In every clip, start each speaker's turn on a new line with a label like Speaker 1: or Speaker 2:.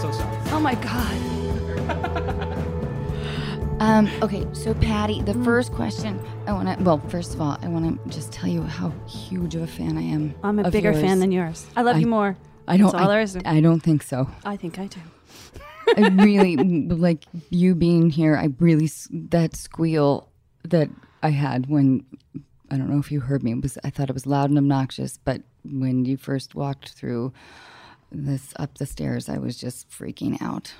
Speaker 1: Oh
Speaker 2: Um, okay, so Patty, the first question I want to, well, first of all, I want to just tell you how huge of a fan I am.
Speaker 1: I'm a
Speaker 2: of
Speaker 1: bigger
Speaker 2: yours.
Speaker 1: fan than yours. I love
Speaker 2: I-
Speaker 1: you more.
Speaker 2: I don't.
Speaker 1: That's all
Speaker 2: I,
Speaker 1: there is.
Speaker 2: I don't think so.
Speaker 1: I think I do.
Speaker 2: I really like you being here. I really s- that squeal that I had when I don't know if you heard me. It was I thought it was loud and obnoxious, but when you first walked through this up the stairs, I was just freaking out.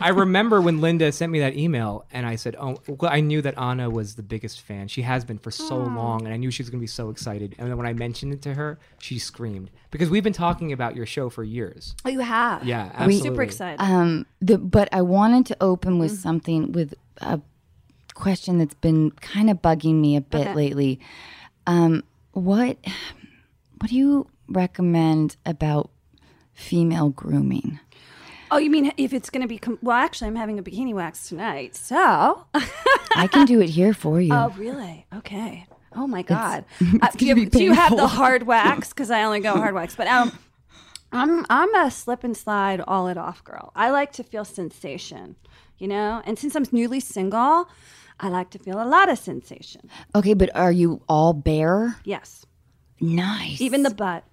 Speaker 3: I remember when Linda sent me that email, and I said, "Oh, well, I knew that Anna was the biggest fan. She has been for so long, and I knew she was going to be so excited." And then when I mentioned it to her, she screamed because we've been talking about your show for years.
Speaker 1: Oh, you have.
Speaker 3: Yeah,
Speaker 1: I'm
Speaker 3: absolutely.
Speaker 1: super excited.
Speaker 2: Um, the, but I wanted to open with
Speaker 1: Mm.
Speaker 2: something with a question that's been kind of bugging me a bit
Speaker 1: Okay.
Speaker 2: lately. Um, what what do you recommend about female grooming?
Speaker 1: oh, you mean if it's going to be? Com- well, actually, I'm having a bikini wax tonight. So.
Speaker 2: I can do it here for you.
Speaker 1: Oh, really? Okay. Oh my God. Uh, do,
Speaker 2: gonna
Speaker 1: you,
Speaker 2: be
Speaker 1: do you have the
Speaker 2: painful.
Speaker 1: hard wax? Because I only go hard wax. But um, I'm I'm a slip and slide, all it off girl. I like to feel sensation, you know. And since I'm newly single, I like to feel a lot of sensation.
Speaker 2: okay, but are you all bare?
Speaker 1: Yes,
Speaker 2: Nice.
Speaker 1: even the butt.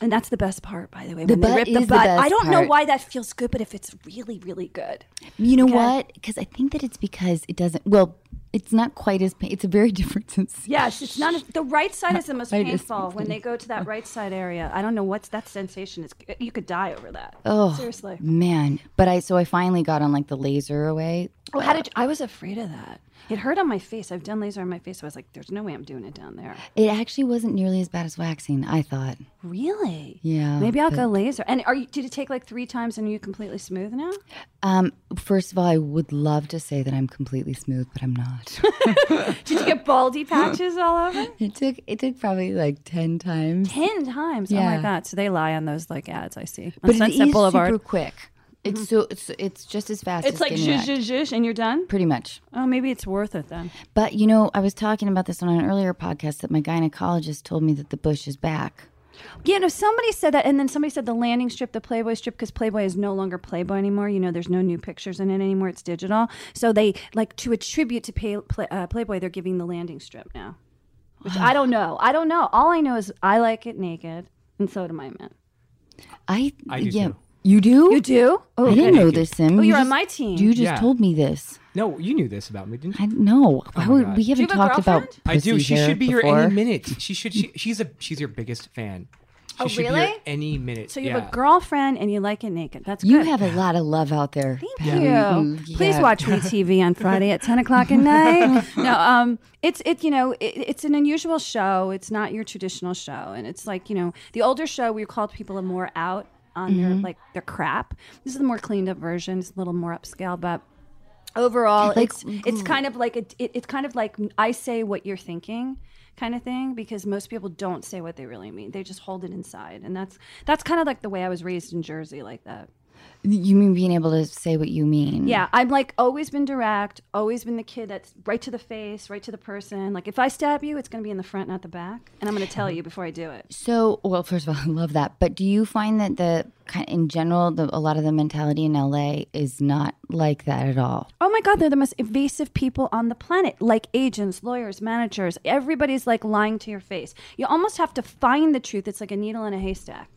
Speaker 1: And that's the best part, by the way.
Speaker 2: The
Speaker 1: when they
Speaker 2: butt
Speaker 1: rip the
Speaker 2: is
Speaker 1: butt,
Speaker 2: the best
Speaker 1: I don't know
Speaker 2: part.
Speaker 1: why that feels good, but if it's really, really good,
Speaker 2: you know
Speaker 1: Okay.
Speaker 2: what? Because I think that it's because it doesn't. Well, it's not quite as. pain. It's a very different sensation.
Speaker 1: yes, it's not. the right side is the most
Speaker 2: I just-
Speaker 1: painful when they go to that right side area. I don't know what's that sensation is. uh, You could die over that.
Speaker 2: Oh,
Speaker 1: seriously.
Speaker 2: man. But I so I finally got on like the laser away.
Speaker 1: Oh, how did you, I was afraid of that? It hurt on my face. I've done laser on my face. So I was like, "There's no way I'm doing it down there."
Speaker 2: It actually wasn't nearly as bad as waxing. I thought.
Speaker 1: Really?
Speaker 2: Yeah,
Speaker 1: Maybe I'll go laser. And are you? Did it take like three times? And are you completely smooth now?
Speaker 2: Um, first of all, I would love to say that I'm completely smooth, but I'm not.
Speaker 1: Did you get baldy patches all over?
Speaker 2: it took it took probably like ten times.
Speaker 1: Ten times. Oh
Speaker 2: Yeah.
Speaker 1: my god! So they lie on those like ads I see on
Speaker 2: But it is
Speaker 1: Sunset
Speaker 2: super
Speaker 1: Boulevard.
Speaker 2: quick. It's so it's it's just as fast.
Speaker 1: Mm-hmm. it's
Speaker 2: as
Speaker 1: like
Speaker 2: skin
Speaker 1: zhuzh,
Speaker 2: react.
Speaker 1: zhuzh, zhuzh, and you're done.
Speaker 2: pretty much.
Speaker 1: Oh, maybe it's worth it then.
Speaker 2: But you know, I was talking about this on an earlier podcast that my gynecologist told me that the bush is back.
Speaker 1: Yeah, no, somebody said that, and then somebody said the landing strip, the Playboy strip, because Playboy is no longer Playboy anymore. You know, there's no new pictures in it anymore. It's digital. So they like to attribute to pay, play, uh, Playboy, they're giving the landing strip now, which I don't know. I don't know. All I know is I like it naked, and so do my men.
Speaker 2: I,
Speaker 3: I do
Speaker 2: yeah.
Speaker 3: too.
Speaker 2: You do?
Speaker 1: You do? Oh,
Speaker 2: I didn't know this, Sim.
Speaker 1: Oh,
Speaker 2: You
Speaker 1: you're on
Speaker 2: just-
Speaker 1: my team.
Speaker 2: You just
Speaker 3: Yeah.
Speaker 2: told me this.
Speaker 3: No, you knew this about me, didn't you?
Speaker 2: I know. Why
Speaker 3: my
Speaker 2: would-
Speaker 3: God.
Speaker 2: we
Speaker 1: you
Speaker 2: haven't
Speaker 1: have a
Speaker 2: talked about
Speaker 1: girlfriend?
Speaker 3: I do.
Speaker 2: pussy
Speaker 3: She should be here
Speaker 2: before.
Speaker 3: any minute. She should. She, she's a. She's your biggest fan. She
Speaker 1: Oh,
Speaker 3: should Be here
Speaker 1: really?
Speaker 3: any minute.
Speaker 1: so you
Speaker 3: Yeah.
Speaker 1: have a girlfriend, and you like it naked. That's
Speaker 2: You
Speaker 1: good.
Speaker 2: have a lot of love out there.
Speaker 1: Thank
Speaker 2: Patty.
Speaker 1: you.
Speaker 2: Mm,
Speaker 1: Please
Speaker 2: yeah.
Speaker 1: watch me TV on Friday at ten o'clock at night. No, um, it's it. You know, it, it's an unusual show. It's not your traditional show, and it's like you know, the older show we called people more out on their
Speaker 2: Mm-hmm.
Speaker 1: like their crap. This is the more cleaned up version. It's a little more upscale, but overall,
Speaker 2: Like, mm-hmm.
Speaker 1: it's it's kind of like a, it, it's kind of like I say what you're thinking kind of thing because most people don't say what they really mean. They just hold it inside, and that's that's kind of like the way I was raised in Jersey, like that.
Speaker 2: You mean being able to say what you mean?
Speaker 1: Yeah, I'm like always been direct, always been the kid that's right to the face, right to the person. Like if I stab you, it's going to be in the front, not the back, and I'm going to tell you before I do it.
Speaker 2: So, well, first of all, I love that. But do you find that the kind in general, the, a lot of the mentality in LA is not like that at all?
Speaker 1: Oh my god, they're the most evasive people on the planet. Like agents, lawyers, managers, everybody's like lying to your face. You almost have to find the truth. It's like a needle in a haystack.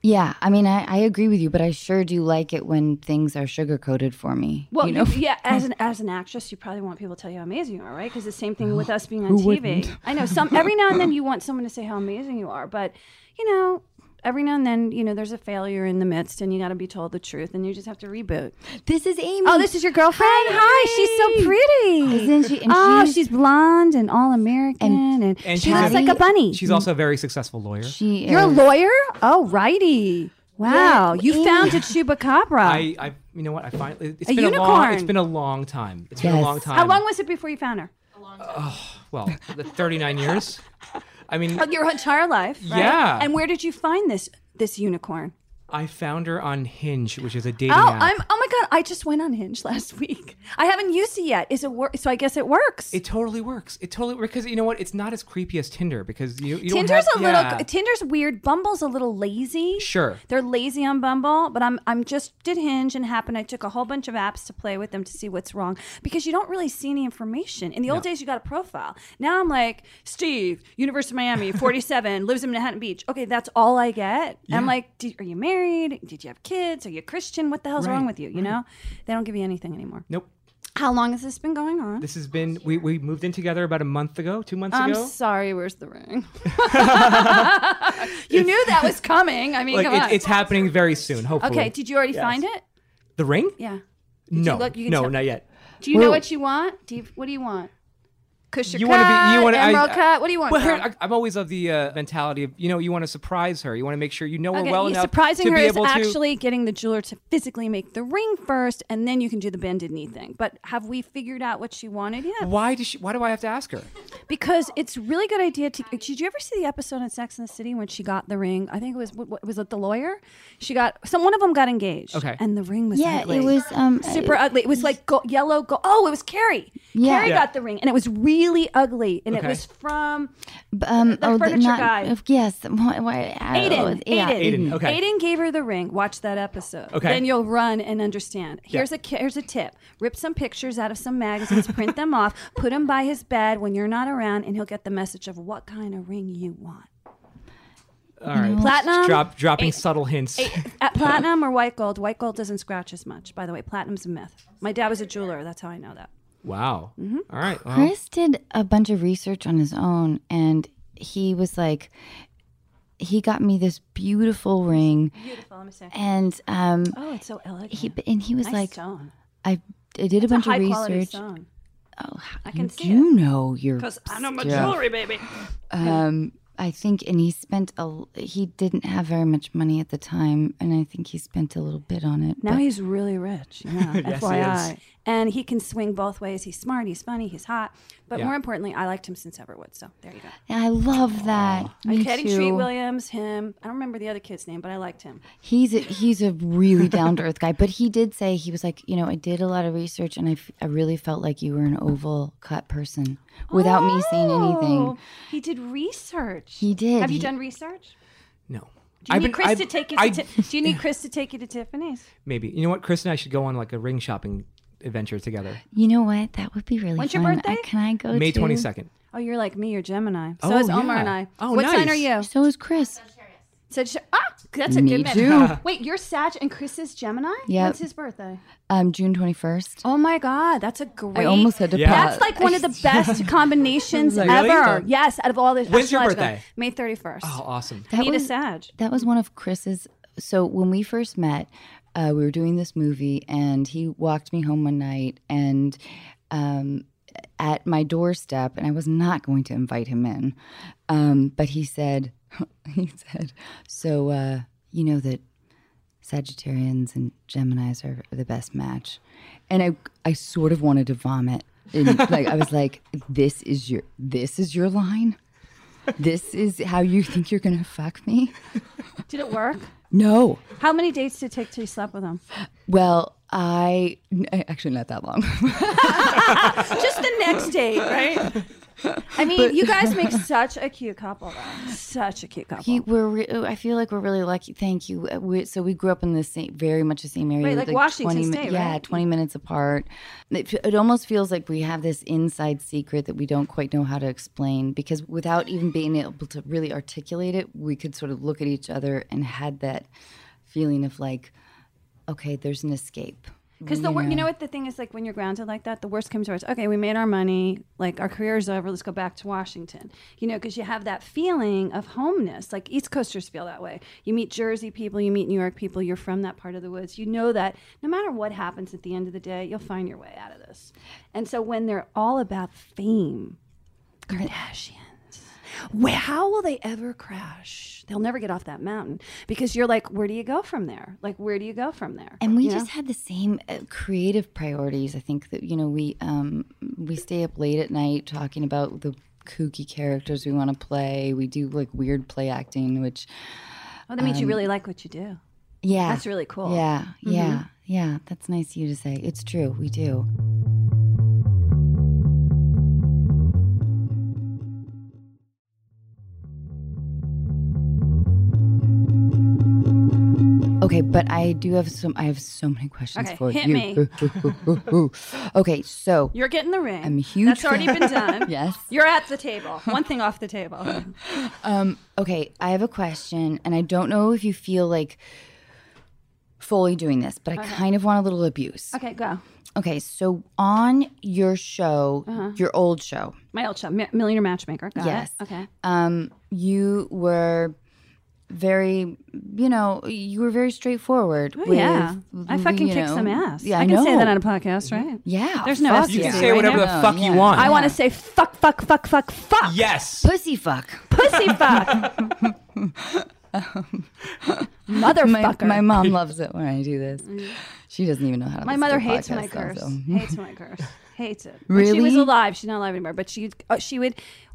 Speaker 2: Yeah, I mean, I, I agree with you, but I sure do like it when things are sugar coated for me.
Speaker 1: Well,
Speaker 2: you know,
Speaker 1: you- yeah, as an as an actress, you probably want people to tell you how amazing you are, right? Because the same thing with us being on TV. I know some every now and then you want someone to say how amazing you are, but you know, every now and then you know there's a failure in the midst, and you got to be told the truth, and you just have to reboot.
Speaker 2: this is Amy.
Speaker 1: Oh, this is your girlfriend. Hi, she's so pretty.
Speaker 2: Isn't she? And
Speaker 1: oh,
Speaker 2: she's,
Speaker 1: she's blonde and all American, and,
Speaker 3: And
Speaker 1: she
Speaker 3: she's
Speaker 1: looks
Speaker 3: a-
Speaker 1: like a bunny.
Speaker 3: She's also a very successful lawyer.
Speaker 2: she.
Speaker 1: You're a
Speaker 2: is-
Speaker 1: lawyer. Oh, righty. Wow, you found a chupacabra.
Speaker 3: I, I, you know what? I find it- it's
Speaker 1: A
Speaker 3: been a long.
Speaker 1: unicorn.
Speaker 3: It's been a long time. It's been
Speaker 2: Yes.
Speaker 3: a long time.
Speaker 1: how long was it before you found her?
Speaker 3: Well, the 39 years. I mean,
Speaker 1: Of your entire life. Right?
Speaker 3: Yeah.
Speaker 1: And where did you find this this unicorn?
Speaker 3: I found her on Hinge, which is a dating
Speaker 1: Oh,
Speaker 3: app.
Speaker 1: I'm. Oh my god! I just went on Hinge last week. I haven't used it yet. Is it work? So I guess it works.
Speaker 3: it totally works. It totally because you know what? It's not as creepy as Tinder because you, you
Speaker 1: Tinder's
Speaker 3: don't have,
Speaker 1: a little.
Speaker 3: yeah.
Speaker 1: Tinder's weird. Bumble's a little lazy.
Speaker 3: Sure.
Speaker 1: They're lazy on Bumble, but I'm I'm just did Hinge and Happen. I took a whole bunch of apps to play with them to see what's wrong because you don't really see any information. In the old days, you got a profile. Now I'm like Steve, University of Miami, 47, lives in Manhattan Beach. Okay, that's all I get. And I'm like, "Do- are you married? Did you have kids? Are you Christian? What the hell's wrong
Speaker 3: Right,
Speaker 1: with you? You know, they don't give you anything anymore.
Speaker 3: Nope.
Speaker 1: How long has this been going on?
Speaker 3: This has been we, we moved in together about a month ago, two months
Speaker 1: I'm
Speaker 3: ago.
Speaker 1: sorry, where's the ring? you knew that was coming. I mean,
Speaker 3: like
Speaker 1: come on.
Speaker 3: it, it's happening very soon, hopefully.
Speaker 1: okay, did you already find it?
Speaker 3: the ring?
Speaker 1: Yeah.
Speaker 3: no,
Speaker 1: look? You can
Speaker 3: no,
Speaker 1: tell-
Speaker 3: not yet.
Speaker 1: Do you know
Speaker 2: Well-
Speaker 1: what you want? Do you, what do you want? Cushion
Speaker 3: You
Speaker 1: cut,
Speaker 3: wanna be- you wanna- I-
Speaker 1: emerald
Speaker 3: I-
Speaker 1: cut. What do you want?
Speaker 3: Well,
Speaker 1: girl?
Speaker 3: I, I'm always of the uh, mentality of you know you want to surprise her. You want to make sure you know
Speaker 1: Okay,
Speaker 3: her well
Speaker 1: you-
Speaker 3: enough
Speaker 1: surprising
Speaker 3: to
Speaker 1: her
Speaker 3: be
Speaker 1: is
Speaker 3: able to.
Speaker 1: actually getting the jeweler to physically make the ring first, and then you can do the bended knee thing. But have we figured out what she wanted yet?
Speaker 3: Why does she? Why do I have to ask her?
Speaker 1: Because it's really good idea to. Did you ever see the episode in Sex and the City when she got the ring? I think it was what, what- was it the lawyer? She got some. One of them got engaged.
Speaker 3: Okay.
Speaker 1: and the ring was
Speaker 2: Yeah,
Speaker 1: ugly.
Speaker 2: it was um
Speaker 1: super ugly. It was like go- yellow. Go- oh, it was Carrie.
Speaker 2: Yeah.
Speaker 1: Carrie
Speaker 2: Yeah.
Speaker 1: got the ring, and it was really ugly. And
Speaker 3: Okay.
Speaker 1: it was from
Speaker 2: b- um
Speaker 1: the furniture guy.
Speaker 2: if- Yes, why, why, I-
Speaker 1: Aiden.
Speaker 2: oh, yeah,
Speaker 1: Aiden.
Speaker 3: Aiden, okay.
Speaker 1: Aiden gave her the ring. Watch that episode.
Speaker 3: Okay.
Speaker 1: Then you'll run and understand. Here's a here's a tip. Rip some pictures out of some magazines, print them off, put them by his bed when you're not around, and he'll get the message of what kind of ring you want.
Speaker 3: All right,
Speaker 1: Platinum.
Speaker 3: Drop, dropping subtle hints.
Speaker 1: At platinum or white gold. White gold doesn't scratch as much. By the way, platinum's a myth. My dad was a jeweler. That's how I know that.
Speaker 3: Wow.
Speaker 1: Mm-hmm.
Speaker 3: All right.
Speaker 1: Oh.
Speaker 3: Well,
Speaker 2: Chris did a bunch of research on his own, and he was like, he got me this beautiful ring,
Speaker 1: Beautiful. Let me say.
Speaker 2: and um,
Speaker 1: Oh, it's so elegant.
Speaker 2: he and he was
Speaker 1: nice
Speaker 2: like,
Speaker 1: stone.
Speaker 2: I, I did a
Speaker 1: It's
Speaker 2: bunch
Speaker 1: a high
Speaker 2: of
Speaker 1: quality
Speaker 2: research.
Speaker 1: stone.
Speaker 2: Oh, I
Speaker 1: can
Speaker 2: you
Speaker 1: see
Speaker 2: do know your
Speaker 1: Because I know my
Speaker 2: Yeah.
Speaker 1: jewelry, baby.
Speaker 2: Um, I think, and he spent a. l- He didn't have very much money at the time, and I think he spent a little bit on it.
Speaker 1: Now
Speaker 2: but-
Speaker 1: he's really rich. Yeah,
Speaker 3: Yes, he
Speaker 1: FYI.
Speaker 3: is.
Speaker 1: And he can swing both ways. He's smart. He's funny. He's hot. But
Speaker 3: Yeah.
Speaker 1: more importantly, I liked him since Everwood. So there you go.
Speaker 2: I love that. Me
Speaker 1: Teddy
Speaker 2: too.
Speaker 1: Treat Williams, him. I don't remember the other kid's name, but I liked him.
Speaker 2: He's a, he's a really down to earth guy, but he did say he was like, you know, I did a lot of research and I, f- I really felt like you were an oval cut person without me saying
Speaker 1: Oh,
Speaker 2: anything.
Speaker 1: He did research.
Speaker 2: He did.
Speaker 1: Have you
Speaker 2: He-
Speaker 1: done research?
Speaker 3: no.
Speaker 1: Do you
Speaker 3: I've
Speaker 1: need
Speaker 3: been-
Speaker 1: Chris
Speaker 3: I've-
Speaker 1: to take you
Speaker 3: I-
Speaker 1: to Ti- Do you need Chris to take you to Tiffany's?
Speaker 3: Maybe. You know what? Chris and I should go on like a ring shopping adventure together.
Speaker 2: You know what? That would be really
Speaker 1: When's your
Speaker 2: fun. I-
Speaker 1: birthday?
Speaker 2: can I go
Speaker 3: May
Speaker 2: too?
Speaker 3: twenty second.
Speaker 1: Oh, you're like me, you're Gemini. So
Speaker 3: Oh,
Speaker 1: is Omar
Speaker 3: yeah.
Speaker 1: and I.
Speaker 3: Oh,
Speaker 1: what sign
Speaker 3: nice.
Speaker 1: are you?
Speaker 2: So is Chris.
Speaker 1: So, ah, that's a
Speaker 2: Me
Speaker 1: good
Speaker 2: too.
Speaker 1: match. Wait, you're Sag and Chris is Gemini?
Speaker 2: Yep.
Speaker 1: When's his birthday?
Speaker 2: Um, June 21st.
Speaker 1: Oh my God, that's a great.
Speaker 2: I almost had to
Speaker 3: Yeah.
Speaker 2: pause.
Speaker 1: That's like one of the best combinations
Speaker 3: Really?
Speaker 1: ever. Yes, out of all the.
Speaker 3: When's your
Speaker 1: astrological-
Speaker 3: birthday?
Speaker 1: May thirty first.
Speaker 3: Oh, awesome.
Speaker 2: That
Speaker 1: Need a
Speaker 2: was-
Speaker 1: Sag.
Speaker 2: That was one of Chris's. So when we first met, uh, we were doing this movie, and he walked me home one night, and um, at my doorstep, and I was not going to invite him in, um, but he said, he said, so uh, you know that Sagittarians and Geminis are the best match, and I I sort of wanted to vomit. And like I was like, this is your this is your line. This is how you think you're gonna fuck me.
Speaker 1: Did it work?
Speaker 2: No.
Speaker 1: How many dates did it take till you slept with him?
Speaker 2: Well, I n- actually not that long.
Speaker 1: Just the next date, right? I mean, you guys make such a cute couple, though. Such a cute couple.
Speaker 2: he, we're re- oh, I feel like we're really lucky. Thank you. Uh, We, so we grew up in the same, very much the same area.
Speaker 1: Right, like Washington
Speaker 2: 20
Speaker 1: State,
Speaker 2: Yeah,
Speaker 1: right?
Speaker 2: twenty minutes apart. It, f- it almost feels like we have this inside secret that we don't quite know how to explain because without even being able to really articulate it, we could sort of look at each other and had that feeling of like, okay, there's an escape.
Speaker 1: Because the wor- you know what the thing is like when you're grounded like that, the worst comes to worst. Okay, we made our money, like our career's over. Let's go back to Washington. You know, because you have that feeling of homeness. Like East Coasters feel that way. You meet Jersey people, you meet New York people. You're from that part of the woods. You know that no matter what happens at the end of the day, you'll find your way out of this. And so when they're all about fame, Kardashians. Wh- How will they ever crash? They'll never get off that mountain because you're like, where do you go from there? Like, where do you go from there?
Speaker 2: and we
Speaker 1: You know?
Speaker 2: just had the same uh, creative priorities i think that you know we um we stay up late at night talking about the kooky characters we want to play we do like weird play acting which
Speaker 1: Oh, that means you really like what you do.
Speaker 2: Um, Yeah.
Speaker 1: That's really cool.
Speaker 2: Yeah, yeah,
Speaker 1: Mm-hmm.
Speaker 2: yeah. That's nice of you to say. It's true. We do. Okay, but I do have some. I have so many questions
Speaker 1: Okay,
Speaker 2: for
Speaker 1: hit
Speaker 2: you.
Speaker 1: me.
Speaker 2: okay, so
Speaker 1: You're getting the ring.
Speaker 2: I'm a huge
Speaker 1: That's already
Speaker 2: fan.
Speaker 1: been done.
Speaker 2: Yes.
Speaker 1: You're at the table. One thing off the table.
Speaker 2: Um, okay, I have a question, and I don't know if you feel like fully doing this, but I
Speaker 1: Uh-huh.
Speaker 2: kind of want a little abuse.
Speaker 1: Okay, go.
Speaker 2: Okay, so on your show,
Speaker 1: Uh-huh.
Speaker 2: your old show,
Speaker 1: My old show, Mi- Millionaire Matchmaker. Got
Speaker 2: Yes.
Speaker 1: It. Okay.
Speaker 2: um, you were very, you know, you were very straightforward.
Speaker 1: Oh,
Speaker 2: with,
Speaker 1: yeah. I fucking
Speaker 2: you
Speaker 1: kick
Speaker 2: know-
Speaker 1: some ass.
Speaker 2: Yeah, I,
Speaker 1: I, can say
Speaker 2: know.
Speaker 1: that on a podcast, right?
Speaker 2: Yeah,
Speaker 1: There's no
Speaker 2: fuck
Speaker 1: SEC
Speaker 3: You can
Speaker 1: Yeah.
Speaker 3: say
Speaker 1: Right
Speaker 3: whatever the
Speaker 2: now?
Speaker 3: fuck
Speaker 2: Yeah.
Speaker 3: you want.
Speaker 1: I want to say fuck, fuck, fuck, fuck, fuck.
Speaker 3: yes.
Speaker 2: pussy fuck.
Speaker 1: Pussy fuck.
Speaker 2: My,
Speaker 1: Motherfucker. Mm.
Speaker 2: my mom loves it when I do this. She doesn't even know how to.
Speaker 1: My
Speaker 2: listen
Speaker 1: mother
Speaker 2: to
Speaker 1: hates when I
Speaker 2: podcasts
Speaker 1: curse.
Speaker 2: also.
Speaker 1: hates when I curse. Hates it. When she was
Speaker 2: Really?
Speaker 1: alive, she's not alive anymore. But she uh, she would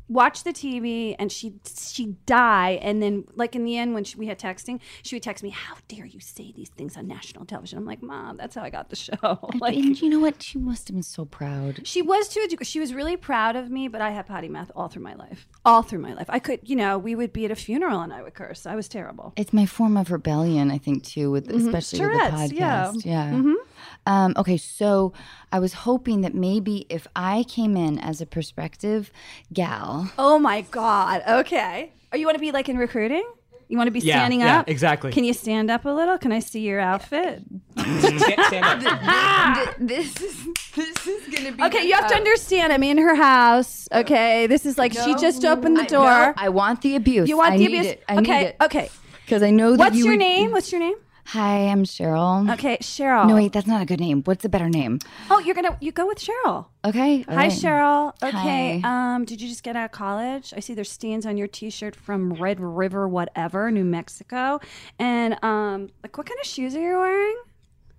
Speaker 1: watch the TV and she she die. And then like in the end when she, we had texting, she would text me, "How dare you say these things on national television?" I'm like, "Mom, that's how I got the show." like.
Speaker 2: and you know what? She must have been so proud.
Speaker 1: she was to a degree. She was really proud of me, but I had potty mouth all through my life. All through my life, I could, you know, we would be at a funeral and I would curse. I was terrible.
Speaker 2: It's my form of rebellion, I think, too, with especially with
Speaker 1: Tourette's,
Speaker 2: the
Speaker 1: Mm-hmm. yeah. Mm-hmm.
Speaker 2: podcast. Yeah. Um, okay, so I was hoping that maybe if I came in as a prospective gal,
Speaker 1: Oh my god. Okay. Are you want to be like in recruiting? You want to be
Speaker 3: Yeah,
Speaker 1: standing
Speaker 3: yeah,
Speaker 1: up?
Speaker 3: exactly.
Speaker 1: Can you stand up a little? Can I see your outfit?
Speaker 3: Stand- stand up.
Speaker 2: th- this is this is gonna be
Speaker 1: Ah! Okay, you have to understand. I'm in her house. Okay, this is like she just opened the
Speaker 2: I-
Speaker 1: door.
Speaker 2: no, I, want the abuse.
Speaker 1: you want
Speaker 2: I
Speaker 1: the
Speaker 2: need
Speaker 1: abuse?
Speaker 2: It. I
Speaker 1: okay,
Speaker 2: need it.
Speaker 1: okay.
Speaker 2: Because I know that
Speaker 1: What's
Speaker 2: you
Speaker 1: your
Speaker 2: would-
Speaker 1: name? What's your name?
Speaker 2: Hi, I'm Cheryl.
Speaker 1: Okay, Cheryl.
Speaker 2: No, wait, that's not a good name. What's a better name?
Speaker 1: Oh, you're gonna you go with Cheryl.
Speaker 2: Okay. all
Speaker 1: Hi,
Speaker 2: right.
Speaker 1: Cheryl. Okay. Um, did you just get out of college? I see there's stains on your T-shirt from Red River, whatever, New Mexico. And um, like, what kind of shoes are you wearing?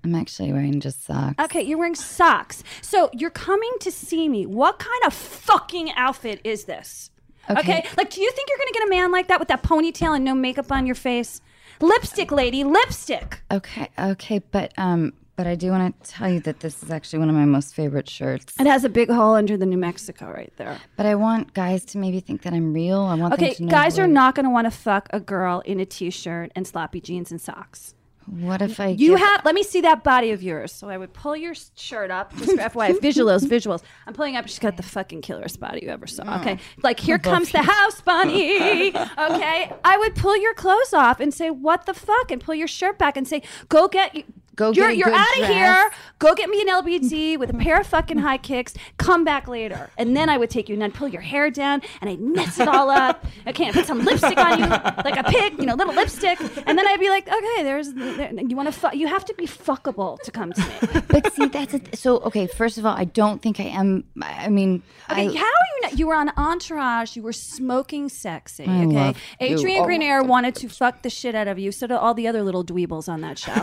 Speaker 2: I'm actually wearing just socks.
Speaker 1: Okay, you're wearing socks. So you're coming to see me. What kind of fucking outfit is this? Uh, Okay. Like, do you think you're going to get a man like that with that ponytail and no makeup on your face? Lipstick, lady, lipstick.
Speaker 2: Okay, okay, but um, but I do want to tell you that this is actually one of my most favorite shirts.
Speaker 1: It has a big hole under the New Mexico right there.
Speaker 2: But I want guys to maybe think that I'm real. I want
Speaker 1: Okay,
Speaker 2: them to know.
Speaker 1: guys are
Speaker 2: what-
Speaker 1: not going to want to fuck a girl in a t shirt and sloppy jeans and socks.
Speaker 2: What if I?
Speaker 1: You
Speaker 2: give-
Speaker 1: have, let me see that body of yours. So I would pull your s- shirt up, just for FYI. Visuals, visuals. I'm pulling up. She's got the fucking killerest body you ever saw. Okay. Like, here comes the house bunny. Okay. I would pull your clothes off and say, what the fuck? And pull your shirt back and say, go get. y-
Speaker 2: Go get
Speaker 1: you're,
Speaker 2: a
Speaker 1: You're
Speaker 2: good
Speaker 1: out of
Speaker 2: dress."
Speaker 1: here. Go get me an LBD with a pair of fucking high kicks. Come back later. And then I would take you and I'd pull your hair down and I'd mess it all up. Okay, I'd put some lipstick on you, like a pig, you know, little lipstick. And then I'd be like, okay, there's, there, you want to, fu- you have to be fuckable to come to me.
Speaker 2: But see, that's a th- so. Okay, first of all, I don't think I am. I I mean,
Speaker 1: Okay,
Speaker 2: I,
Speaker 1: how are you? Not, you were on Entourage. You were smoking sexy. okay,
Speaker 2: love you.
Speaker 1: Adrian
Speaker 2: Oh,
Speaker 1: Grenier wanted to fuck the shit out of you. So do all the other little dweebles on that show.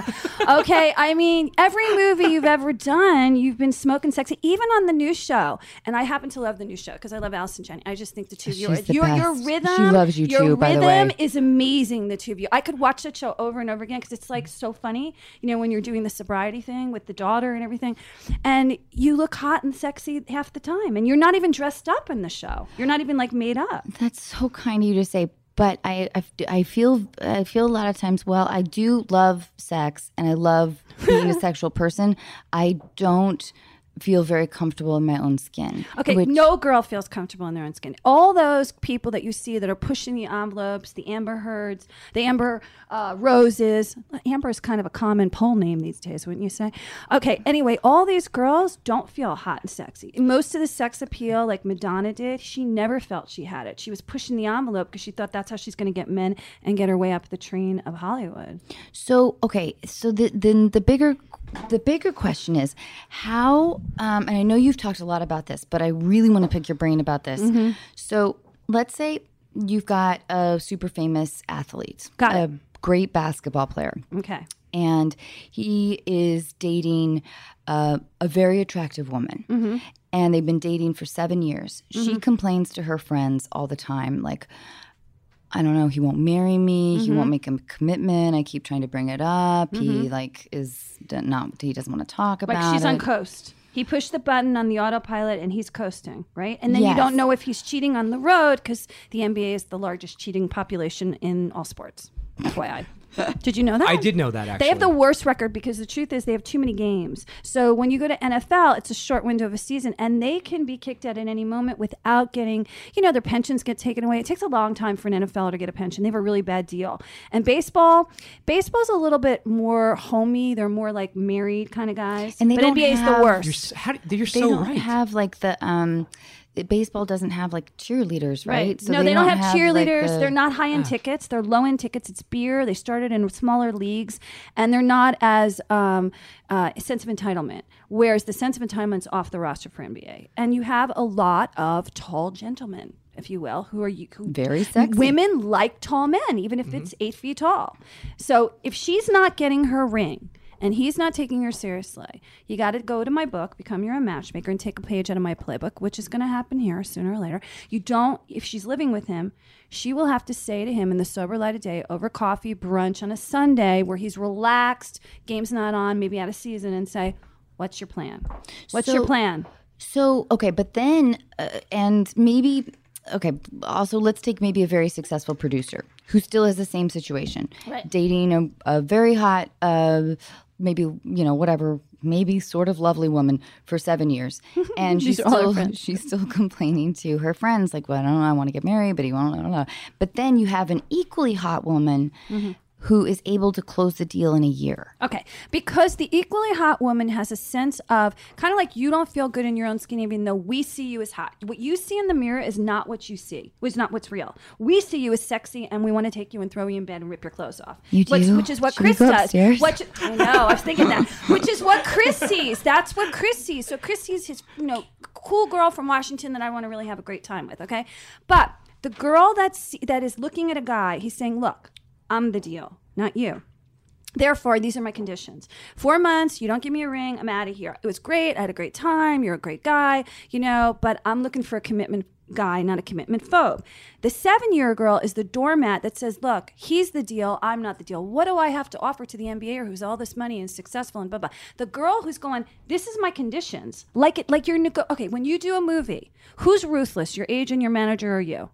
Speaker 1: okay, I mean every movie you've ever done, you've been smoking sexy. Even on the new show, and I happen to love the new show because I love Alice and Jenny. I just think the two of you, are,
Speaker 2: She's the
Speaker 1: your your
Speaker 2: best. She
Speaker 1: rhythm,
Speaker 2: loves you
Speaker 1: your
Speaker 2: too,
Speaker 1: Rhythm
Speaker 2: by the way.
Speaker 1: is amazing. The two of you, I could watch that show over and over again because it's like so funny. You know when you're doing the sobriety thing with the daughter and everything, and you look hot and sexy half the time, and you're not even dressed up in the show. You're not even like made up.
Speaker 2: that's so kind of you to say. But I, I, f- I feel, I feel a lot of times. Well, I do love sex, and I love being a sexual person. I don't feel very comfortable in my own skin.
Speaker 1: Okay,
Speaker 2: which-
Speaker 1: no girl feels comfortable in their own skin. All those people that you see that are pushing the envelopes, the Amber Heards, the Amber uh, Roses. Amber is kind of a common poll name these days, wouldn't you say? Okay, anyway, all these girls don't feel hot and sexy. Most of the sex appeal, like Madonna did, she never felt she had it. She was pushing the envelope because she thought that's how she's going to get men and get her way up the train of Hollywood.
Speaker 2: So okay, so the, then the bigger the bigger question is how um, and I know you've talked a lot about this, but I really want to pick your brain about this.
Speaker 1: Mm-hmm.
Speaker 2: So let's say you've got a super famous athlete,
Speaker 1: Got
Speaker 2: a
Speaker 1: it.
Speaker 2: great basketball player,
Speaker 1: Okay.
Speaker 2: and he is dating uh, a very attractive woman.
Speaker 1: Mm-hmm.
Speaker 2: And they've been dating for seven years. She complains to her friends all the time, like, I don't know, he won't marry me, he
Speaker 1: Mm-hmm.
Speaker 2: won't make a commitment. I keep trying to bring it up. He like is d- not he doesn't want to talk about
Speaker 1: Like she's
Speaker 2: it.
Speaker 1: on coast. He pushed the button on the autopilot and he's coasting, right? And then you
Speaker 2: Yes.
Speaker 1: don't know if he's cheating on the road because the NBA is the largest cheating population in all sports. FYI. Did you know that?
Speaker 3: I did know that actually.
Speaker 1: They have the worst record because the truth is they have too many games. So when you go to NFL, it's a short window of a season and they can be kicked out at any moment without getting, you know, their pensions get taken away. It takes a long time for an NFL to get a pension. They have a really bad deal. And baseball, baseball's a little bit more homey. They're more like married kind of guys.
Speaker 2: And they
Speaker 1: but
Speaker 2: don't
Speaker 1: NBA is
Speaker 2: have-
Speaker 1: the
Speaker 3: You're,
Speaker 1: worst.
Speaker 3: s- how, do- you're
Speaker 2: they
Speaker 3: so
Speaker 2: don't
Speaker 3: right.
Speaker 2: have like the um the baseball doesn't have like cheerleaders, right?
Speaker 1: no, they, don't, have,
Speaker 2: like,
Speaker 1: cheerleaders.
Speaker 2: the- Ah.
Speaker 1: They're not high end tickets. They're low end tickets. It's beer. They started in smaller leagues, and they're not as um, uh, sense of entitlement. Whereas the sense of entitlement's off the roster for NBA, and you have a lot of tall gentlemen, if you will, who are you who,
Speaker 2: Very sexy.
Speaker 1: Women like tall men, even if it's eight feet tall. So if she's not getting her ring. And he's not taking her seriously. You got to go to my book, become your own matchmaker, and take a page out of my playbook, which is going to happen here sooner or later. You don't, if she's living with him, she will have to say to him in the sober light of day over coffee, brunch on a Sunday where he's relaxed, game's not on, maybe out of season, and say, What's your plan? What's your
Speaker 2: So-
Speaker 1: plan?
Speaker 2: So okay, but then uh, and maybe okay. Also, let's take maybe a very successful producer who still has the same situation,
Speaker 1: Right.
Speaker 2: dating a, a very hot, uh, maybe you know whatever, maybe sort of lovely woman for seven years, and she's
Speaker 1: are all her
Speaker 2: still
Speaker 1: friends.
Speaker 2: she's still complaining to her friends like, well, I don't know, I want to get married, but he won't. Blah, blah, blah. But then you have an equally hot woman.
Speaker 1: Mm-hmm.
Speaker 2: Who is able to close the deal in a year?
Speaker 1: Okay, because the equally hot woman has a sense of kind of like you don't feel good in your own skin, even though we see you as hot. What you see in the mirror is not what you see, was not what's real. We see you as sexy, and we want to take you and throw you in bed and rip your clothes off.
Speaker 2: You
Speaker 1: which,
Speaker 2: do?
Speaker 1: which is what
Speaker 2: Should we
Speaker 1: Chris
Speaker 2: go
Speaker 1: does.
Speaker 2: upstairs?
Speaker 1: What you- I know, I was thinking that. Which is what Chris sees. That's what Chris sees. So Chris sees his, you know, cool girl from Washington that I want to really have a great time with. Okay, but the girl that's that is looking at a guy, he's saying, "Look, I'm the deal, not you." Therefore, these are my conditions. Four months, you don't give me a ring, I'm out of here. It was great, I had a great time, you're a great guy, you know, but I'm looking for a commitment guy, not a commitment phobe. The seven year girl is the doormat that says, look, he's the deal, I'm not the deal. What do I have to offer to the NBAer who's all this money and successful and blah blah? The girl who's going, this is my conditions. Like it, like you're, nego- okay, when you do a movie, who's ruthless, your agent, your manager, or you?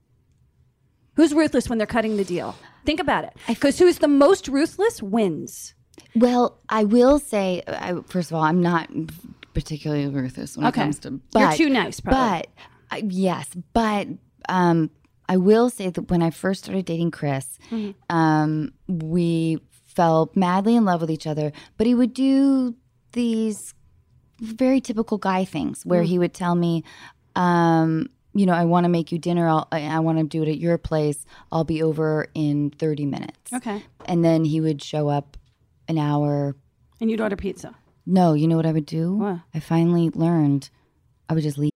Speaker 1: Who's ruthless when they're cutting the deal? Think about it. Because who's the most ruthless wins.
Speaker 2: Well, I will say, I, first of all, I'm not particularly ruthless when
Speaker 1: Okay.
Speaker 2: it comes to. But,
Speaker 1: You're too nice, probably.
Speaker 2: But I, yes, but um, I will say that when I first started dating Chris,
Speaker 1: Mm-hmm.
Speaker 2: um, we fell madly in love with each other. But he would do these very typical guy things where
Speaker 1: Mm.
Speaker 2: he would tell me, um, you know, I want to make you dinner. I'll, I, I want to do it at your place. I'll be over in 30 minutes.
Speaker 1: Okay.
Speaker 2: And then he would show up an hour.
Speaker 1: And you'd order pizza.
Speaker 2: No, you know what I would do?
Speaker 1: What?
Speaker 2: I finally learned I would just leave.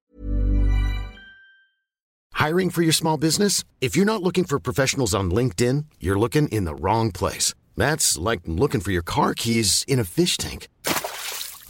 Speaker 4: Hiring for your small business? If you're not looking for professionals on LinkedIn, you're looking in the wrong place. That's like looking for your car keys in a fish tank.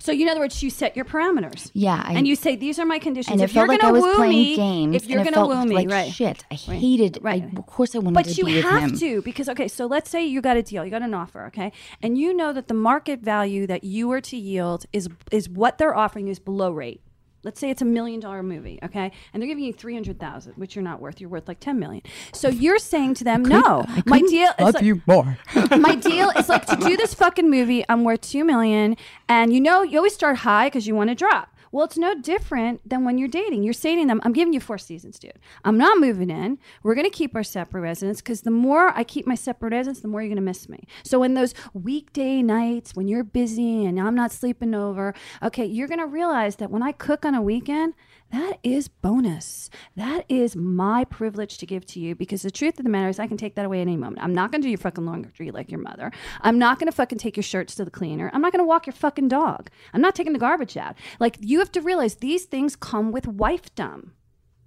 Speaker 1: So, you, in other words, you set your parameters.
Speaker 2: Yeah, I,
Speaker 1: and you say, these are my conditions.
Speaker 2: and it
Speaker 1: if you're
Speaker 2: felt like
Speaker 1: gonna
Speaker 2: I was
Speaker 1: woo
Speaker 2: playing
Speaker 1: me,
Speaker 2: games.
Speaker 1: If you're
Speaker 2: and it
Speaker 1: going to
Speaker 2: felt
Speaker 1: woo me,
Speaker 2: like
Speaker 1: right.
Speaker 2: shit. I hated.
Speaker 1: Right.
Speaker 2: I, of course, I wanted
Speaker 1: But
Speaker 2: to
Speaker 1: you
Speaker 2: be with
Speaker 1: have
Speaker 2: him.
Speaker 1: to because okay, so let's say you got a deal, you got an offer, okay, and you know that the market value that you are to yield is is what they're offering is below rate. Let's say it's a million dollar movie, okay, and they're giving you three hundred thousand, which you're not worth. You're worth like ten million. So you're saying to them, no, my deal is like,
Speaker 5: you more.
Speaker 1: my deal is like to do this fucking movie i'm worth two million and you know you always start high because you want to drop well it's no different than when you're dating you're saying to them i'm giving you four seasons dude i'm not moving in we're going to keep our separate residence because the more i keep my separate residence the more you're going to miss me so in those weekday nights when you're busy and i'm not sleeping over okay you're going to realize that when i cook on a weekend That is bonus. That is my privilege to give to you because the truth of the matter is, I can take that away at any moment. I'm not going to do your fucking laundry like your mother. I'm not going to fucking take your shirts to the cleaner. I'm not going to walk your fucking dog. I'm not taking the garbage out. Like, you have to realize these things come with wifedom.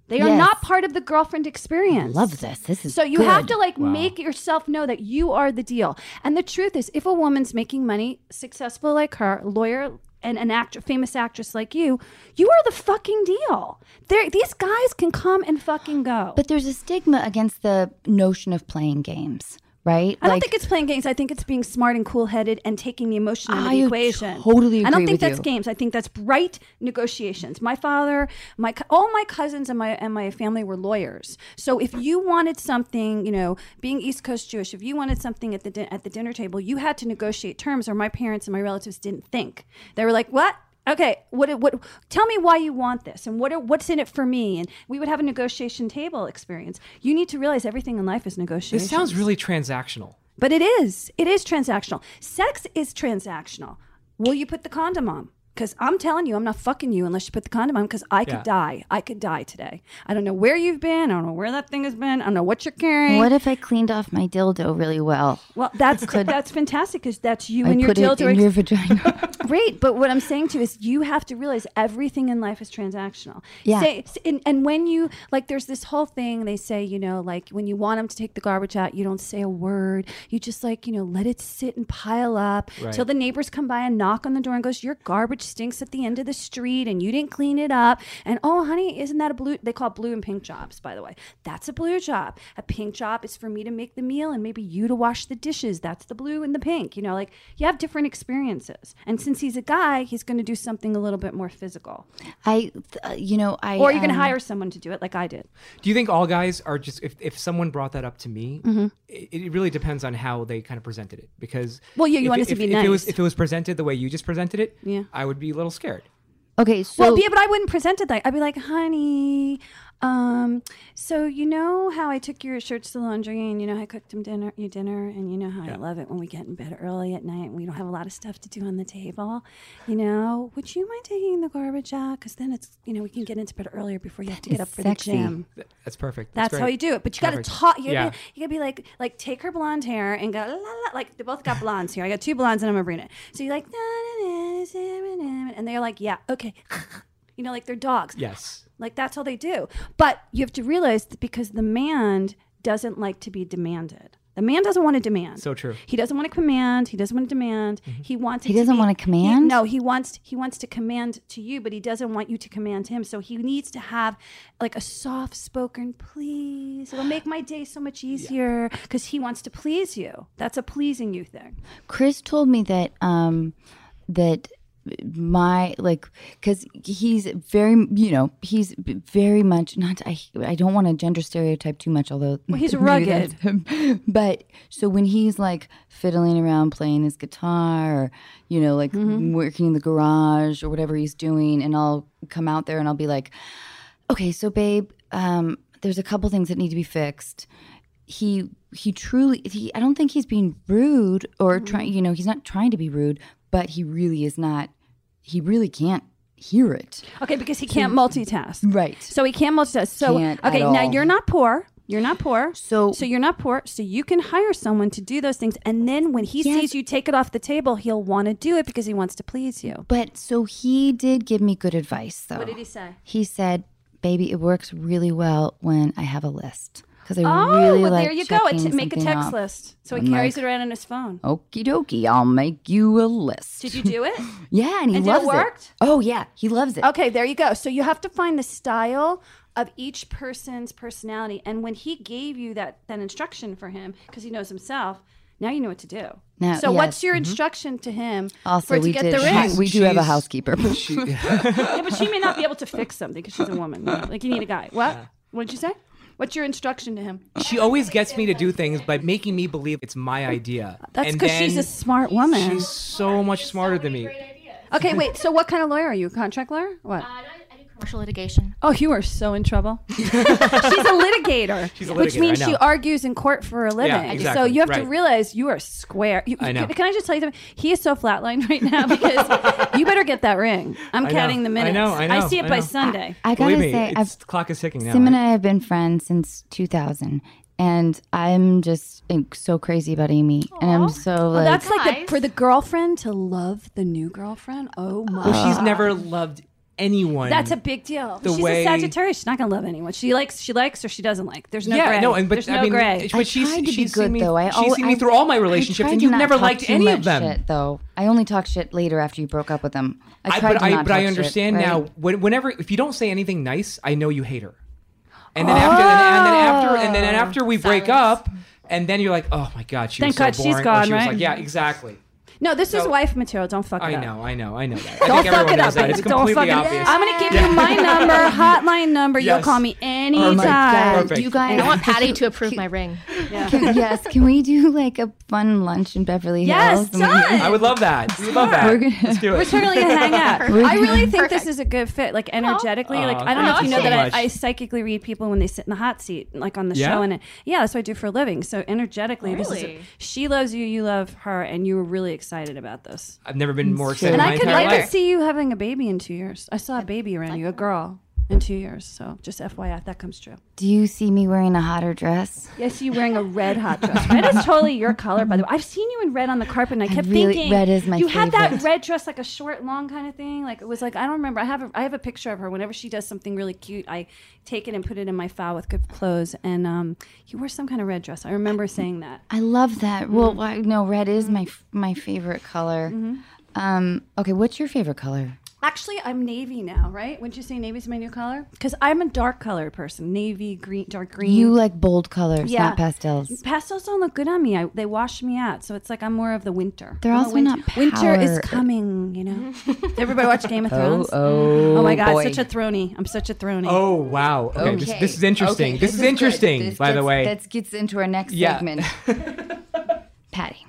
Speaker 1: They are
Speaker 2: Yes.
Speaker 1: not part of the girlfriend experience.
Speaker 2: Love this. This is
Speaker 1: So you have to like
Speaker 3: Wow.
Speaker 1: make yourself know that you are the deal. And the truth is, if a woman's making money, successful like her, lawyer and an actor, famous actress like you, you are the fucking deal. There, these guys can come and fucking go.
Speaker 2: But there's a stigma against the notion of playing games, right?
Speaker 1: I don't think it's playing games. I think it's being smart and cool-headed and taking the emotion out of
Speaker 2: I
Speaker 1: the equation.
Speaker 2: totally
Speaker 1: I don't
Speaker 2: agree
Speaker 1: think
Speaker 2: with
Speaker 1: that's
Speaker 2: you.
Speaker 1: games. I think that's bright negotiations. My father, my co- all my cousins and my and my family were lawyers. So if you wanted something, you know, being East Coast Jewish, if you wanted something at the din- at the dinner table, you had to negotiate terms, or my parents and my relatives didn't think. They were like, "What? Okay, what? What? Tell me why you want this, and what are, what's in it for me?" And we would have a negotiation table experience. You need to realize everything in life is negotiation.
Speaker 3: This sounds really transactional.
Speaker 1: But it is. It is transactional. Sex is transactional. Will you put the condom on? Because I'm telling you, I'm not fucking you unless you put the condom on. Because I could
Speaker 3: Yeah.
Speaker 1: die. I could die today. I don't know where you've been. I don't know where that thing has been. I don't know what you're carrying.
Speaker 2: What if I cleaned off my dildo really well?
Speaker 1: well, that's that's fantastic because that's you
Speaker 2: I
Speaker 1: and your
Speaker 2: put it
Speaker 1: dildo.
Speaker 2: in your vagina.
Speaker 1: Great, but what I'm saying to you is you have to realize everything in life is transactional.
Speaker 2: Yeah.
Speaker 1: Say, and, and when you, like, there's this whole thing they say, you know, like when you want them to take the garbage out, you don't say a word. You just, like, you know, let it sit and pile up
Speaker 3: Right.
Speaker 1: till the neighbors come by and knock on the door and goes, your garbage stinks at the end of the street and you didn't clean it up. And oh, honey, isn't that a blue? They call it blue and pink jobs, by the way. That's a blue job. A pink job is for me to make the meal and maybe you to wash the dishes. That's the blue and the pink. You know, like you have different experiences. And since he's a guy, he's going to do something a little bit more physical.
Speaker 2: I, uh, you know, I.
Speaker 1: Or you're going to
Speaker 2: um,
Speaker 1: hire someone to do it, like I did.
Speaker 3: Do you think all guys are just if, if someone brought that up to me,
Speaker 1: Mm-hmm.
Speaker 3: it, it really depends on how they kind of presented it because
Speaker 1: Well, yeah, you
Speaker 3: if-
Speaker 1: want it
Speaker 3: if,
Speaker 1: to be
Speaker 3: if it was
Speaker 1: nice.
Speaker 3: if it was presented the way you just presented it,
Speaker 1: Yeah.
Speaker 3: I would be a little scared.
Speaker 2: Okay, so
Speaker 1: well, yeah, but I wouldn't present it like I'd be like, honey, um, so you know how I took your shirts to the laundry and you know how I cooked them dinner you dinner and you know how I love it when we get in bed early at night and we don't have a lot of stuff to do on the table. You know, would you mind taking the garbage out? Because then it's you know, we can get into bed earlier before you have to get
Speaker 2: is
Speaker 1: up for
Speaker 2: sexy.
Speaker 1: the gym.
Speaker 3: Th- That's perfect.
Speaker 1: That's,
Speaker 3: great.
Speaker 1: how you do it. But you got to
Speaker 3: Perfect.
Speaker 1: talk. You gotta,
Speaker 3: Yeah.
Speaker 1: be, you gotta be like, like take her blonde hair and go la la. Like they both got blondes here. I got two blondes and I'm a brunette. So you're like, "Na, na, na, na, na, na, na," and they're like, yeah, okay. You know, like they're dogs.
Speaker 3: Yes.
Speaker 1: Like that's all they do. But you have to realize that because the man doesn't like to be demanded. The man doesn't want to demand.
Speaker 3: So true. Mm-hmm.
Speaker 1: He doesn't want to command. He doesn't want to demand. He wants. it
Speaker 2: He doesn't
Speaker 1: be-
Speaker 2: want to
Speaker 1: he-
Speaker 2: command?
Speaker 1: no, he wants. He wants to command to you, but he doesn't want you to command him. So he needs to have like a soft spoken please. It'll make my day so much easier because he wants to please you. That's a pleasing you thing.
Speaker 2: Chris told me that um that my like because he's very you know he's very much not I I don't want to gender stereotype too much although
Speaker 1: Well, he's
Speaker 2: maybe that's him. but so when he's like fiddling around playing his guitar or you know like
Speaker 1: Mm-hmm.
Speaker 2: working in the garage or whatever he's doing and I'll come out there and I'll be like okay so babe um there's a couple things that need to be fixed he he truly he I don't think he's being rude or
Speaker 1: Mm-hmm.
Speaker 2: trying you know he's not trying to be rude but he really is not he really can't hear it
Speaker 1: Okay, because he can't multitask.
Speaker 2: right
Speaker 1: So he can't multitask. So
Speaker 2: Can't
Speaker 1: okay,
Speaker 2: at
Speaker 1: now
Speaker 2: all.
Speaker 1: you're not poor. You're not poor.
Speaker 2: So-
Speaker 1: so you're not poor. So you can hire someone to do those things, and then when he
Speaker 2: Yes.
Speaker 1: sees you take it off the table, he'll want to do it because he wants to please you.
Speaker 2: but so he did give me good advice though
Speaker 1: say?
Speaker 2: he said baby it works really well when I have a list because I
Speaker 1: Oh,
Speaker 2: really
Speaker 1: well,
Speaker 2: like
Speaker 1: there you go. A
Speaker 2: checking
Speaker 1: t- make a
Speaker 2: something
Speaker 1: text
Speaker 2: off.
Speaker 1: list. So he
Speaker 2: I'm
Speaker 1: carries
Speaker 2: like-
Speaker 1: it around on his phone.
Speaker 2: Okie dokie, I'll make you a list.
Speaker 1: Did you do it?
Speaker 2: Yeah, and he
Speaker 1: And did it
Speaker 2: loves
Speaker 1: worked?
Speaker 2: Oh yeah, he loves it.
Speaker 1: Okay, there you go. So you have to find the style of each person's personality, and when he gave you that that instruction for him, because he knows himself. Now you know what to do.
Speaker 2: Now-
Speaker 1: so, what's
Speaker 2: yes.
Speaker 1: your instruction to him
Speaker 2: Also,
Speaker 1: for to
Speaker 2: we
Speaker 1: get
Speaker 2: did.
Speaker 1: the ring?
Speaker 2: We do have a
Speaker 3: She's-
Speaker 2: housekeeper.
Speaker 3: She-
Speaker 1: yeah, but she may not be able to fix something because she's a woman. you know? Like you need a guy. What? What did you say? What's your instruction to him?
Speaker 3: she always gets me to do things by making me believe it's my idea.
Speaker 1: That's
Speaker 3: And
Speaker 1: because she's a
Speaker 3: then
Speaker 1: smart woman.
Speaker 3: She's so much smarter than me.
Speaker 1: Okay, wait. So what kind of lawyer are you? A contract lawyer? What?
Speaker 5: Uh, no, I, I do commercial. Commercial litigation.
Speaker 1: Oh, you are so in trouble. She's a litigator,
Speaker 3: She's a
Speaker 1: which
Speaker 3: litigator,
Speaker 1: means
Speaker 3: I
Speaker 1: she
Speaker 3: know.
Speaker 1: argues in court for a living. So
Speaker 3: exactly,
Speaker 1: you have to
Speaker 3: right.
Speaker 1: realize you are square. You,
Speaker 3: I know.
Speaker 1: Can I just tell you something? He is so flatlined right now because you better get that ring. I'm
Speaker 3: I know.
Speaker 1: counting the
Speaker 3: I
Speaker 1: minutes.
Speaker 3: know, I know,
Speaker 1: see it
Speaker 3: I
Speaker 1: by
Speaker 3: know.
Speaker 1: Sunday.
Speaker 2: I gotta
Speaker 3: Believe me,
Speaker 2: say, I've
Speaker 3: it's, the clock is ticking now.
Speaker 2: Sim and
Speaker 3: right?
Speaker 2: I have been friends since 2000, and I'm just like, so crazy about Amy, and I'm so
Speaker 1: Well,
Speaker 2: like,
Speaker 1: that's like the,
Speaker 5: Guys.
Speaker 1: for the girlfriend to love the new girlfriend. Oh my!
Speaker 3: Well, she's never loved anyone.
Speaker 1: That's a big deal.
Speaker 3: The
Speaker 1: she's a
Speaker 3: way-
Speaker 1: Sagittarius. She's not gonna love anyone. She likes she likes or she doesn't like. There's no
Speaker 3: yeah,
Speaker 1: gray.
Speaker 3: no, and but
Speaker 1: there's
Speaker 3: I
Speaker 1: no
Speaker 3: mean,
Speaker 1: gray.
Speaker 3: but
Speaker 2: I
Speaker 3: she's
Speaker 2: tried to be
Speaker 3: she's
Speaker 2: good
Speaker 3: seen me,
Speaker 2: though. I
Speaker 3: she's
Speaker 2: al-
Speaker 3: seen me
Speaker 2: I-
Speaker 3: through all my
Speaker 2: I
Speaker 3: relationships,
Speaker 2: tried
Speaker 3: and
Speaker 2: to
Speaker 3: you've
Speaker 2: not
Speaker 3: never
Speaker 2: talk
Speaker 3: liked
Speaker 2: too
Speaker 3: any
Speaker 2: much
Speaker 3: of them.
Speaker 2: Shit, though I only talk shit later after you broke up with them. I
Speaker 3: I,
Speaker 2: tried
Speaker 3: but
Speaker 2: to
Speaker 3: I,
Speaker 2: not
Speaker 3: but I
Speaker 2: talk shit,
Speaker 3: understand now.
Speaker 2: right?
Speaker 3: When, whenever if you don't say anything nice, I know you hate her. And then after, and then after, and
Speaker 2: Oh,
Speaker 3: then after we break
Speaker 5: Silence.
Speaker 3: up, and then you're like, oh my god, she
Speaker 1: Thank
Speaker 3: was so
Speaker 1: God she's
Speaker 3: boring. or
Speaker 1: gone,
Speaker 3: she was
Speaker 1: right?
Speaker 3: like, yeah, exactly.
Speaker 1: no, this is
Speaker 3: so-
Speaker 1: wife material. Don't fuck it
Speaker 3: I
Speaker 1: up.
Speaker 3: know, I know, I know. That. I
Speaker 1: Don't
Speaker 3: think
Speaker 1: fuck
Speaker 3: everyone
Speaker 1: it up,
Speaker 3: knows that.
Speaker 1: baby.
Speaker 3: It's
Speaker 1: Don't
Speaker 3: completely
Speaker 1: fuck it up.
Speaker 3: obvious.
Speaker 1: I'm gonna give you my number, hotline number. You'll
Speaker 3: Yes.
Speaker 1: call me
Speaker 2: Oh my
Speaker 1: anytime.
Speaker 2: god,
Speaker 3: Perfect.
Speaker 2: you guys!
Speaker 5: I don't want Patty to approve my ring.
Speaker 2: Can- yes, can we do like a fun lunch in Beverly
Speaker 1: Yes,
Speaker 2: Hills? And we-
Speaker 1: done.
Speaker 3: I would love that. We love that.
Speaker 2: We're gonna-
Speaker 3: Let's do it.
Speaker 1: We're totally gonna hang out.
Speaker 2: We're
Speaker 1: I really think this
Speaker 5: Perfect.
Speaker 1: is a good fit, like energetically. like
Speaker 3: Aw,
Speaker 1: I don't know
Speaker 3: thank
Speaker 1: if you
Speaker 5: you
Speaker 1: know
Speaker 5: so
Speaker 1: that
Speaker 3: much.
Speaker 1: I, I psychically read people when they sit in the hot seat, like on the
Speaker 3: Yeah?
Speaker 1: show, and it, yeah, that's what I do for a living. So energetically, this is
Speaker 5: Really?
Speaker 1: she loves you, you love her, and you were really excited about this.
Speaker 3: I've never been more
Speaker 2: true.
Speaker 3: excited in
Speaker 1: And
Speaker 3: my
Speaker 1: I could,
Speaker 3: entire
Speaker 1: I could
Speaker 3: life.
Speaker 1: see you having a baby in two years. I saw a baby around you, a girl in two years. So just FYI, if that comes true.
Speaker 2: Do you see me wearing a hotter dress?
Speaker 1: Yes, you wearing a red hot dress. Red is totally your color, by the way. I've seen you in red on the carpet, and I kept
Speaker 2: really-
Speaker 1: thinking
Speaker 2: red is my
Speaker 1: You had that
Speaker 2: favorite.
Speaker 1: red dress, like a short, long kind of thing. Like it was like I don't remember. I have a, I have a picture of her. Whenever she does something really cute, I take it and put it in my file with good clothes. And um, you wore some kind of red dress. I remember saying that.
Speaker 2: I love that. Well, why, no, red is my f- my favorite color. Um, okay, what's your favorite color?
Speaker 1: Actually, I'm navy now, right? Wouldn't you say navy's my new color? Because I'm a dark colored person. Navy, green, dark green.
Speaker 2: You like bold colors,
Speaker 1: Yeah.
Speaker 2: not pastels.
Speaker 1: Pastels don't look good on me. I, they wash me out, so it's like I'm more of the winter.
Speaker 2: They're
Speaker 1: I'm a
Speaker 2: also
Speaker 1: win-
Speaker 2: not
Speaker 1: Winter is
Speaker 2: power-
Speaker 1: coming, you know. Did Everybody watch Game of Thrones.
Speaker 2: oh,
Speaker 1: my God,
Speaker 2: boy.
Speaker 1: such a throny. I'm such a throny.
Speaker 3: Oh wow. Okay, This, this is interesting.
Speaker 2: Okay,
Speaker 3: this, is,
Speaker 2: good.
Speaker 3: interesting.
Speaker 2: This
Speaker 3: by the
Speaker 2: gets-
Speaker 3: way,
Speaker 2: that gets into our next
Speaker 3: Yeah.
Speaker 2: segment. Mm-hmm. Patty,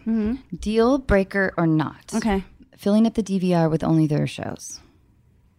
Speaker 2: deal breaker or not?
Speaker 1: Okay.
Speaker 2: Filling up the DVR with only their shows.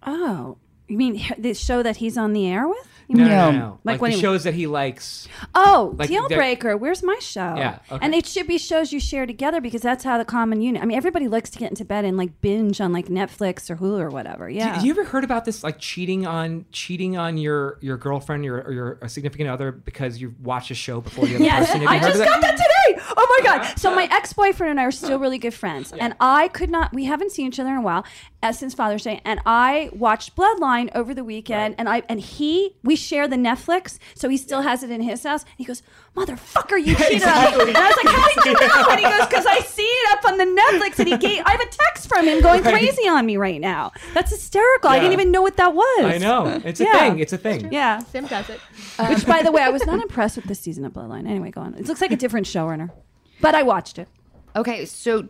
Speaker 1: Oh, you mean h- the show that he's on the air with? You
Speaker 3: no,
Speaker 1: mean-
Speaker 3: no,
Speaker 2: No.
Speaker 3: no, no.
Speaker 1: Like
Speaker 3: Like,
Speaker 1: what do
Speaker 3: the
Speaker 1: you-
Speaker 3: shows that he likes.
Speaker 1: Oh,
Speaker 3: Like
Speaker 1: deal
Speaker 3: they're-
Speaker 1: breaker. Where's my show?
Speaker 3: Yeah, okay.
Speaker 1: And it should be shows you share together because that's how the common unit. I mean, everybody likes to get into bed and like binge on like Netflix or Hulu or whatever. Yeah.
Speaker 3: Have you ever heard about this, like cheating on cheating on your your girlfriend your, or your a significant other because you watched a show before the other
Speaker 1: Yes,
Speaker 3: person? Have you
Speaker 1: I
Speaker 3: heard Uh-huh.
Speaker 1: just
Speaker 3: of
Speaker 1: got that today. Oh my god! So my ex-boyfriend and I are
Speaker 3: Uh-huh.
Speaker 1: still really good friends, and I could not. We haven't seen each other in a while, uh, since Father's Day, and I watched Bloodline over the weekend, and I and he we share the Netflix, so he still has it in his house. And he goes, "Motherfucker, you cheated on me!" And I was like, "How did you know?" And he goes, "Cause I see it up on the Netflix." And he gave. I have a text from him going crazy on me right now. That's hysterical. I
Speaker 3: Yeah.
Speaker 1: didn't even know what that was.
Speaker 3: I know. It's a
Speaker 1: Yeah.
Speaker 3: thing. It's a thing.
Speaker 1: Yeah.
Speaker 5: Sim does it.
Speaker 1: Which, by the way, I was not impressed with this season of Bloodline. Anyway, go on. It looks like a different showrunner, but I watched it.
Speaker 2: Okay, so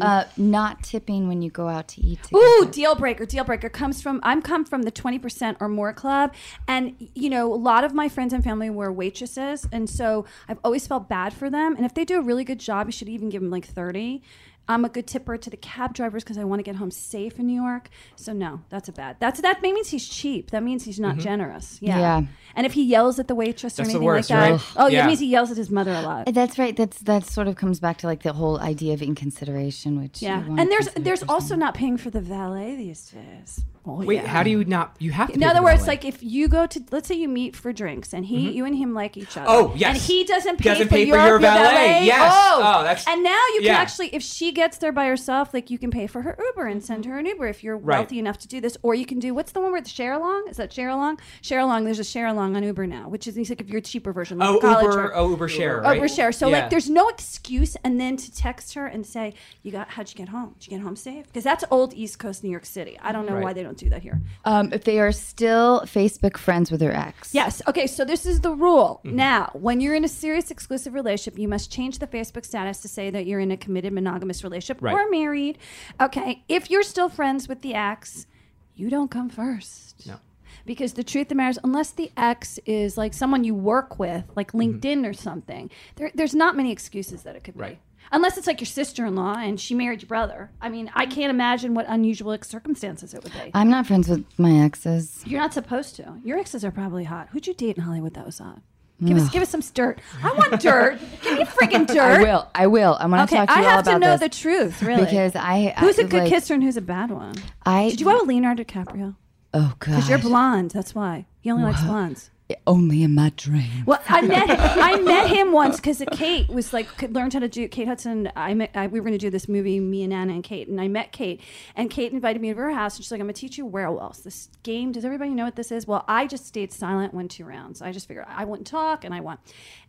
Speaker 2: uh, not tipping when you go out to eat. Together.
Speaker 1: Ooh, deal breaker. Deal breaker comes from I'm come from the 20% or more club and you know, a lot of my friends and family were waitresses and so I've always felt bad for them and if they do a really good job, you should even give them like 30. I'm a good tipper to the cab drivers because I want to get home safe in New York. So no, that's a bad. That's that means he's cheap. That means he's not generous. Yeah.
Speaker 2: Yeah.
Speaker 1: And if he yells at the waitress
Speaker 3: That's
Speaker 1: or
Speaker 3: the
Speaker 1: anything
Speaker 3: worst,
Speaker 1: like that,
Speaker 3: right?
Speaker 1: oh, yeah.
Speaker 3: Yeah.
Speaker 1: that means he yells at his mother a lot.
Speaker 2: That's right. That's that sort of comes back to like the whole idea of inconsideration, which you
Speaker 1: Yeah,
Speaker 2: wanna
Speaker 1: and there's
Speaker 2: consider
Speaker 1: there's
Speaker 2: for
Speaker 1: also not paying for the valet these days. Oh,
Speaker 3: Wait,
Speaker 1: yeah.
Speaker 3: how do you not? You have to.
Speaker 1: In
Speaker 3: be
Speaker 1: other
Speaker 3: able to
Speaker 1: words,
Speaker 3: know
Speaker 1: like
Speaker 3: it.
Speaker 1: if you go to, let's say you meet for drinks, and he, you and him like each other.
Speaker 3: Mm-hmm. Oh, yes.
Speaker 1: And he doesn't pay,
Speaker 3: Doesn't
Speaker 1: for,
Speaker 3: pay for
Speaker 1: your,
Speaker 3: your valet. Yes.
Speaker 1: Oh.
Speaker 3: Oh, that's-
Speaker 1: and now you
Speaker 3: yeah.
Speaker 1: can actually, if she gets there by herself, like you can pay for her Uber and send her an Uber if you're
Speaker 3: Right.
Speaker 1: wealthy enough to do this, or you can do what's the one where the share along? Is that share along? Share along. There's a share along on Uber now, which is it's like if you're a cheaper version, like
Speaker 3: oh
Speaker 1: college
Speaker 3: Uber,
Speaker 1: or-
Speaker 3: oh Uber share,
Speaker 1: Oh,
Speaker 3: right?
Speaker 1: for sure. So
Speaker 3: Yeah.
Speaker 1: like, there's no excuse, and then to text her and say, "You got? How'd you get home? Did you get home safe?" Because that's old East Coast New York City. I don't know why
Speaker 3: Right.
Speaker 1: they don't do that here.
Speaker 2: Um, if they are still Facebook friends with their ex.
Speaker 1: Yes. Okay. So this is the rule.
Speaker 3: Mm-hmm.
Speaker 1: Now, when you're in a serious exclusive relationship, you must change the Facebook status to say that you're in a committed monogamous relationship
Speaker 3: Right.
Speaker 1: or married. Okay. If you're still friends with the ex, you don't come first.
Speaker 3: No.
Speaker 1: Because the truth of the matter is, unless the ex is like someone you work with, like LinkedIn or something, there, there's not many excuses that it could
Speaker 3: Mm-hmm. Right.
Speaker 1: be. Unless it's like your sister-in-law and she married your brother. I mean, I
Speaker 3: Mm-hmm.
Speaker 1: can't imagine what unusual circumstances it would be.
Speaker 2: I'm not friends with my exes.
Speaker 1: You're not supposed to. Your exes are probably hot. Who'd you date in Hollywood that was hot? Give us, give us some dirt. I want dirt. give me freaking dirt.
Speaker 2: I will. I will. I want to
Speaker 1: Okay,
Speaker 2: talk to
Speaker 1: I
Speaker 2: you all
Speaker 1: have
Speaker 2: about
Speaker 1: to know the
Speaker 2: this
Speaker 1: truth, really.
Speaker 2: because I
Speaker 1: who's
Speaker 2: I,
Speaker 1: a good
Speaker 2: like,
Speaker 1: kisser and who's a bad one?
Speaker 2: I
Speaker 1: Did you have a Leonardo DiCaprio?
Speaker 2: Oh
Speaker 1: Because you're
Speaker 2: god.
Speaker 1: blonde. That's why he only likes blondes.
Speaker 2: Only in my dream.
Speaker 1: Well, I met I met him once because Kate was like could- learned how to do Kate Hudson. I, met, I we were going to do this movie, me and Anna and Kate, and I met Kate, and Kate invited me to her house, and she's like, "I'm going to teach you werewolves. This game. Does everybody know what this is?" Well, I just stayed silent, won two rounds. I just figured I wouldn't talk, and I won.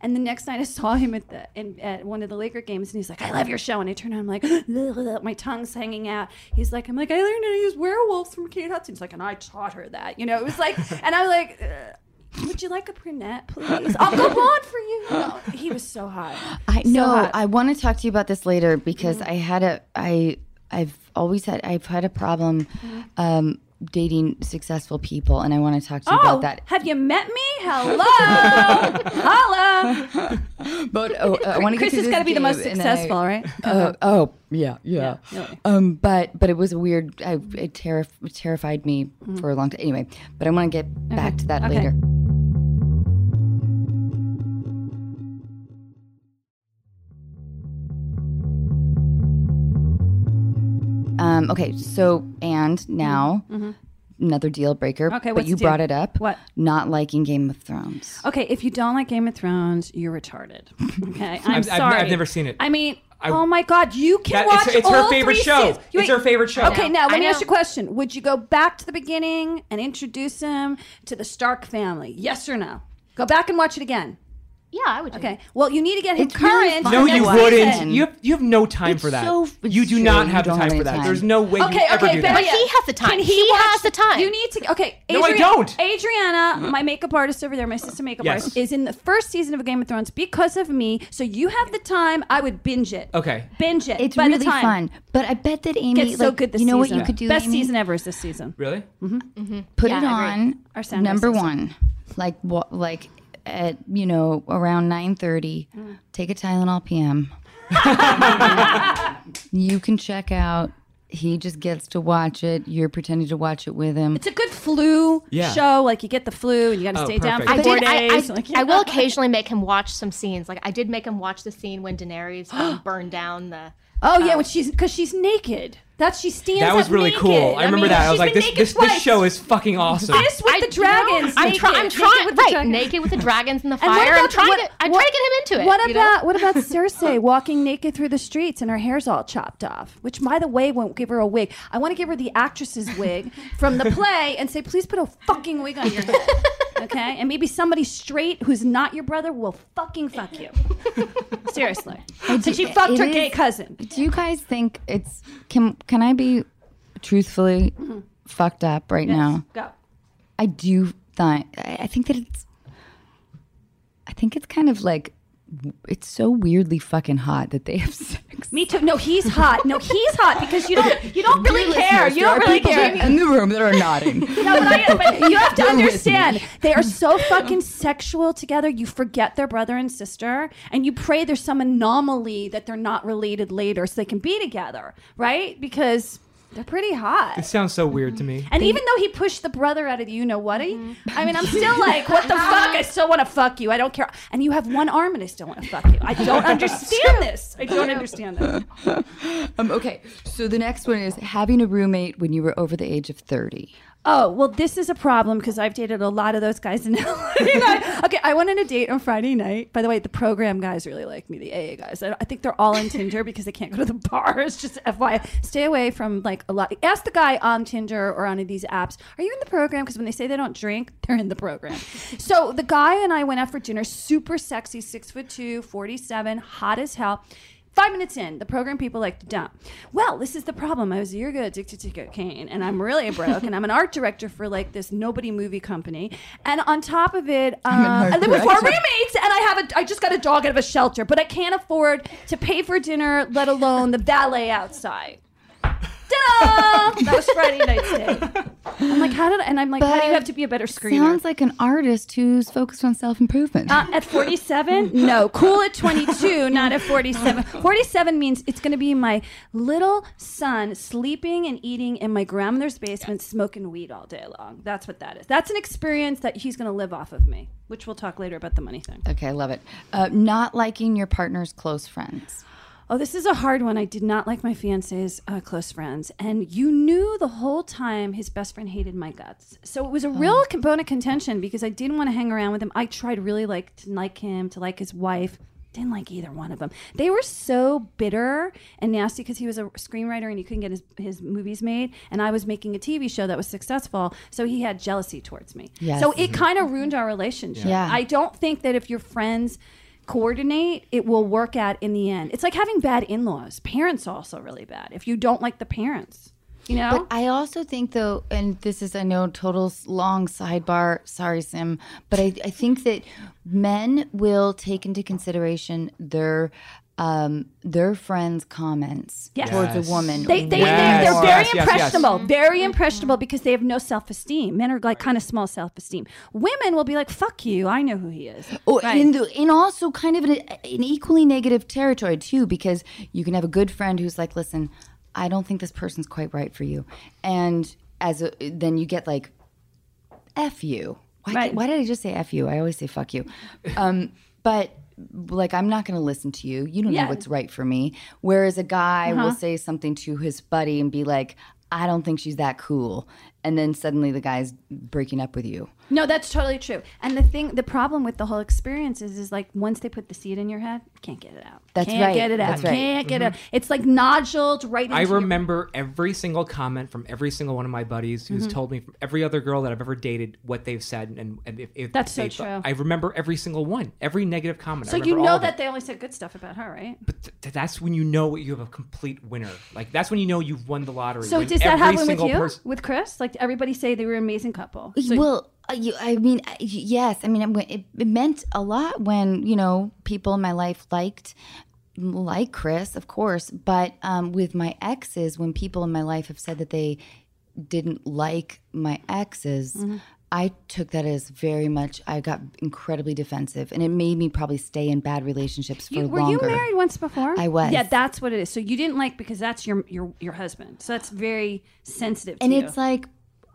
Speaker 1: And the next night, I saw him at the in, at one of the Laker games, and he's like, "I love your show," and I turned on, I'm like, my tongue's hanging out. He's like, "I'm like, I learned how to use werewolves from Kate Hudson." He's like, "And I taught her that." You know, it was like, and I was like. "Ugh." Would you like a brunette, please? I'll go blonde for you. No, he was so hot.
Speaker 2: I
Speaker 1: So
Speaker 2: know.
Speaker 1: hot.
Speaker 2: I want to talk to you about this later because
Speaker 1: Mm-hmm.
Speaker 2: I had a I I've always had I've had a problem
Speaker 1: Mm-hmm.
Speaker 2: um, dating successful people, and I want to talk to you
Speaker 1: Oh,
Speaker 2: about that.
Speaker 1: have you met me? Hello, holla.
Speaker 2: But oh, uh, I want to
Speaker 1: Chris
Speaker 2: get
Speaker 1: has
Speaker 2: to
Speaker 1: got
Speaker 2: got
Speaker 1: to be the most successful, right?
Speaker 2: Uh, oh yeah, yeah.
Speaker 1: Yeah, really.
Speaker 2: Um, but but it was a weird. I, it terrif- terrified me for a long time. Anyway, but I want to get back to that
Speaker 1: Mm-hmm. Okay.
Speaker 2: later. Um, okay, so and now another deal breaker.
Speaker 1: Mm-hmm. Okay,
Speaker 2: but
Speaker 1: what's
Speaker 2: you
Speaker 1: the deal?
Speaker 2: brought it up.
Speaker 1: What?
Speaker 2: Not liking Game of Thrones.
Speaker 1: Okay, if you don't like Game of Thrones, you're retarded. Okay,
Speaker 3: I've-
Speaker 1: I'm
Speaker 3: I've ne-
Speaker 1: sorry.
Speaker 3: I've never seen it.
Speaker 1: I mean,
Speaker 3: I-
Speaker 1: oh my god, you
Speaker 3: That-
Speaker 1: can
Speaker 3: it's-
Speaker 1: watch.
Speaker 3: it's her
Speaker 1: all
Speaker 3: favorite
Speaker 1: three
Speaker 3: show.
Speaker 1: seasons. You
Speaker 3: It's her favorite show.
Speaker 1: Okay, now
Speaker 5: I
Speaker 1: let me ask
Speaker 5: know.
Speaker 1: you a question. Would you go back to the beginning and introduce him to the Stark family? Yes or no? Go back and watch it again.
Speaker 5: Yeah, I would. Do
Speaker 1: Okay. Well, you need to get him
Speaker 2: It's really
Speaker 1: current.
Speaker 2: fun.
Speaker 3: No,
Speaker 2: Next
Speaker 3: you
Speaker 2: season.
Speaker 3: wouldn't. You have you have no time
Speaker 2: It's
Speaker 3: for that.
Speaker 2: so- it's
Speaker 3: you do
Speaker 2: true.
Speaker 3: not
Speaker 2: You
Speaker 3: have the
Speaker 2: don't
Speaker 3: time
Speaker 2: have
Speaker 3: for
Speaker 2: any
Speaker 3: that.
Speaker 2: time.
Speaker 3: There's no way
Speaker 1: Okay,
Speaker 3: you ever
Speaker 1: okay,
Speaker 3: do
Speaker 1: better
Speaker 3: that.
Speaker 5: But he has the time.
Speaker 1: Can
Speaker 5: He has the time.
Speaker 1: You need to. Okay,
Speaker 3: No, I
Speaker 1: Adrian-
Speaker 3: don't. Uh.
Speaker 1: Adriana, my makeup artist over there, my sister makeup
Speaker 3: Yes.
Speaker 1: artist, is in the first season of Game of Thrones because of me. So you have the time. I would binge it.
Speaker 3: Okay.
Speaker 1: binge it.
Speaker 2: It's
Speaker 1: by
Speaker 2: really
Speaker 1: the time.
Speaker 2: fun, but I bet that Amy
Speaker 1: Gets
Speaker 2: like,
Speaker 1: so good this
Speaker 2: you know what
Speaker 1: season.
Speaker 2: you could do.
Speaker 1: Best
Speaker 2: Amy?
Speaker 1: season ever is this season.
Speaker 3: Really?
Speaker 2: put
Speaker 5: Yeah,
Speaker 2: it
Speaker 5: I agree.
Speaker 2: on
Speaker 1: Our sound
Speaker 2: number
Speaker 1: guy says so.
Speaker 2: one like what like at you know around 9.30 take a tylenol pm you can check out he just gets to watch it you're pretending to watch it with him
Speaker 1: It's a good flu
Speaker 3: Yeah.
Speaker 1: show. Like you get the flu and you got to
Speaker 3: Oh,
Speaker 1: stay down
Speaker 3: perfect.
Speaker 1: for
Speaker 5: I
Speaker 1: four
Speaker 5: did. I,
Speaker 1: days.
Speaker 5: I,
Speaker 1: Like,
Speaker 5: I will occasionally make him watch some scenes. Like I did make him watch the scene when Daenerys um, burned down the.
Speaker 1: Oh yeah, when she's because she's naked. That's she stands.
Speaker 3: That was
Speaker 1: up
Speaker 3: really
Speaker 1: naked.
Speaker 3: cool. I remember
Speaker 1: mean,
Speaker 3: that. I was
Speaker 1: she's
Speaker 3: like,
Speaker 1: been
Speaker 3: this
Speaker 1: naked
Speaker 3: this, this
Speaker 1: twice.
Speaker 3: show is fucking awesome.
Speaker 1: This with
Speaker 5: I-
Speaker 1: the dragons.
Speaker 5: I'm,
Speaker 1: naked,
Speaker 5: try, I'm
Speaker 1: naked
Speaker 5: trying.
Speaker 1: with the
Speaker 5: Right,
Speaker 1: dragons.
Speaker 5: naked with the dragons in the
Speaker 1: And what
Speaker 5: fire. I'm
Speaker 1: about-
Speaker 5: trying
Speaker 1: what-
Speaker 5: to. I'm
Speaker 1: what-
Speaker 5: trying to get him into it.
Speaker 1: What
Speaker 5: you know?
Speaker 1: about what about Cersei walking naked through the streets and her hair's all chopped off? Which, by the way, won't give her a wig. I want to give her the actress's wig from the play and say, please put a fucking wig on your head. Okay, and maybe somebody straight who's not your brother will fucking fuck you. Seriously, so she fucked
Speaker 2: it
Speaker 1: her
Speaker 2: is-
Speaker 1: gay cousin.
Speaker 2: do you guys think it's can can i be truthfully
Speaker 1: Mm-hmm.
Speaker 2: fucked up right now
Speaker 1: Go.
Speaker 2: I do think I I think that it's I think it's kind of like it's so weirdly fucking hot that they have sex.
Speaker 1: Me too. No, he's hot. No, he's hot because you don't you don't really
Speaker 2: Dear
Speaker 1: care.
Speaker 2: listeners,
Speaker 1: You
Speaker 2: there
Speaker 1: don't
Speaker 2: are
Speaker 1: really
Speaker 2: people
Speaker 1: care.
Speaker 2: in the room that are nodding.
Speaker 1: No, but, I, but you have to
Speaker 2: You're with
Speaker 1: understand they are so fucking sexual together. You forget their brother and sister, and you pray there's some anomaly that they're not related later, so they can be together, right? Because they're pretty
Speaker 3: It
Speaker 1: hot.
Speaker 3: sounds so weird to me.
Speaker 1: And even though he pushed the brother out of the you know what, I mean, I'm still like, what the fuck? I still want to fuck you. I don't care. And you have one arm, and I still want to fuck you. I don't understand this. I don't understand this.
Speaker 2: Um, okay, so the next one is having a roommate when you were over the age of thirty.
Speaker 1: Oh, well, this is a problem because I've dated a lot of those guys in LA. And I- okay, I went on a date on Friday night. By the way, the program guys really like me, the AA guys. I, I think they're all on Tinder because they can't go to the bar. It's just FYI. Stay away from like a lot. Ask the guy on Tinder or on these apps, are you in the program? Because when they say they don't drink, they're in the program. so the guy and I went out for dinner, super sexy, six foot two, 47, hot as hell. Five minutes in, the program people like to dump. Well, this is the problem. I was a year ago addicted to cocaine, and I'm really broke, and I'm an art director for like this nobody movie company. And on top of it, um, I live with four roommates, and I have a I just got a dog out of a shelter, but I can't afford to pay for dinner, let alone the valet outside. Ta-da! That was Friday night's day. I'm like, how did? I, and I'm like, how do you have to be a better screener?
Speaker 2: Sounds like an artist who's focused on self improvement.
Speaker 1: Uh, at 47? No, cool at 22, not at 47. 47 means it's going to be my little son sleeping and eating in my grandmother's basement, smoking weed all day long. That's what that is. That's an experience that he's going to live off of me, which we'll talk later about the money thing.
Speaker 2: okay, I love it. Uh, not liking your partner's close friends.
Speaker 1: Oh, this is a hard one. I did not like my fiance's uh, close friends, and you knew the whole time his best friend hated my guts. So it was a real component of contention because I didn't want to hang around with him. I tried really like to like him, to like his wife. Didn't like either one of them. They were so bitter and nasty because he was a screenwriter and he couldn't get his, his movies made, and I was making a TV show that was successful. So he had jealousy towards me.
Speaker 2: Yes.
Speaker 1: So
Speaker 3: Mm-hmm.
Speaker 1: it kind of ruined our relationship.
Speaker 2: Yeah.
Speaker 1: I don't think that if your friends coordinate, it will work out in the end. It's like having bad in laws. Parents are also really bad if you don't like the parents. You know?
Speaker 2: But I also think, though, and this is, I know, total s- long sidebar. Sorry, Sim. But I, I think that men will take into consideration their. Um, their friends' comments
Speaker 1: Yes.
Speaker 2: towards
Speaker 3: Yes.
Speaker 2: a woman.
Speaker 1: they, they,
Speaker 3: Yes,
Speaker 1: they're, they're very
Speaker 3: yes, yes, yes.
Speaker 1: impressionable, very impressionable because they have no self esteem. Men are like kind of small self esteem. Women will be like, fuck you, I know who he is.
Speaker 2: Oh, and, the, and also kind of an, an equally negative territory too, because you can have a good friend who's like, "Listen, I don't think this person's quite right for you," and as a, then you get like, "F you." Why,
Speaker 1: Right.
Speaker 2: why did I just say "f you"? I always say "fuck you," um, but like I'm not going to listen to you. You don't
Speaker 1: Yeah. Uh-huh.
Speaker 2: know what's right for me. Whereas a guy will say something to his buddy and be like, "I don't think she's that cool," and then suddenly the guy's breaking up with you.
Speaker 1: No, that's totally true. And the thing, the problem with the whole experience is, is like once they put the seed in your head, you can't get it out.
Speaker 2: That's
Speaker 1: can't
Speaker 2: right.
Speaker 1: Get it out.
Speaker 2: That's right.
Speaker 1: Can't get it. out. It's like noduled right.
Speaker 3: Mm-hmm.
Speaker 1: Into
Speaker 3: I
Speaker 1: your-
Speaker 3: remember every single comment from every single one of my buddies who's
Speaker 1: Mm-hmm.
Speaker 3: told me from every other girl that I've ever dated what they've said and, and if, if
Speaker 1: That's so
Speaker 3: they
Speaker 1: true.
Speaker 3: thought- I remember every single one, every negative comment. I
Speaker 1: So you
Speaker 3: remember all
Speaker 1: know
Speaker 3: of it.
Speaker 1: that they only said good stuff about her, right?
Speaker 3: But th- th- that's when you know you have a complete winner. Like that's when you know you've won the lottery.
Speaker 1: So
Speaker 3: when
Speaker 1: does that
Speaker 3: every
Speaker 1: happen with
Speaker 3: single
Speaker 1: you,
Speaker 3: pers-
Speaker 1: with Chris? Like everybody say they were an amazing couple. So-
Speaker 2: well, uh, you, I mean, I- y- yes. I mean, it, went- it, it meant a lot when you know people in my life liked, like Chris, of course. But um, with my exes, when people in my life have said that they didn't like my exes.
Speaker 1: Mm-hmm.
Speaker 2: I took that as very much. I got incredibly defensive, and it made me probably stay in bad relationships for
Speaker 1: you, were
Speaker 2: longer.
Speaker 1: you married once before?
Speaker 2: I was.
Speaker 1: Yeah, that's what it is. So you didn't like because that's your your your husband. So that's very sensitive.
Speaker 2: And
Speaker 1: to
Speaker 2: it's like,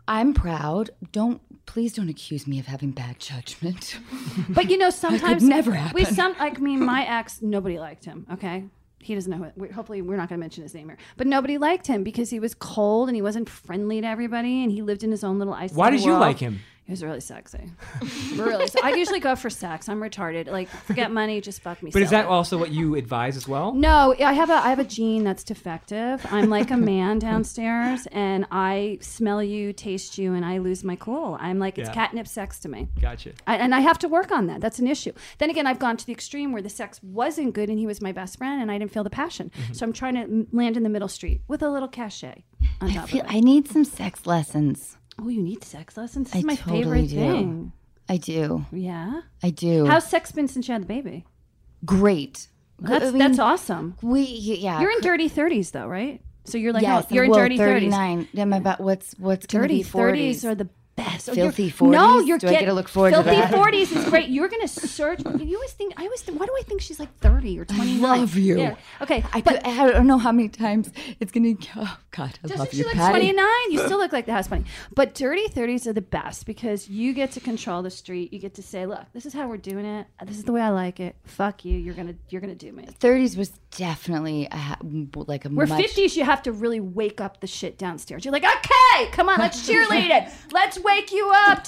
Speaker 2: I'm proud. Don't please don't accuse me of having bad judgment.
Speaker 1: you. but you know sometimes
Speaker 2: never
Speaker 1: We
Speaker 2: happen.
Speaker 1: some like me, and my ex. Nobody liked him. Okay. He doesn't know. Who, we- hopefully, we're not going to mention his name here. But nobody liked him because he was cold and he wasn't friendly to everybody, and he lived in his own little isolated
Speaker 3: Why did you
Speaker 1: world.
Speaker 3: like him?
Speaker 1: He was really sexy. really. So I usually go for sex. I'm retarded. Like, forget money, just fuck me.
Speaker 3: But is
Speaker 1: silly.
Speaker 3: that also what you advise as well?
Speaker 1: No, I have a I have a gene that's defective. I'm like a man downstairs, and I smell you, taste you, and I lose my cool. I'm like it's
Speaker 3: Yeah.
Speaker 1: catnip sex to me.
Speaker 3: Gotcha.
Speaker 1: I, and I have to work on that. That's an issue. Then again, I've gone to the extreme where the sex wasn't good and he was my best friend and I didn't feel the passion. So I'm trying to m- land in the middle street with a little cachet on
Speaker 2: I
Speaker 1: top
Speaker 2: feel
Speaker 1: of it.
Speaker 2: I need some sex lessons.
Speaker 1: oh, you need sex lessons? This
Speaker 2: I
Speaker 1: is my
Speaker 2: totally
Speaker 1: favorite
Speaker 2: do.
Speaker 1: thing.
Speaker 2: I do.
Speaker 1: Yeah.
Speaker 2: I do.
Speaker 1: How's sex been since you had the baby?
Speaker 2: great?
Speaker 1: That's,
Speaker 2: I mean,
Speaker 1: that's awesome.
Speaker 2: We yeah.
Speaker 1: You're in dirty 30s though, right? So you're like,
Speaker 2: yes,
Speaker 1: no, you're in
Speaker 2: well,
Speaker 1: dirty 30s.
Speaker 2: 39. Yeah, my about what's what's gonna
Speaker 1: Dirty
Speaker 2: be 40s.
Speaker 1: 30s are the best. Oh,
Speaker 2: Filthy
Speaker 1: you're- No,
Speaker 2: 40s?
Speaker 1: you're
Speaker 2: Do I
Speaker 1: getting
Speaker 2: get to look forward to
Speaker 1: filthy
Speaker 2: that?
Speaker 1: 40s is great. You're gonna search. You always think. I always. Think, why do I think she's like 30 or 29?
Speaker 2: love you.
Speaker 1: Yeah. Okay,
Speaker 2: I,
Speaker 1: but
Speaker 2: could, I don't know how many times it's gonna. Oh God, I love
Speaker 1: doesn't
Speaker 2: you,
Speaker 1: she look
Speaker 2: Patty.
Speaker 1: 29? You still look like the house bunny. But dirty 30s are the best because you get to control the street. You get to say, look, this is how we're doing it. This is the way I like it. Fuck you. You're gonna. You're gonna do me.
Speaker 2: 30s was definitely a, ha- like a
Speaker 1: Where
Speaker 2: much
Speaker 1: 50s, you have to really wake up the shit downstairs. You're like, okay, come on, let's cheerlead it. Let's wake you up,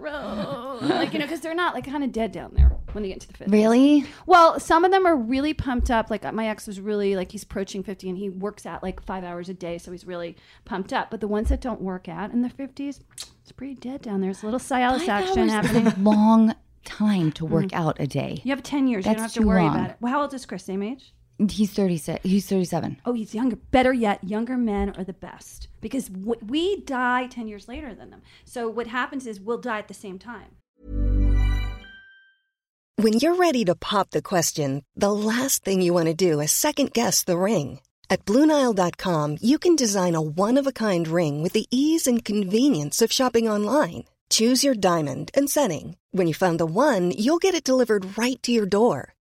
Speaker 1: testosterone. Like, you know, because they're not like kind of dead down there when they get to the 50s.
Speaker 2: really.
Speaker 1: Well, some of them are really pumped up. Like, uh, my ex was really, like, he's approaching 50 and he works out like five hours a day. So he's really pumped up. But the ones that don't work out in their 50s, it's pretty dead down there. There's a little
Speaker 2: Five
Speaker 1: Cialis action
Speaker 2: hours
Speaker 1: happening.
Speaker 2: is a long time to
Speaker 1: Mm.
Speaker 2: work out a day.
Speaker 1: You have 10 years. you don't have
Speaker 2: That's
Speaker 1: to
Speaker 2: too
Speaker 1: worry
Speaker 2: long.
Speaker 1: about it. Well, how old is Chris? Same age?
Speaker 2: He's 36. He's 37.
Speaker 1: Oh, he's younger. Better yet, younger men are the best because w- we die 10 years later than them. So what happens is we'll die at the same time.
Speaker 6: When you're ready to pop the question, the last thing you want to do is second guess the ring. At Bluenile.com, you can design a one of a kind ring with the ease and convenience of shopping online. Choose your diamond and setting. When you find the one, you'll get it delivered right to your door.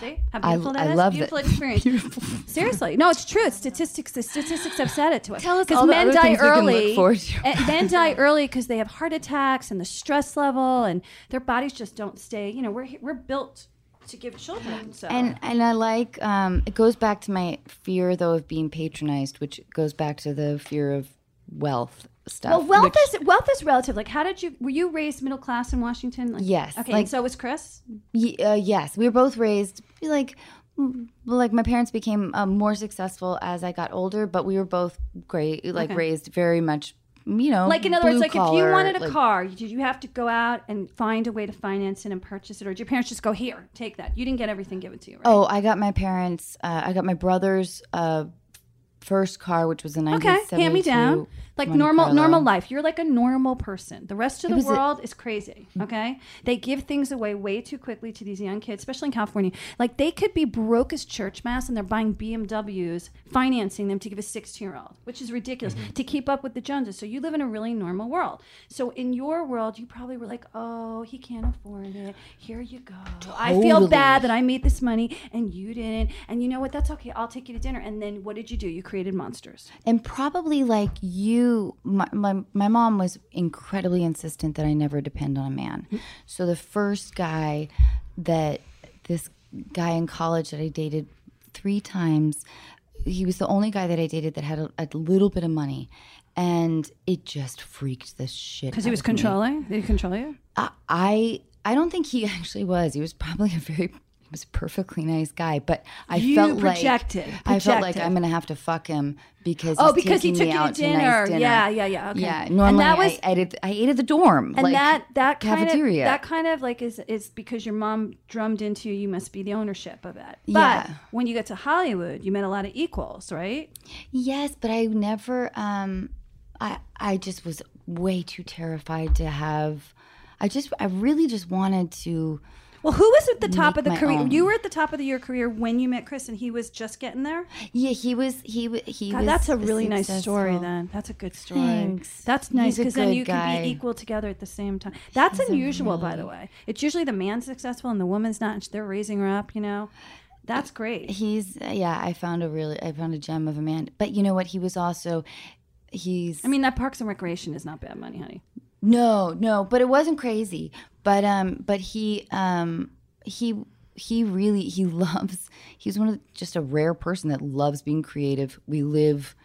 Speaker 1: See how
Speaker 2: I-
Speaker 1: beautiful that
Speaker 2: I
Speaker 1: is?
Speaker 2: love
Speaker 1: beautiful
Speaker 2: that-
Speaker 1: experience. Seriously, no, it's true. It's statistics. The statistics have said it to us.
Speaker 5: Tell us
Speaker 1: because
Speaker 2: all the
Speaker 1: men
Speaker 2: other
Speaker 1: die
Speaker 2: things we can look
Speaker 1: early.
Speaker 2: forward to.
Speaker 1: and men die early because they have heart attacks and the stress level, and their bodies just don't stay. You know, we're we're built to give children. So
Speaker 2: And and I like um, it goes back to my fear though of being patronized, which goes back to the fear of wealth stuff.
Speaker 1: well, wealth
Speaker 2: which-
Speaker 1: is wealth is relative. Like, how did you were you raised middle class in Washington? Like,
Speaker 2: Yes,
Speaker 1: Okay.
Speaker 2: like-
Speaker 1: and so was Chris.
Speaker 2: Ye- uh, yes, we were both raised like mm, like my parents became um, more successful as I got older, but we were both great like raised very much you know
Speaker 1: Like in other words,
Speaker 2: Oh, blue
Speaker 1: like if
Speaker 2: collar,
Speaker 1: you wanted a
Speaker 2: like-
Speaker 1: car, did you have to go out and find a way to finance it and purchase it, or did your parents just go here, take that? You didn't get everything given to you, right?
Speaker 2: Oh, I got my parents. Uh, I got my brother's uh, first car, which was a
Speaker 1: Okay,
Speaker 2: 1972.
Speaker 1: hand me down. Like
Speaker 2: Monte
Speaker 1: normal,
Speaker 2: Carlo.
Speaker 1: normal life. You're like a normal person. The rest of the
Speaker 2: was a-
Speaker 1: world is crazy. Okay, they give things away way too quickly to these young kids, especially in California. Like they could be broke as church mass, and they're buying BMWs, financing them to give a 16 year old, which is ridiculous
Speaker 2: Mm-hmm.
Speaker 1: to keep up with the Joneses. So you live in a really normal world. So in your world, you probably were like, "Oh, he can't afford it. Here you go. I feel
Speaker 2: Totally.
Speaker 1: bad that I made this money and you didn't. And you know what? That's okay. I'll take you to dinner." And then what did you do? You created monsters.
Speaker 2: and probably like you my, my, my mom was incredibly insistent that i never depend on a man
Speaker 1: Mm-hmm.
Speaker 2: so the first guy that this guy in college that i dated three times he was the only guy that i dated that had a, a little bit of money and it just freaked the shit
Speaker 1: Because he
Speaker 2: out
Speaker 1: was
Speaker 2: of me.
Speaker 1: controlling. Did he control you?
Speaker 2: I- I I don't think he actually was. He was probably a very he was a perfectly nice guy, but I
Speaker 1: You
Speaker 2: felt
Speaker 1: projected,
Speaker 2: like I felt like
Speaker 1: projected.
Speaker 2: I'm gonna have to fuck him because
Speaker 1: Oh,
Speaker 2: he's
Speaker 1: because he
Speaker 2: taking
Speaker 1: took
Speaker 2: me
Speaker 1: you to
Speaker 2: out
Speaker 1: dinner.
Speaker 2: nice dinner.
Speaker 1: Yeah, yeah, yeah, okay.
Speaker 2: Yeah,
Speaker 1: And
Speaker 2: normally
Speaker 1: that was-
Speaker 2: I, ate at, I ate at the dorm
Speaker 1: And
Speaker 2: like,
Speaker 1: that that kind
Speaker 2: cafeteria.
Speaker 1: of that kind of like is is because your mom drummed into you. You must be the ownership of it. But
Speaker 2: Yeah.
Speaker 1: when you get to Hollywood, you met a lot of equals, right?
Speaker 2: Yes, but I never. Um, I I just was way too terrified to have. I just I really just wanted to.
Speaker 1: Well, who was at the top
Speaker 2: Make
Speaker 1: of the
Speaker 2: my
Speaker 1: career?
Speaker 2: own.
Speaker 1: You were at the top of your career when you met Chris, and he was just getting there.
Speaker 2: Yeah, he was. He wa- he
Speaker 1: God,
Speaker 2: was.
Speaker 1: that's a really nice story.
Speaker 2: successful.
Speaker 1: Then that's a good story.
Speaker 2: Thanks.
Speaker 1: That's
Speaker 2: He's
Speaker 1: nice
Speaker 2: a
Speaker 1: because then
Speaker 2: good
Speaker 1: you can
Speaker 2: guy.
Speaker 1: be equal together at the same time. That's unusual, by the way. It's usually the man's successful and the woman's not. and They're raising her up, you know. That's great.
Speaker 2: He's uh, yeah, I found a really I found a gem of a man. But you know what? He was also he's
Speaker 1: I mean, that Parks and Recreation is not bad money, honey.
Speaker 2: no, no, but it wasn't crazy. But um but he um he he really he loves he's one of the, just a rare person that loves being creative. We live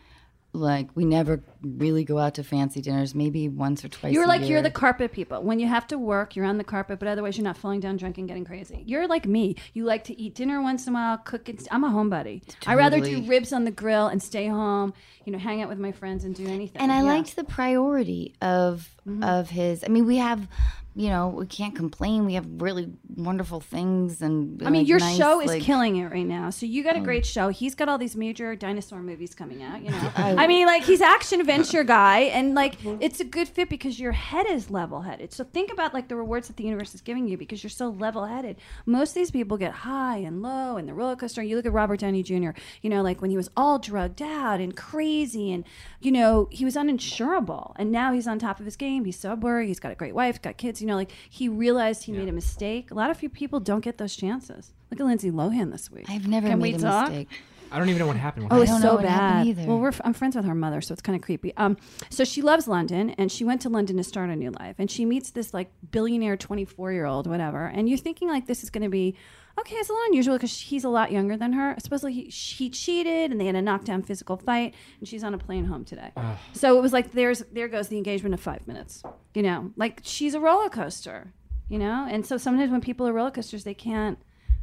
Speaker 2: like we never really go out to fancy dinners, maybe once or twice.
Speaker 1: You're
Speaker 2: a
Speaker 1: like
Speaker 2: year.
Speaker 1: you're the carpet people. When you have to work, you're on the carpet, but otherwise you're not falling down drunk and getting crazy. You're like me. You like to eat dinner once in a while, cook. And st- I'm a homebody. I rather do
Speaker 2: Totally.
Speaker 1: ribs on the grill and stay home. You know, hang out with my friends and do anything.
Speaker 2: And I
Speaker 1: Yeah. Mm-hmm.
Speaker 2: liked the priority of of his. I mean, we have, you know, we can't complain. We have really wonderful things, and
Speaker 1: I mean,
Speaker 2: like,
Speaker 1: your
Speaker 2: nice,
Speaker 1: show is
Speaker 2: like-
Speaker 1: killing it right now. So you got a great show. He's got all these major dinosaur movies coming out. You know, I mean, like he's action adventure guy, and like it's a good fit because your head is level headed. So think about like the rewards that the universe is giving you because you're so level headed. Most of these people get high and low and the roller coaster. You look at Robert Downey Jr. You know, like when he was all drugged out and crazy, and you know he was uninsurable, and now he's on top of his game. He's sober. He's got a great wife. Got kids. You know, like he realized he made a mistake. A lot of few people don't get those chances. Look at Lindsay Lohan this week.
Speaker 2: I've never
Speaker 1: Can
Speaker 2: made
Speaker 1: we
Speaker 2: a
Speaker 1: talk?
Speaker 2: mistake.
Speaker 3: I don't even know what happened. What
Speaker 1: Oh, it's
Speaker 3: happened?
Speaker 2: don't know
Speaker 1: so
Speaker 2: what
Speaker 1: bad.
Speaker 2: happened either.
Speaker 1: Well, we're f- I'm friends with her mother, so it's kind of creepy. Um, so she loves London, and she went to London to start a new life, and she meets this like billionaire 24 year old, whatever. And you're thinking like this is going to be okay. It's a little unusual because he's a lot younger than her. Supposedly he, he cheated, and they had a knockdown physical fight, and she's on a plane home today. So it was like there's there goes the engagement of five minutes. You know, like she's a roller coaster. You know, and so sometimes when people are roller coasters, they can't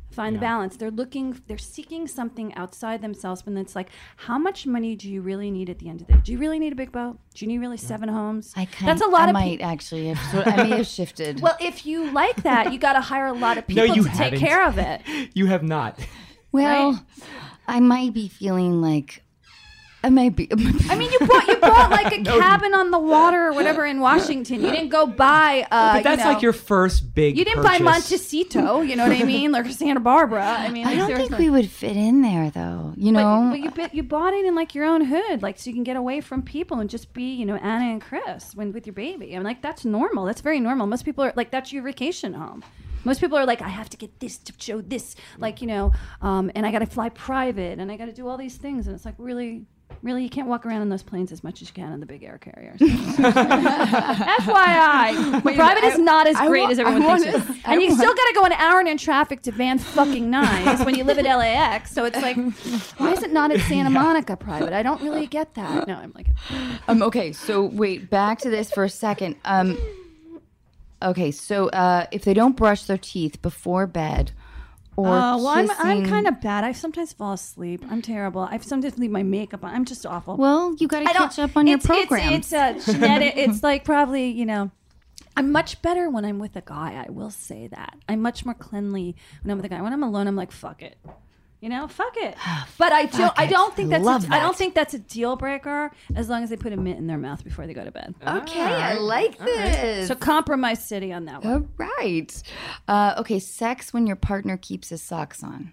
Speaker 1: find the balance they're looking they're seeking something outside themselves and it's like how much money do you really need at the end of the day do you really need a big boat do you need really seven homes
Speaker 2: I kind
Speaker 1: that's a lot
Speaker 2: I
Speaker 1: of
Speaker 2: might
Speaker 1: people
Speaker 2: actually. Have, sort- I may have shifted.
Speaker 1: well if you like that you got to hire a lot of
Speaker 3: No,
Speaker 1: people
Speaker 3: you
Speaker 1: to
Speaker 3: haven't.
Speaker 1: take care of it
Speaker 3: you have not.
Speaker 2: Well,
Speaker 1: Right?
Speaker 2: I might be feeling like I might be.
Speaker 1: i mean you bought you bought like a cabin on the water or whatever in washington you didn't go buy uh
Speaker 3: but that's
Speaker 1: you know,
Speaker 3: like your first big.
Speaker 1: you didn't buy
Speaker 3: purchase.
Speaker 1: montecito you know what i mean like santa barbara i mean
Speaker 2: I
Speaker 1: like,
Speaker 2: don't think
Speaker 1: seriously.
Speaker 2: we would fit in there, though. You know,
Speaker 1: But, but you bit, you bought it in like your own hood, like so you can get away from people and just be, you know, Anna and Chris when with your baby. I'm like, that's normal. That's very normal. Most people are like, that's your vacation home. Most people are like, I have to get this to show this, like you know, um, and I got to fly private, and I got to do all these things, and it's like really. Really, you can't walk around in those planes as much as you can on the big air carriers. FYI, private is not as
Speaker 7: I
Speaker 1: great
Speaker 7: wa-
Speaker 1: as
Speaker 7: I
Speaker 1: everyone thinks it
Speaker 7: wanna-
Speaker 1: is. And you still got to go an hour and in traffic to Van fucking Nuys when you live in LAX. So it's like, why is it not at Santa Monica private? I don't really get that. No, I'm like,
Speaker 2: Um, okay, so wait, back to this for a second. Um, okay, so uh, if they don't brush their teeth before bed, or
Speaker 1: uh, well, I'm, I'm
Speaker 2: kissing-
Speaker 1: kind of bad. I sometimes fall asleep. I'm terrible. I sometimes leave my makeup on. I'm just awful.
Speaker 2: well, you got to catch up on your
Speaker 1: it's- it's-
Speaker 2: program.
Speaker 1: It's, a genetic. It's like probably you know. I'm much better when I'm with a guy. I will say that. I'm much more cleanly when I'm with a guy. When I'm alone, I'm like fuck it. You know, fuck it. But I don't. I
Speaker 2: it.
Speaker 1: don't think that's.
Speaker 2: Love
Speaker 1: a, I
Speaker 2: that.
Speaker 1: don't think that's a deal breaker as long as they put a mitt in their mouth before they go to bed.
Speaker 3: Uh,
Speaker 2: okay, I like this.
Speaker 1: So compromise city on that one.
Speaker 2: All right. Uh, okay, sex when your partner keeps his socks on.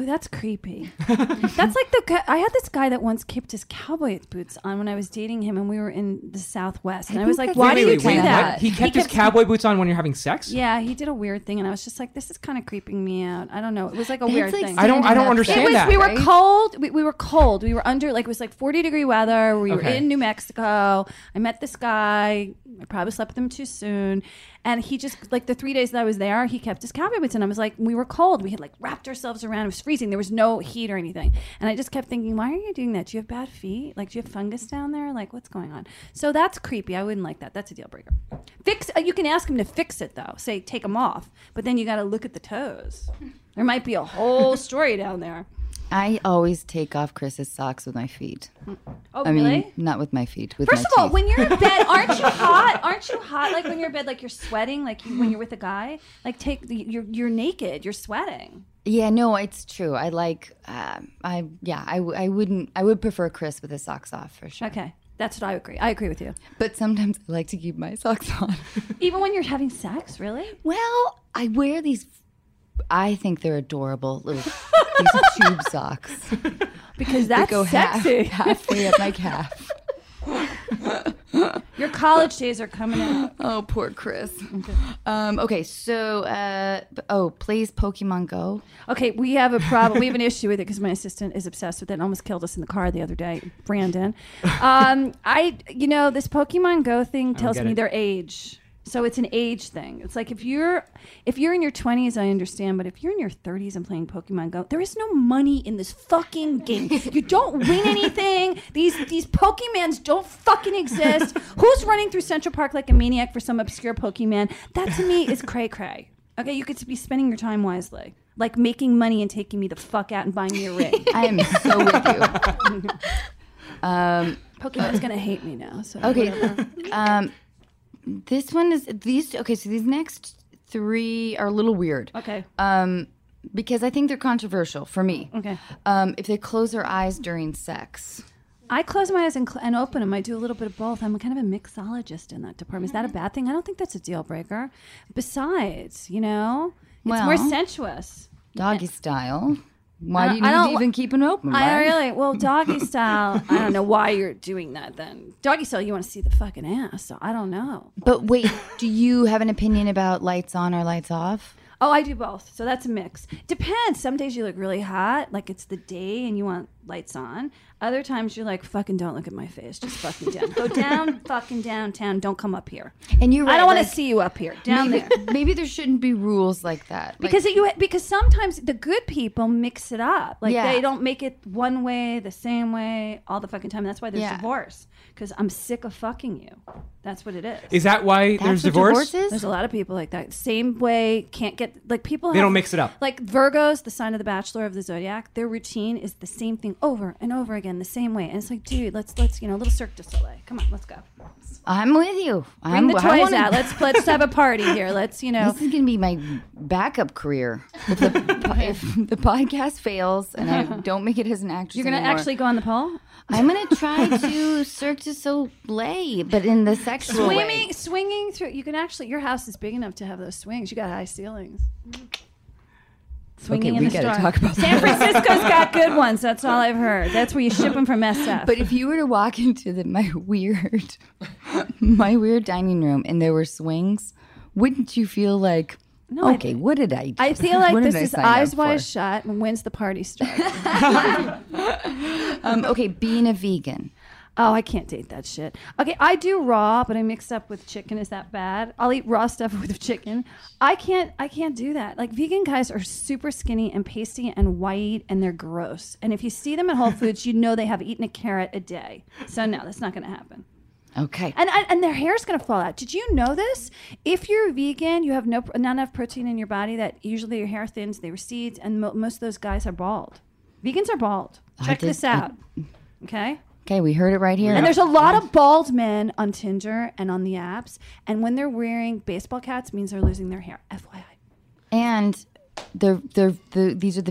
Speaker 1: Oh, that's creepy. that's like the. gu- I had this guy that once kept his cowboy boots on when I was dating him, and we were in the Southwest, and I, was like,
Speaker 2: that's-
Speaker 1: "Why
Speaker 2: Wait,
Speaker 1: do
Speaker 2: wait,
Speaker 1: you do
Speaker 2: wait, what?
Speaker 1: that?"
Speaker 3: He kept his cowboy boots on when you're having sex.
Speaker 1: Yeah, he did a weird thing, and I was just like, "This is kind of creeping me out." I don't know. It was like a
Speaker 2: That's
Speaker 1: weird
Speaker 2: like
Speaker 1: thing.
Speaker 3: I don't. I
Speaker 2: Standing
Speaker 3: don't
Speaker 2: up.
Speaker 3: understand
Speaker 1: it was.
Speaker 3: that.
Speaker 1: we were
Speaker 2: right?
Speaker 1: cold. We, we were cold. We were under like it was like forty degree weather. We were
Speaker 3: Okay.
Speaker 1: in New Mexico. I met this guy. I probably slept with him too soon, and he just like the three days that I was there, he kept his cowboy boots, and I was like, we were cold. We had like wrapped ourselves around. It was freezing. There was no heat or anything, and I just kept thinking, why are you doing that? Do you have bad feet? Like, do you have fungus down there? Like, what's going on? So that's creepy. I wouldn't like that. That's a deal breaker. Fix. uh, You can ask him to fix it though. Say take them off, but then you got to look at the toes. There might be a whole story down there.
Speaker 2: I always take off Chris's socks with my feet.
Speaker 1: Oh,
Speaker 2: I mean,
Speaker 1: really?
Speaker 2: not with my feet. With
Speaker 1: First
Speaker 2: my
Speaker 1: of all,
Speaker 2: teeth.
Speaker 1: when you're in bed, aren't you hot? Aren't you hot? Like when you're in bed, like you're sweating, like you, when you're with a guy, like take the, you're you're naked, you're sweating.
Speaker 2: Yeah, no, it's true. I like, uh, I yeah, I, w- I wouldn't, I would prefer Chris with his socks off for sure.
Speaker 1: Okay, that's what I agree. I agree with you.
Speaker 2: But sometimes I like to keep my socks on.
Speaker 1: Even when you're having sex, really?
Speaker 2: Well, I wear these. I think they're adorable little these tube socks.
Speaker 1: Because that's
Speaker 2: Go half,
Speaker 1: sexy.
Speaker 2: halfway up my calf.
Speaker 1: Your college days are coming out.
Speaker 2: Oh, poor Chris. Um, okay, so uh, b- oh, plays Pokemon Go.
Speaker 1: Okay, we have a problem. We have an issue with it because my assistant is obsessed with it and almost killed us in the car the other day, Brandon. Um, I, you know, this Pokemon Go thing tells
Speaker 3: get
Speaker 1: me
Speaker 3: it.
Speaker 1: their age. So it's an age thing. It's like if you're if you're in your 20s, I understand, but if you're in your 30s and playing Pokemon Go, there is no money in this fucking game. You don't win anything. These these Pokemans don't fucking exist. Who's running through Central Park like a maniac for some obscure Pokemon? That to me is cray cray. Okay, you could be spending your time wisely, like making money and taking me the fuck out and buying me a ring.
Speaker 2: I am so with you.
Speaker 1: Pokemon's gonna hate me now. So
Speaker 2: Okay, um, this one is these. Okay, so these next three are a little weird.
Speaker 1: okay,
Speaker 2: Um, because I think they're controversial for me.
Speaker 1: okay.
Speaker 2: Um, if they close their eyes during sex.
Speaker 1: I close my eyes and, cl- and open them. I do a little bit of both. I'm kind of a mixologist in that department. Is that a bad thing? I don't think that's a deal breaker. Besides, you know, it's more
Speaker 2: Well,
Speaker 1: sensuous.
Speaker 2: doggy style. Why
Speaker 1: I
Speaker 2: do you
Speaker 1: don't-
Speaker 2: need
Speaker 1: I
Speaker 2: to
Speaker 1: don't-
Speaker 2: even keep an open?
Speaker 1: I
Speaker 2: right?
Speaker 1: really well doggy style. I don't know why you're doing that. Then doggy style, you want to see the fucking ass. So I don't know.
Speaker 2: But wait, do you have an opinion about lights on or lights off?
Speaker 1: Oh, I do both. So that's a mix. Depends. Some days you look really hot, like it's the day and you want lights on. Other times you're like, fucking don't look at my face. Just fucking down. Go down fucking downtown. Don't come up here.
Speaker 2: And you're
Speaker 1: I
Speaker 2: right,
Speaker 1: don't want
Speaker 2: like-
Speaker 1: to see you up here. Down
Speaker 2: maybe,
Speaker 1: there.
Speaker 2: maybe there shouldn't be rules like that. Like,
Speaker 1: Because it, you because sometimes the good people mix it up. Like
Speaker 2: Yeah.
Speaker 1: they don't make it one way, the same way, all the fucking time. That's why there's
Speaker 2: Yeah.
Speaker 1: divorce. Because I'm sick of fucking you. That's what it is.
Speaker 3: Is that why
Speaker 2: that's
Speaker 3: there's
Speaker 2: what
Speaker 3: divorce?
Speaker 1: There's
Speaker 2: is?
Speaker 1: a lot of people like that. Same way, can't get like people.
Speaker 3: They
Speaker 1: have-
Speaker 3: don't mix it up.
Speaker 1: Like Virgos, the sign of the Bachelor of the Zodiac, their routine is the same thing over and over again, the same way. And it's like, dude, let's let's you know, a little Cirque du Soleil. Come on, let's go.
Speaker 2: I'm with you.
Speaker 1: Bring
Speaker 2: I'm,
Speaker 1: the
Speaker 2: I
Speaker 1: toys
Speaker 2: wanna-
Speaker 1: out. Let's let's have a party here. Let's you know.
Speaker 2: This is going to be my backup career. If the, po- if the podcast fails and I don't make it as an actress,
Speaker 1: You're gonna
Speaker 2: anymore,
Speaker 1: actually go on the pole.
Speaker 2: I'm going to try to Cirque du Soleil, but in the sexual way.
Speaker 1: Swimming, swinging through. You can actually. Your house is big enough to have those swings. You got high ceilings. Swinging
Speaker 2: Okay,
Speaker 1: in
Speaker 2: we
Speaker 1: the
Speaker 2: got
Speaker 1: store.
Speaker 2: to talk about
Speaker 1: San
Speaker 2: that.
Speaker 1: Francisco's got good ones. That's all I've heard. That's where you ship them from SF.
Speaker 2: But if you were to walk into the, my weird, my weird dining room and there were swings, wouldn't you feel like,
Speaker 1: No, I-
Speaker 2: okay, what did I? do?
Speaker 1: I feel like
Speaker 2: What did
Speaker 1: this
Speaker 2: I
Speaker 1: is
Speaker 2: sign up
Speaker 1: eyes
Speaker 2: for?
Speaker 1: wide shut and when's the party start.
Speaker 2: Um, okay, being a vegan.
Speaker 1: oh, I can't date that shit. Okay, I do raw, but I mix up with chicken. Is that bad? I'll eat raw stuff with chicken. I can't I can't do that. Like vegan guys are super skinny and pasty and white and they're gross. And if you see them at Whole Foods, you know they have eaten a carrot a day. So no, that's not gonna happen.
Speaker 2: Okay.
Speaker 1: And, and and their hair's gonna fall out. Did you know this? If you're vegan, you have no not enough protein in your body. That usually your hair thins, they recede, and mo- most of those guys are bald. Vegans are bald. Check
Speaker 2: did-
Speaker 1: this out. okay.
Speaker 2: Okay, we heard it right here.
Speaker 1: And there's a lot of bald men on Tinder and on the apps, and when they're wearing baseball caps, means they're losing their hair. FYI.
Speaker 2: And they're they're the these are the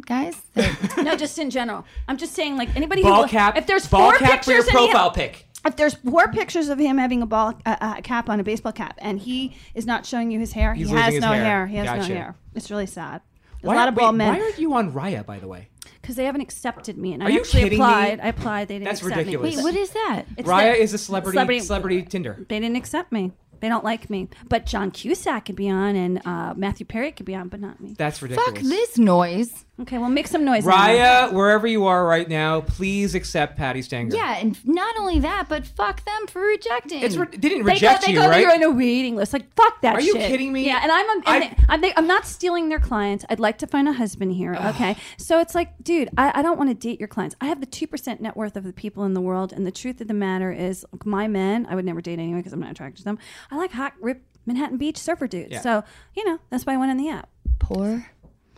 Speaker 2: guys. They're-
Speaker 1: No, just in general. I'm just saying, like anybody
Speaker 3: Ball
Speaker 1: who
Speaker 3: cap.
Speaker 1: if there's
Speaker 3: ball
Speaker 1: four
Speaker 3: cap for your
Speaker 1: pictures in the-
Speaker 3: profile pic.
Speaker 1: if there's four pictures of him having a ball a, a cap on a baseball cap and he is not showing you his hair,
Speaker 3: He's
Speaker 1: he
Speaker 3: losing
Speaker 1: has
Speaker 3: his
Speaker 1: no hair.
Speaker 3: hair.
Speaker 1: He has
Speaker 3: Gotcha.
Speaker 1: no hair. It's really sad. There's
Speaker 3: Why,
Speaker 1: a lot of bald
Speaker 3: wait, Why
Speaker 1: men
Speaker 3: are you on Raya, by the way?
Speaker 1: because they haven't accepted me, and
Speaker 3: Are
Speaker 1: I
Speaker 3: you
Speaker 1: actually
Speaker 3: kidding me?
Speaker 1: applied. I applied. They didn't.
Speaker 3: That's
Speaker 1: accept
Speaker 3: ridiculous.
Speaker 1: Me.
Speaker 2: Wait, what is that?
Speaker 1: It's
Speaker 3: Raya
Speaker 1: the-
Speaker 3: is a celebrity celebrity, Tinder.
Speaker 1: They didn't accept me. They don't like me. But John Cusack could be on, and uh, Matthew Perry could be on, but not me.
Speaker 3: That's ridiculous.
Speaker 2: Fuck this noise.
Speaker 1: Okay, well, make some noise. Mama.
Speaker 3: Raya, wherever you are right now, please accept Patty Stanger.
Speaker 2: Yeah, and not only that, but fuck them for rejecting.
Speaker 3: It's re- they didn't
Speaker 1: They go,
Speaker 3: reject
Speaker 1: they
Speaker 3: you,
Speaker 1: go that
Speaker 3: right?
Speaker 1: you're on a waiting list. Like, fuck that
Speaker 3: Are you
Speaker 1: shit.
Speaker 3: kidding me?
Speaker 1: Yeah, and I'm, I'm,
Speaker 3: I-
Speaker 1: and they- I'm, they, I'm not stealing their clients. I'd like to find a husband here. Okay. So it's like, dude, I, I don't want to date your clients. I have the 2% net worth of the people in the world. And the truth of the matter is, my men, I would never date anyway because I'm not attracted to them. I like hot, ripped Manhattan Beach surfer dudes.
Speaker 3: Yeah.
Speaker 1: So, you know, that's why I went on the app.
Speaker 2: poor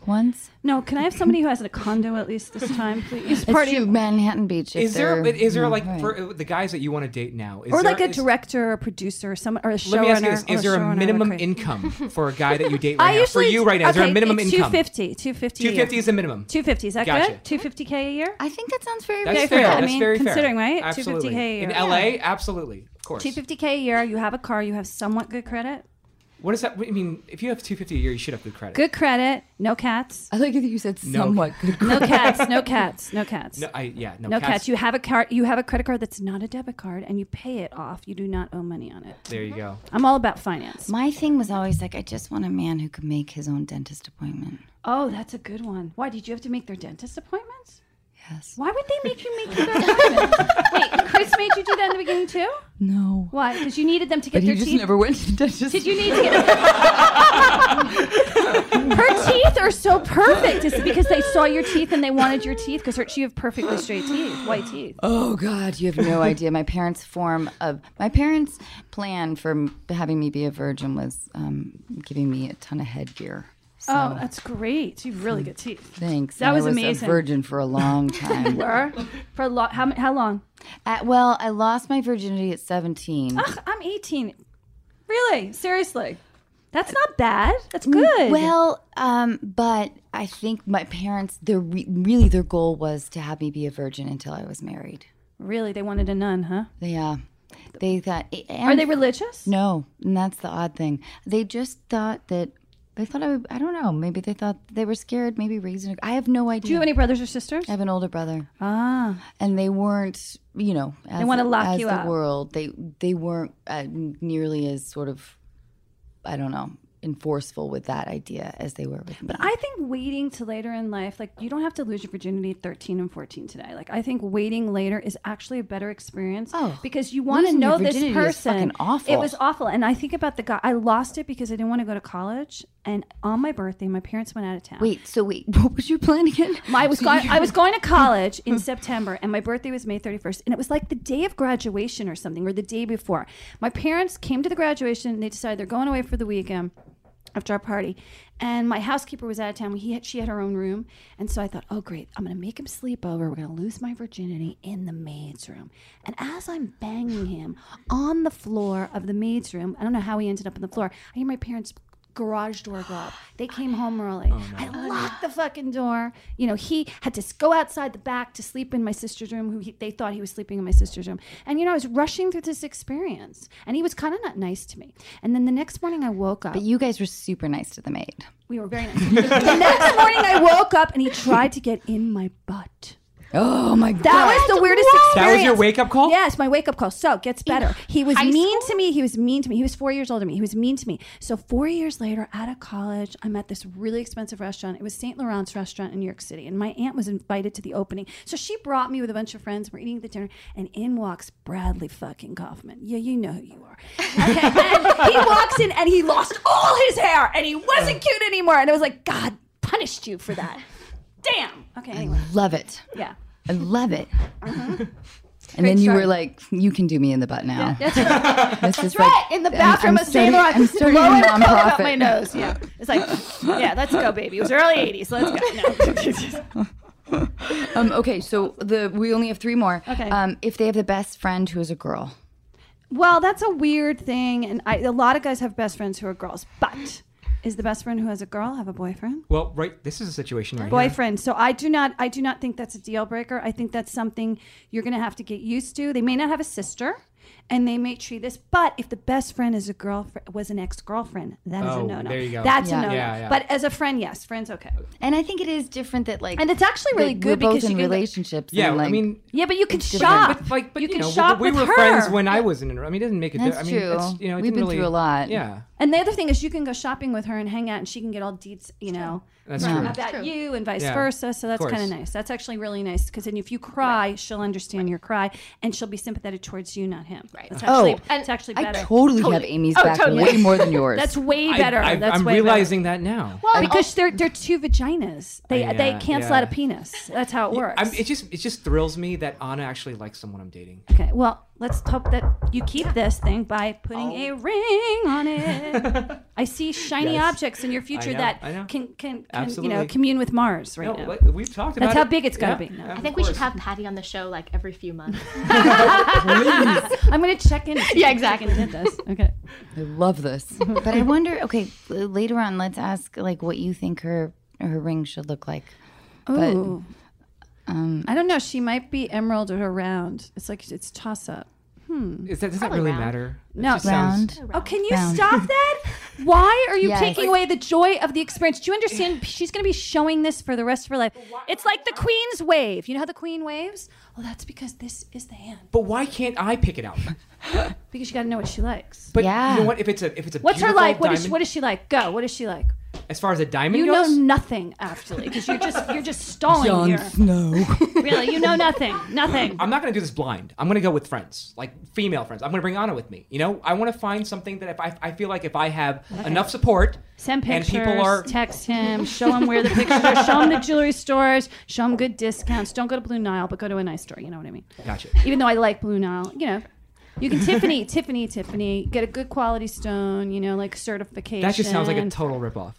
Speaker 2: ones.
Speaker 1: No, can I have somebody who has a condo at least this time, please?
Speaker 2: It's true, Manhattan Beach. if
Speaker 3: Is there
Speaker 2: they're-
Speaker 3: is there
Speaker 2: yeah,
Speaker 3: like
Speaker 2: right.
Speaker 3: for the guys that you want to date now? Is
Speaker 1: Mm, Or
Speaker 3: there-
Speaker 1: like a
Speaker 3: is-
Speaker 1: director or producer or some or a showrunner.
Speaker 3: Let me ask you this:
Speaker 1: or
Speaker 3: Is there a
Speaker 1: showrunner,
Speaker 3: minimum
Speaker 1: okay.
Speaker 3: income for a guy that you date
Speaker 1: I
Speaker 3: right now? For
Speaker 1: usually
Speaker 3: you right now, is there a
Speaker 1: okay,
Speaker 3: minimum
Speaker 1: it's
Speaker 3: income?
Speaker 1: 250, 250.
Speaker 3: Two fifty is the minimum.
Speaker 1: 250. Is that
Speaker 3: Gotcha.
Speaker 1: good? 250k a year?
Speaker 2: I think that sounds very
Speaker 3: That's
Speaker 2: reasonable.
Speaker 3: fair.
Speaker 1: that. I
Speaker 3: That's
Speaker 1: mean,
Speaker 3: very
Speaker 1: considering,
Speaker 3: fair.
Speaker 1: right?
Speaker 3: Absolutely.
Speaker 1: 250K a
Speaker 3: in
Speaker 1: year.
Speaker 3: LA, absolutely, of course.
Speaker 1: 250k a year. You have a car. You have somewhat good credit.
Speaker 3: What is that? I mean, if you have two fifty a year, you should have good credit.
Speaker 1: Good credit. No cats.
Speaker 2: I like that you said
Speaker 3: No.
Speaker 2: somewhat good.
Speaker 1: No cats. No cats. No cats.
Speaker 3: No, I yeah, no,
Speaker 1: No
Speaker 3: cats.
Speaker 1: cats. You have a card. You have a credit card that's not a debit card, and you pay it off. You do not owe money on it.
Speaker 3: There you go.
Speaker 1: I'm all about finance.
Speaker 2: My thing was always like, I just want a man who could make his own dentist appointment.
Speaker 1: Oh, that's a good one. Why did you have to make their dentist appointments?
Speaker 2: Yes.
Speaker 1: Why would they make you make their appointments? Wait, Chris made you do that in the beginning too.
Speaker 2: No.
Speaker 1: Why? Because you needed them to get
Speaker 2: But he
Speaker 1: their
Speaker 2: just
Speaker 1: teeth.
Speaker 2: never went to the dentist.
Speaker 1: Did you need to get her teeth are so perfect? It's because they saw your teeth and they wanted your teeth because you have perfectly straight teeth, white teeth.
Speaker 2: Oh God, you have no idea. My parents' form of my parents' plan for m- having me be a virgin was um, giving me a ton of headgear. So
Speaker 1: oh, that's great. You have really good teeth.
Speaker 2: thanks.
Speaker 1: That
Speaker 2: And
Speaker 1: was
Speaker 2: I was
Speaker 1: amazing.
Speaker 2: A virgin for a long time.
Speaker 1: Or for a lot, how, m- how long?
Speaker 2: Uh, well, I lost my virginity at seventeen.
Speaker 1: Ugh, I'm 18. Really? Seriously? That's not bad. That's good.
Speaker 2: Mm, Well, um, but I think my parents, their re- really their goal was to have me be a virgin until I was married.
Speaker 1: really, they wanted a nun, huh?
Speaker 2: Yeah, they thought.
Speaker 1: Are they religious?
Speaker 2: No, and that's the odd thing. They just thought that they thought I would. I don't know. Maybe they thought they were scared. Maybe raising. I have no idea.
Speaker 1: Do you have any brothers or sisters?
Speaker 2: I have an older brother,
Speaker 1: Ah,
Speaker 2: and they weren't. You know, as,
Speaker 1: wanna lock
Speaker 2: as
Speaker 1: you
Speaker 2: the
Speaker 1: up.
Speaker 2: world. They they weren't uh, nearly as sort of. I don't know. enforceful with that idea as they were with me.
Speaker 1: But I think waiting to later in life, like you don't have to lose your virginity at 13 and 14 today. Like I think waiting later is actually a better experience
Speaker 2: Oh,
Speaker 1: because you want to
Speaker 2: losing your
Speaker 1: know this
Speaker 2: virginity is
Speaker 1: person.
Speaker 2: fucking awful.
Speaker 1: It was awful. And I think about the guy, I lost it because I didn't want to go to college. And on my birthday, my parents went out of town.
Speaker 2: wait, so wait, what was your plan again?
Speaker 1: My, I was going. I was going to college in September, and my birthday was May 31st, and it was like the day of graduation or something, or the day before. My parents came to the graduation, and they decided they're going away for the weekend after our party. And my housekeeper was out of town. He had, she had her own room, and so I thought, oh great, I'm going to make him sleep over. We're going to lose my virginity in the maid's room. And as I'm banging him on the floor of the maid's room, I don't know how he ended up on the floor. I hear my parents garage door go up. They came home early. I locked the fucking door. You know, he had to s- go outside the back to sleep in my sister's room, who he, they thought he was sleeping in my sister's room. And, you know, I was rushing through this experience. And he was kind of not nice to me. And then the next morning I woke up.
Speaker 2: But you guys were super nice to the maid.
Speaker 1: we were very nice. the next morning I woke up and he tried to get in my butt.
Speaker 2: Oh my god.
Speaker 1: That was the weirdest experience.
Speaker 3: That was your wake-up call?
Speaker 1: Yes, my wake up call. So it gets better. He was
Speaker 5: high
Speaker 1: mean to me. He was mean to me. He was four years older than me. He was mean to me. So four years later, out of college, I'm at this really expensive restaurant. It was Saint Laurent's restaurant in New York City, and my aunt was invited to the opening. So she brought me with a bunch of friends. We're eating the dinner, and in walks Bradley fucking Kaufman. Yeah, you know who you are. Okay, and he walks in, and he lost all his hair, and he wasn't cute anymore. And I was like, God punished you for that. Damn. Okay. Anyway,
Speaker 2: Love it.
Speaker 1: yeah.
Speaker 2: I love it. Uh-huh. And then you
Speaker 1: story.
Speaker 2: were like, "You can do me in the butt now."
Speaker 1: That's right.
Speaker 2: This is
Speaker 5: right,
Speaker 2: like-
Speaker 5: in the
Speaker 2: I'm-
Speaker 5: bathroom
Speaker 2: I'm
Speaker 5: of Saint Laurent,
Speaker 2: starting- I'm starting a
Speaker 5: blowing the cover out
Speaker 2: nonprofit.
Speaker 5: my nose. Yeah, it's like, yeah, let's go, baby. It was early '80s. Let's go. No.
Speaker 2: Um, okay, so the we only have three more.
Speaker 1: Okay.
Speaker 2: Um, if they have the best friend who is a girl,
Speaker 1: Well, that's a weird thing, and I, a lot of guys have best friends who are girls. But is the best friend who has a girl have a boyfriend?
Speaker 3: Well, right. This is a situation right here.
Speaker 1: Boyfriend. So I do not. I do not think that's a deal breaker. I think that's something you're going to have to get used to. They may not have a sister, and they may treat this. But if the best friend is a girlfriend, was an ex girlfriend, that is
Speaker 3: Oh,
Speaker 1: a no no.
Speaker 3: there you go.
Speaker 1: That's
Speaker 2: Yeah.
Speaker 1: a no no.
Speaker 3: Yeah, yeah.
Speaker 1: But as a friend, yes, friends okay.
Speaker 2: and I think it is different that like,
Speaker 1: And it's actually really
Speaker 2: that
Speaker 1: good
Speaker 2: we're both
Speaker 1: because
Speaker 2: in
Speaker 1: you can-
Speaker 2: relationships.
Speaker 3: Yeah,
Speaker 2: and, like,
Speaker 3: I mean,
Speaker 1: Yeah, but you can
Speaker 2: It's different.
Speaker 1: shop.
Speaker 3: but like, but
Speaker 1: you, can
Speaker 3: know,
Speaker 1: shop
Speaker 3: we
Speaker 1: with
Speaker 3: were
Speaker 1: her.
Speaker 3: friends when I was in. an- I mean, it doesn't make a difference.
Speaker 2: That's
Speaker 3: I mean, it's,
Speaker 2: true.
Speaker 3: you know, it
Speaker 2: We've
Speaker 3: didn't
Speaker 2: been
Speaker 3: really-
Speaker 2: through a lot.
Speaker 3: Yeah,
Speaker 1: And the other thing is, you can go shopping with her and hang out, and she can get all deets, you know,
Speaker 3: that's
Speaker 2: Yeah.
Speaker 3: true.
Speaker 1: about you and vice
Speaker 3: Yeah.
Speaker 1: versa. So that's
Speaker 3: course.
Speaker 1: kind of nice. That's actually really nice because then if you cry, she'll understand your cry and she'll be sympathetic towards you, not him. Right. That's actually,
Speaker 2: Oh.
Speaker 1: it's actually
Speaker 2: I
Speaker 1: better.
Speaker 2: totally, have Amy's
Speaker 5: Oh,
Speaker 2: back
Speaker 5: totally.
Speaker 2: way more than yours.
Speaker 1: that's way better.
Speaker 3: I,
Speaker 1: that's
Speaker 3: am
Speaker 1: way
Speaker 3: realizing that now.
Speaker 1: Better. Well,
Speaker 2: oh.
Speaker 1: because they're they're two vaginas. They
Speaker 3: Yeah,
Speaker 1: they cancel
Speaker 3: yeah.
Speaker 1: out a penis. That's how it works.
Speaker 3: I'm, it just it just thrills me that Anna actually likes someone I'm dating.
Speaker 1: okay. Well, let's hope that you keep this thing by putting a ring on it. I see shiny
Speaker 3: Oh. Yes.
Speaker 1: objects in your future
Speaker 3: know,
Speaker 1: that
Speaker 3: I know.
Speaker 1: can can, can you know
Speaker 3: Absolutely.
Speaker 1: commune with Mars right
Speaker 3: No,
Speaker 1: now.
Speaker 3: like, we've talked about.
Speaker 1: That's how
Speaker 3: it.
Speaker 1: big it's gotta
Speaker 3: Yeah.
Speaker 1: be. No.
Speaker 3: Yeah,
Speaker 1: I
Speaker 5: I
Speaker 3: of
Speaker 5: think we should
Speaker 3: course.
Speaker 5: have Patty on the show like every few months.
Speaker 1: I'm gonna check in.
Speaker 5: Yeah, exactly.
Speaker 1: Did this? Okay.
Speaker 2: I love this, but I wonder. Okay, l- later on, let's ask like what you think her her ring should look like. But-
Speaker 1: Ooh. I don't know. She might be emerald or round. It's like it's toss up.
Speaker 3: Is that, does that
Speaker 5: Probably
Speaker 3: really
Speaker 5: round.
Speaker 3: matter? It
Speaker 1: No.
Speaker 3: just sounds-
Speaker 2: Round.
Speaker 1: Oh, can you
Speaker 2: Round.
Speaker 1: stop that? Why are you
Speaker 2: Yes.
Speaker 1: taking away the joy of the experience? Do you understand? She's going to be showing this for the rest of her life. It's like the queen's wave. You know how the queen waves? Well, that's because this is the hand.
Speaker 3: But why can't I pick it out?
Speaker 1: Because you got to know what she likes.
Speaker 3: But
Speaker 2: Yeah.
Speaker 3: you know what? If it's a if it's a
Speaker 1: What's her
Speaker 3: beautiful
Speaker 1: like? What is,
Speaker 3: diamond-
Speaker 1: what is she like? Go. What is she like?
Speaker 3: as far as a diamond
Speaker 1: You know
Speaker 3: goes?
Speaker 1: nothing actually, because you're just you're just stalling here.
Speaker 2: Snow.
Speaker 1: Really, you know nothing. Nothing.
Speaker 3: I'm not going to do this blind. I'm going to go with friends, like female friends. I'm going to bring Anna with me. You know, I want to find something that if I, I feel like if I have enough support
Speaker 1: Send pictures.
Speaker 3: and people are
Speaker 1: text him. Show him where the pictures are. Show him the jewelry stores. Show him good discounts. Don't go to Blue Nile, but go to a nice store. You know what I mean?
Speaker 3: gotcha.
Speaker 1: Even though I like Blue Nile, you know, you can Tiffany, Tiffany, Tiffany. Get a good quality stone. You know, like certification.
Speaker 3: That just sounds like a total ripoff.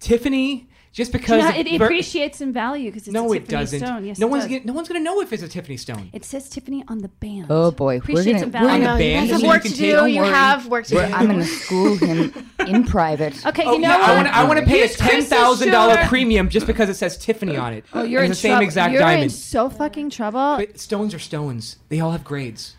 Speaker 3: Tiffany, just
Speaker 1: You
Speaker 3: because
Speaker 1: know, it
Speaker 3: of- ver-
Speaker 1: appreciates in value because it's
Speaker 3: no,
Speaker 1: a
Speaker 3: it
Speaker 1: Tiffany
Speaker 3: doesn't.
Speaker 1: stone. Yes,
Speaker 3: no
Speaker 1: it
Speaker 3: one's
Speaker 1: does.
Speaker 3: gonna, no one's going to know if it's a Tiffany stone.
Speaker 1: It says Tiffany on the band.
Speaker 2: Oh, boy. We're
Speaker 1: appreciates
Speaker 2: gonna-
Speaker 1: in
Speaker 2: we're
Speaker 1: value.
Speaker 3: On the
Speaker 2: know, you
Speaker 3: band,
Speaker 2: guys have
Speaker 3: so
Speaker 2: work
Speaker 3: you can
Speaker 5: to
Speaker 3: take
Speaker 5: do.
Speaker 3: home
Speaker 5: You
Speaker 3: work.
Speaker 5: have work to
Speaker 2: Where
Speaker 5: do.
Speaker 2: I'm going to school him in private.
Speaker 1: Okay,
Speaker 3: Oh,
Speaker 1: you know
Speaker 3: yeah, I
Speaker 1: what?
Speaker 3: want to I want to pay a
Speaker 1: Use
Speaker 3: ten
Speaker 1: Chris's
Speaker 3: thousand dollar
Speaker 1: jeweler.
Speaker 3: premium just because it says Tiffany on it.
Speaker 1: Oh, you're
Speaker 3: it's
Speaker 1: in
Speaker 3: the same
Speaker 1: trouble.
Speaker 3: exact
Speaker 1: You're in
Speaker 3: diamond.
Speaker 1: so fucking trouble.
Speaker 3: But stones are stones. They all have grades.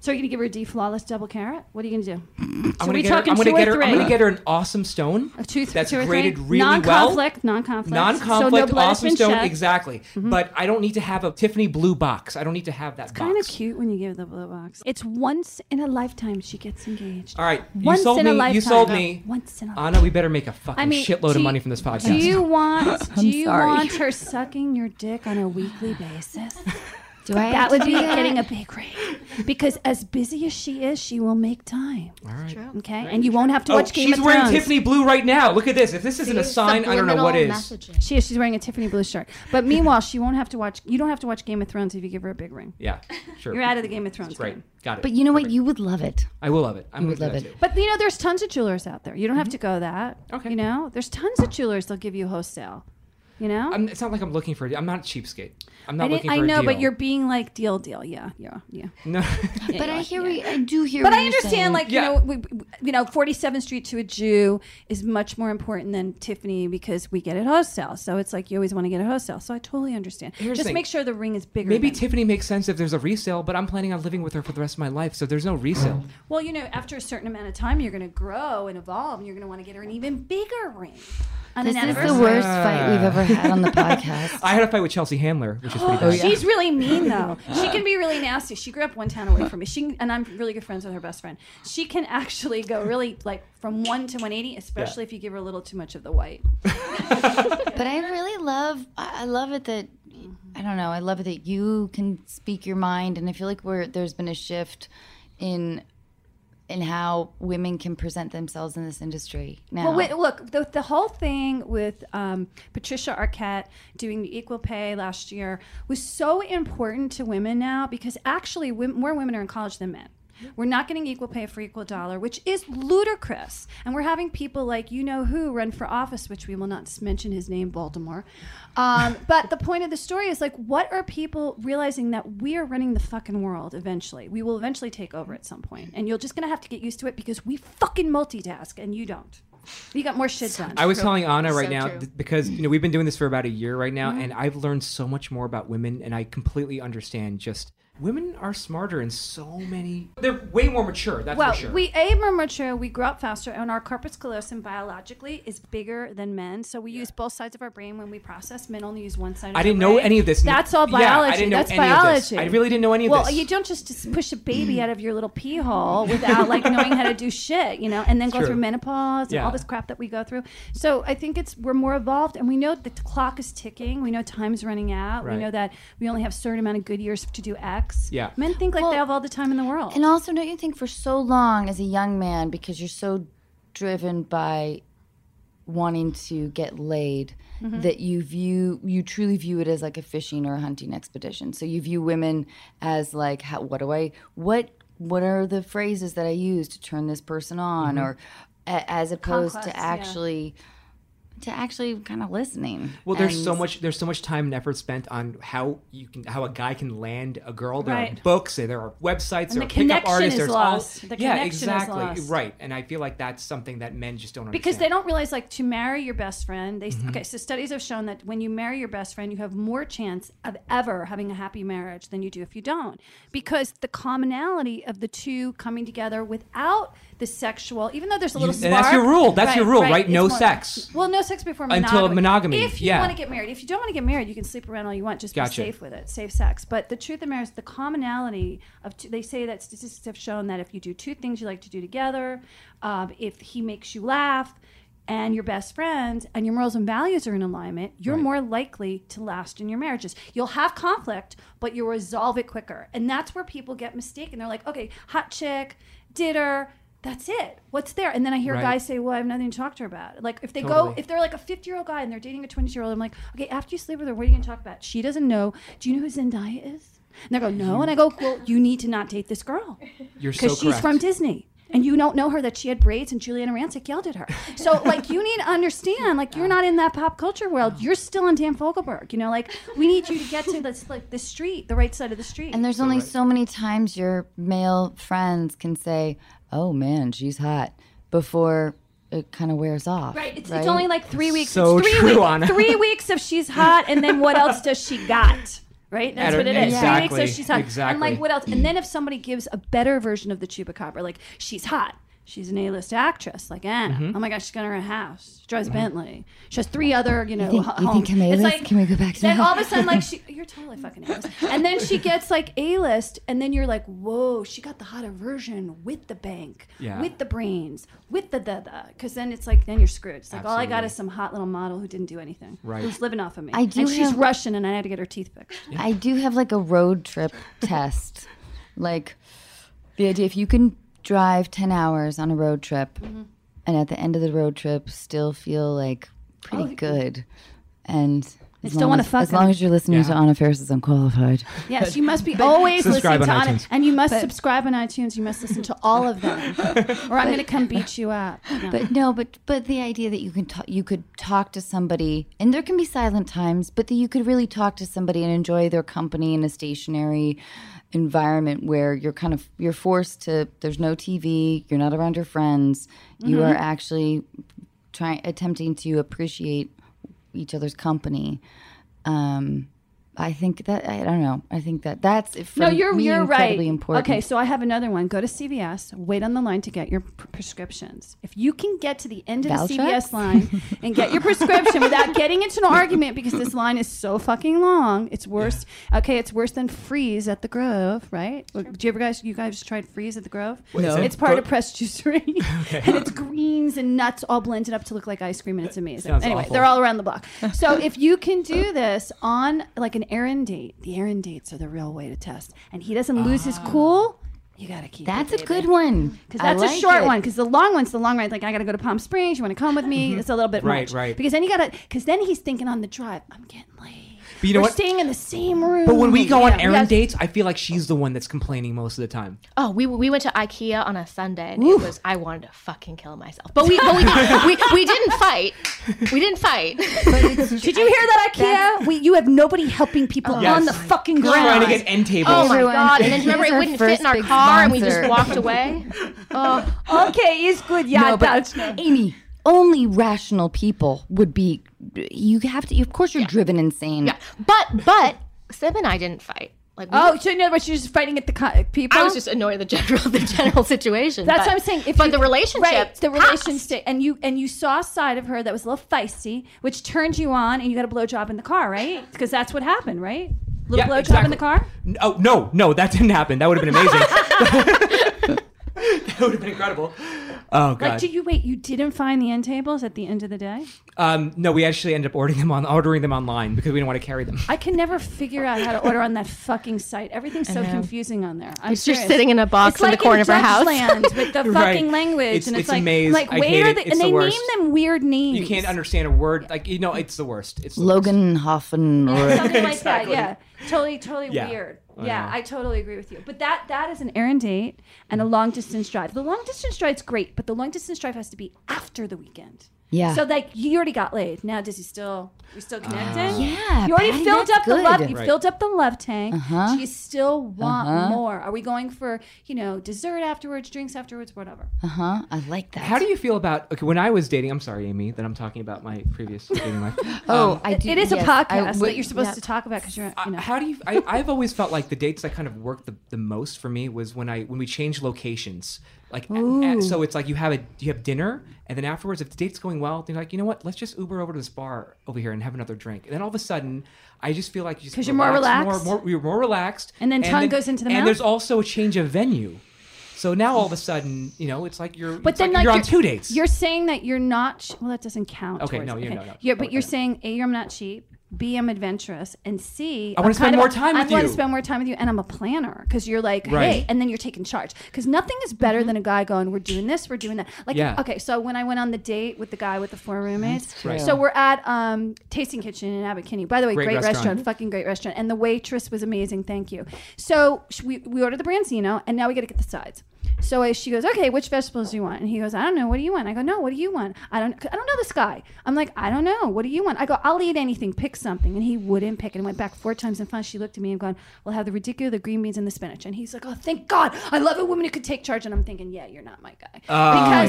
Speaker 1: So are you gonna give her a D flawless double carrot? What are you gonna do?
Speaker 3: I'm
Speaker 1: so
Speaker 3: gonna
Speaker 1: we
Speaker 3: get her.
Speaker 1: talking
Speaker 3: I'm gonna
Speaker 1: two
Speaker 3: get
Speaker 1: or
Speaker 3: her.
Speaker 1: three?
Speaker 3: I'm gonna get her an awesome stone.
Speaker 1: A two, th-
Speaker 3: that's
Speaker 1: two or
Speaker 3: graded
Speaker 1: three?
Speaker 3: really
Speaker 1: Non-conflict,
Speaker 3: well.
Speaker 1: non-conflict.
Speaker 3: Non-conflict.
Speaker 1: So no blood has
Speaker 3: awesome
Speaker 1: been
Speaker 3: stone.
Speaker 1: shed. Mm-hmm.
Speaker 3: Exactly. But I don't need to have a Tiffany blue box. I don't need to have that box.
Speaker 1: Kind of cute when you give the blue box. It's once in a lifetime she gets engaged.
Speaker 3: All right, you
Speaker 1: Once
Speaker 3: sold
Speaker 1: in
Speaker 3: me.
Speaker 1: a lifetime.
Speaker 3: You sold me.
Speaker 1: Once in a lifetime.
Speaker 3: Anna, we better make a fucking
Speaker 1: I mean,
Speaker 3: shitload
Speaker 1: do
Speaker 3: of
Speaker 1: you-
Speaker 3: money from this podcast.
Speaker 1: Do you want? Do
Speaker 2: I'm
Speaker 1: you
Speaker 2: sorry.
Speaker 1: want her sucking your dick on a weekly basis?
Speaker 2: Do I
Speaker 1: That
Speaker 2: have
Speaker 1: would
Speaker 2: to
Speaker 1: be
Speaker 2: do that?
Speaker 1: getting a big ring, because as busy as she is, she will make time. Okay, and you won't have to
Speaker 3: oh,
Speaker 1: watch Game
Speaker 3: she's
Speaker 1: of
Speaker 3: wearing
Speaker 1: Thrones.
Speaker 3: Tiffany blue right now. Look at this. If this isn't a
Speaker 5: See,
Speaker 3: sign, I don't know what is.
Speaker 5: subliminal messaging.
Speaker 1: She is. She's wearing a Tiffany blue shirt. But meanwhile, she won't have to watch. You don't have to watch Game of Thrones if you give her a big ring.
Speaker 3: Yeah, sure.
Speaker 1: You're out of the Game of Thrones
Speaker 3: Great,
Speaker 1: game.
Speaker 3: got it.
Speaker 2: But you know what? You would love it.
Speaker 3: I will love it. I'm
Speaker 2: You
Speaker 3: gonna
Speaker 2: would
Speaker 3: do
Speaker 2: love
Speaker 3: that
Speaker 2: it.
Speaker 3: too.
Speaker 1: But you know, there's tons of jewelers out there. You
Speaker 3: Mm-hmm.
Speaker 1: don't have to go that.
Speaker 3: Okay.
Speaker 1: You know, there's tons of jewelers. They'll give you wholesale. You know.
Speaker 3: I'm, it's not like I'm looking for. a- I'm not a cheapskate. I'm not
Speaker 1: I didn't-
Speaker 3: looking
Speaker 1: I
Speaker 3: for. a
Speaker 1: know, but
Speaker 3: deal.
Speaker 1: you're being like deal, deal. Yeah, yeah, yeah.
Speaker 3: no.
Speaker 2: But I hear. what you- I do hear.
Speaker 1: But
Speaker 2: what
Speaker 1: I
Speaker 2: you're
Speaker 1: understand,
Speaker 2: saying.
Speaker 1: like
Speaker 3: Yeah.
Speaker 1: you know, we, we- you know, Forty Seventh Street to a Jew is much more important than Tiffany because we get it wholesale. So it's like you always want to get it wholesale. So I totally understand.
Speaker 3: Here's the
Speaker 1: Just
Speaker 3: thing.
Speaker 1: make sure the ring is bigger.
Speaker 3: Maybe
Speaker 1: than-
Speaker 3: Tiffany makes sense if there's a resale, but I'm planning on living with her for the rest of my life, so there's no resale.
Speaker 1: well, you know, after a certain amount of time, you're going to grow and evolve, and you're going to want to get her an even bigger ring. On
Speaker 2: This
Speaker 1: an
Speaker 2: is the
Speaker 1: anniversary.
Speaker 2: worst fight we've ever had on the podcast.
Speaker 3: I had a fight with Chelsea Handler, which is pretty bad.
Speaker 1: She's really mean though. She can be really nasty. She grew up one town away from me. She can, and I'm really good friends with her best friend. She can actually go really like from one to one eighty, especially if you give her a little too much of the white.
Speaker 2: But I really love, I I love it that, I don't know, I love it that you can speak your mind, and I feel like we're, there's been a shift in in how women can present themselves in this industry now.
Speaker 1: Well, wait, look, the, the whole thing with um, Patricia Arquette doing the equal pay last year was so important to women now because actually wom- more women are in college than men. We're not getting equal pay for equal dollar, which is ludicrous. And we're having people like you know who run for office, which we will not mention his name, Baltimore. Um, but the point of the story is like, what are people realizing that we are running the fucking world eventually? We will eventually take over at some point, and you're just gonna have to get used to it because we fucking multitask and you don't. You got more shit done.
Speaker 3: I was telling Anna right
Speaker 5: So
Speaker 3: now
Speaker 5: true. Mm-hmm.
Speaker 3: th- because you know we've been doing this for about a year right now, and I've learned so much more about women, and I completely understand just women are smarter in so many. They're way more mature. That's
Speaker 1: well,
Speaker 3: for sure.
Speaker 1: we a more mature, we grow up faster, and our corpus callosum biologically is bigger than men. So we use both sides of our brain when we process. Men only use one side. of
Speaker 3: I
Speaker 1: their
Speaker 3: didn't know
Speaker 1: brain.
Speaker 3: any of this.
Speaker 1: That's all
Speaker 3: Yeah, I didn't
Speaker 1: biology.
Speaker 3: know
Speaker 1: That's
Speaker 3: any of this.
Speaker 1: biology.
Speaker 3: I really didn't know any of
Speaker 1: well,
Speaker 3: this.
Speaker 1: you don't just, just push a baby out of your little pee hole without like knowing how to do shit, you know, and then go
Speaker 3: True.
Speaker 1: through menopause and
Speaker 3: Yeah.
Speaker 1: all this crap that we go through. So I think it's we're more evolved, and we know the clock is ticking. We know time's running out.
Speaker 3: Right.
Speaker 1: We know that we only have a certain amount of good years to do X.
Speaker 3: Yeah.
Speaker 1: Men think like they have all the time in the world.
Speaker 2: and also, don't you think for so long as a young man, because you're so driven by wanting to get laid,
Speaker 1: Mm-hmm.
Speaker 2: that you view, you truly view it as like a fishing or a hunting expedition. So you view women as like, how, what do I, what, what are the phrases that I use to turn this person on, or a, as opposed
Speaker 1: Mm-hmm. Conquest,
Speaker 2: to
Speaker 1: yeah.
Speaker 2: actually, to actually kind of listening.
Speaker 3: Well, there's
Speaker 2: and-
Speaker 3: so much there's so much time and effort spent on how you can how a guy can land a girl. There are
Speaker 1: Right.
Speaker 3: books, there are websites, there
Speaker 1: the
Speaker 3: are pickup
Speaker 1: connection
Speaker 3: artists.
Speaker 1: is
Speaker 3: there's
Speaker 1: lost.
Speaker 3: all
Speaker 1: The
Speaker 3: yeah,
Speaker 1: connection is
Speaker 3: exactly
Speaker 1: lost.
Speaker 3: right. And I feel like that's something that men just don't
Speaker 1: because they
Speaker 3: understand. Mm-hmm.
Speaker 1: don't realize like to marry your best friend they okay so studies have shown that when you marry your best friend you have more chance of ever having a happy marriage than you do if you don't because the commonality of the two coming together without the sexual even though there's a little
Speaker 3: You- and that's
Speaker 1: spark-
Speaker 3: your rule. That's your rule, right? No
Speaker 1: It's more-
Speaker 3: sex.
Speaker 1: well no sex before monogamy.
Speaker 3: Until monogamy,
Speaker 1: if you
Speaker 3: yeah.
Speaker 1: want to get married if you don't want to get married you can sleep around all you want just
Speaker 3: Gotcha.
Speaker 1: be safe with it safe sex but the truth of the matter is the commonality of two, they say that statistics have shown that if you do two things you like to do together um, if he makes you laugh and your best friends and your morals and values are in alignment you're more likely to last in your marriages you'll have conflict but you'll resolve it quicker and that's where people get mistaken they're like okay hot chick did her that's it what's there and then i hear
Speaker 3: Right.
Speaker 1: guys say well i have nothing to talk to her about like if they go
Speaker 3: Totally.
Speaker 1: if they're like a 50 year old guy and they're dating a 20 year old i'm like okay after you sleep with her what are you going to talk about she doesn't know do you know who zendaya is and they go no and i go well you need to not date this girl
Speaker 3: You're so
Speaker 1: because she's
Speaker 3: correct.
Speaker 1: from Disney. And you don't know her that she had braids and Juliana Rancic yelled at her. So like you need to understand, like you're not in that pop culture world. You're still in Dan Fogelberg. You know, like we need you to get to this like the street, the right side of the street.
Speaker 2: And there's only so many times your male friends can say, "Oh man, she's hot," before it kind of wears off.
Speaker 1: Right. It's, it's only like three weeks.
Speaker 3: So
Speaker 1: it's three
Speaker 3: true,
Speaker 1: weeks.
Speaker 3: Anna.
Speaker 1: Three weeks of she's hot, and then what else does she got? right? That's
Speaker 3: At
Speaker 1: what
Speaker 3: her-
Speaker 1: it is.
Speaker 3: exactly,
Speaker 1: So she's hot. And
Speaker 3: exactly.
Speaker 1: like what else? And then if somebody gives a better version of the chupacabra, like she's hot. She's an A-list actress, like Anna.
Speaker 3: Mm-hmm.
Speaker 1: Oh my gosh, she's got her own house. She drives Bentley. She has three other, you know,
Speaker 2: think- you
Speaker 1: homes.
Speaker 2: think I'm
Speaker 1: It's
Speaker 2: A-list?
Speaker 1: like-
Speaker 2: Can we go back to
Speaker 1: Then
Speaker 2: that?
Speaker 1: all of a sudden, like she, you're totally fucking A-list. And then she gets like A-list, and then you're like, whoa, she got the hotter version with the bank,
Speaker 3: Yeah.
Speaker 1: with the brains, with the the the. Because then it's like, then you're screwed. It's like all I got
Speaker 3: Absolutely.
Speaker 1: is some hot little model who didn't do anything,
Speaker 3: Right.
Speaker 1: Who's living off of me.
Speaker 2: I do
Speaker 1: And she's
Speaker 2: have-
Speaker 1: Russian, and I had to get her teeth fixed.
Speaker 2: I do have like a road trip test. Like the idea if you can drive 10 hours on a road trip
Speaker 1: Mm-hmm.
Speaker 2: and at the end of the road trip still feel like pretty good and as
Speaker 1: Oh, still
Speaker 2: long
Speaker 1: wanna
Speaker 2: as-
Speaker 1: fuck
Speaker 2: as long
Speaker 1: them.
Speaker 2: as you're listening to
Speaker 3: Yeah.
Speaker 2: Anna Ferris is unqualified.
Speaker 1: Yes, you must be always
Speaker 3: Subscribe
Speaker 1: listening to
Speaker 3: on
Speaker 1: on
Speaker 3: iTunes.
Speaker 1: and you must subscribe on iTunes. You must listen to all of them, or I'm going to come beat you up. No.
Speaker 2: But no, but but the idea that you can talk, you could talk to somebody, and there can be silent times, but that you could really talk to somebody and enjoy their company in a stationary environment where you're kind of you're forced to. There's no TV. You're not around your friends.
Speaker 1: Mm-hmm.
Speaker 2: You are actually trying attempting to appreciate each other's company. Um, I think that I don't know. I think that that's for
Speaker 1: no, you're
Speaker 2: me,
Speaker 1: you're right.
Speaker 2: incredibly important.
Speaker 1: Okay, so I have another one. Go to CVS. Wait on the line to get your pr- prescriptions. If you can get to the end of
Speaker 2: Valtrex?
Speaker 1: the CVS line and get your prescription without getting into an argument because this line is so fucking long, it's worse. Okay, it's worse than freeze at the Grove, right? Do you ever guys you guys tried freeze at the Grove?
Speaker 3: No.
Speaker 1: It's part of press juicery, and it's greens and nuts all blended up to look like ice cream, and it's amazing.
Speaker 3: Sounds
Speaker 1: anyway,
Speaker 3: awful.
Speaker 1: they're all around the block. So if you can do this on like an errand date, the errand dates are the real way to test. And he doesn't lose
Speaker 3: Ah.
Speaker 1: his cool. You gotta keep.
Speaker 2: that's a good one
Speaker 1: Because that's a short one. Because the long one's the long ride. Like I gotta go to Palm Springs. You want to come with me? It's a little bit
Speaker 3: Mm-hmm. Right,
Speaker 1: much.
Speaker 3: right.
Speaker 1: Because then you gotta. Because then he's thinking on the drive. I'm getting late.
Speaker 3: But you know
Speaker 1: We're
Speaker 3: what?
Speaker 1: staying in the same room.
Speaker 3: But when we go on
Speaker 1: Yeah,
Speaker 3: errand
Speaker 1: yes.
Speaker 3: dates, I feel like she's the one that's complaining most of the time.
Speaker 5: Oh, we, we went to IKEA on a Sunday, and it was I wanted to fucking kill myself. But we but we, we we didn't fight. We didn't fight.
Speaker 1: Did you hear that, IKEA? We, you have nobody helping people
Speaker 3: Yes.
Speaker 1: on the fucking ground.
Speaker 3: Trying to get end tables.
Speaker 5: Oh my
Speaker 2: Everyone.
Speaker 5: god! And then remember,
Speaker 2: Here's
Speaker 5: it
Speaker 2: our
Speaker 5: wouldn't fit in
Speaker 2: first
Speaker 5: our
Speaker 2: big
Speaker 5: car, and we
Speaker 2: sponsor.
Speaker 5: just walked away. Oh,
Speaker 1: Okay, it's good. Yeah,
Speaker 2: No, but Amy, only rational people would be. You have to. Of course, you're driven insane.
Speaker 5: yeah. But but Seb and I didn't fight. Like we
Speaker 1: Oh, so in other words, you're just fighting at the co- people.
Speaker 5: I was just annoyed at the general the general situation.
Speaker 1: That's
Speaker 5: but-
Speaker 1: what I'm saying.
Speaker 5: Um, but
Speaker 1: you-
Speaker 5: the relationship,
Speaker 1: right, the
Speaker 5: passed.
Speaker 1: relationship, and you and you saw a side of her that was a little feisty, which turned you on, and you got a blowjob in the car, right? Because that's what happened, right? Little blowjob in the car.
Speaker 3: N- Oh no, no, that didn't happen. That would have been amazing. that would have been incredible. Oh god.
Speaker 1: Like, did you wait? You didn't find the end tables at the end of the day.
Speaker 3: um, no, we actually ended up ordering them on ordering them online because we didn't want to carry them.
Speaker 1: I can never figure out how to order on that fucking site. Everything's so confusing on there. I'm
Speaker 5: It's just
Speaker 1: serious.
Speaker 5: sitting in a box
Speaker 1: It's
Speaker 5: in the
Speaker 1: like
Speaker 5: corner of our house.
Speaker 1: Judgeland with the fucking
Speaker 3: Right.
Speaker 1: language,
Speaker 3: It's-
Speaker 1: and it's,
Speaker 3: it's a
Speaker 1: like,
Speaker 3: maze.
Speaker 1: like
Speaker 3: I
Speaker 1: where
Speaker 3: hate
Speaker 1: are
Speaker 3: it.
Speaker 1: they?
Speaker 3: It's
Speaker 1: and
Speaker 3: the
Speaker 1: they
Speaker 3: worst.
Speaker 1: name them weird names.
Speaker 3: You can't understand a word. Like you know, it's the worst. It's the
Speaker 2: Logan uh-huh, Hoffen or
Speaker 1: something like that. Yeah, totally, totally
Speaker 3: Yeah.
Speaker 1: weird.
Speaker 3: I
Speaker 1: yeah,
Speaker 3: know. Mm.
Speaker 1: I totally agree with you. But that that is an errand date and a long distance drive. The long distance drive's great, but the long distance drive has to be after the weekend.
Speaker 2: Yeah.
Speaker 1: So like you already got laid. Now does he still you still connected?
Speaker 2: Yeah,
Speaker 1: You already
Speaker 2: Patty,
Speaker 1: filled
Speaker 2: that's
Speaker 1: up the love.
Speaker 2: good. Uh-huh.
Speaker 1: You
Speaker 3: Ah. Right.
Speaker 1: filled up the love tank. Do you still want more? Are we going for you know dessert afterwards, drinks afterwards, whatever?
Speaker 2: uh huh. I like that.
Speaker 3: How do you feel about okay? When I was dating, I'm sorry, Amy, that I'm talking about my previous dating life.
Speaker 2: Oh, I do.
Speaker 1: It is
Speaker 2: yes,
Speaker 1: a
Speaker 2: I
Speaker 1: podcast
Speaker 2: would-
Speaker 1: that you're supposed to
Speaker 2: yeah.
Speaker 1: talk about because you're you know.
Speaker 3: How do you? I, I've always felt like the dates that kind of worked the, the most for me was when I when we changed locations. Like, a- a- so it's like you have a you have dinner, and then afterwards, if the date's going well, they're like, you know what? Let's just Uber over to this bar over here and have another drink. And then all of a sudden, I just feel like you just
Speaker 1: 'Cause you're more
Speaker 3: relax,
Speaker 1: relaxed?
Speaker 3: More, more, you're more relaxed.
Speaker 1: And then tongue goes into the
Speaker 3: and
Speaker 1: mouth?
Speaker 3: there's also a change of venue. So now all of a sudden, you know, it's like you're.
Speaker 1: But
Speaker 3: it's
Speaker 1: then, like,
Speaker 3: you're on two dates.
Speaker 1: You're saying that you're not. Ch- well, that doesn't count.
Speaker 3: Okay,
Speaker 1: towards
Speaker 3: no,
Speaker 1: it.
Speaker 3: you're not- not-
Speaker 1: Yeah, but
Speaker 3: okay.
Speaker 1: you're saying a, I'm not cheap. B, I'm adventurous, and C,
Speaker 3: I wanna
Speaker 1: I'm kind
Speaker 3: spend
Speaker 1: of
Speaker 3: more
Speaker 1: a-
Speaker 3: time
Speaker 1: I
Speaker 3: with
Speaker 1: want
Speaker 3: you.
Speaker 1: to spend more time with you, and I'm a planner because you're like,
Speaker 3: Right. Mm-hmm.
Speaker 1: hey, and then you're taking charge because nothing is better than a guy going, we're doing this, we're doing that. Like,
Speaker 3: Yeah.
Speaker 1: okay, so when I went on the date with the guy with the four roommates,
Speaker 3: Right.
Speaker 1: so we're at um, Tasting Kitchen in Abbot Kinney. By the way,
Speaker 3: Great
Speaker 1: great,
Speaker 3: restaurant.
Speaker 1: restaurant fucking great restaurant. And the waitress was amazing. Thank you. So sh- we, we ordered the branzino, and now we got to get the sides. So I- she goes, okay, which vegetables do you want? And he goes, I don't know. What do you want? I go, no. What do you want? I don't. I don't know this guy. I'm like, I don't know. What do you want? I go, I'll eat anything. Pick something. And he wouldn't pick. And went back four times. And finally, she looked at me and gone, we'll have the ridiculous the green beans and the spinach. And he's like, oh, thank God. I love a woman who could take charge. And I'm thinking, yeah, you're not my guy because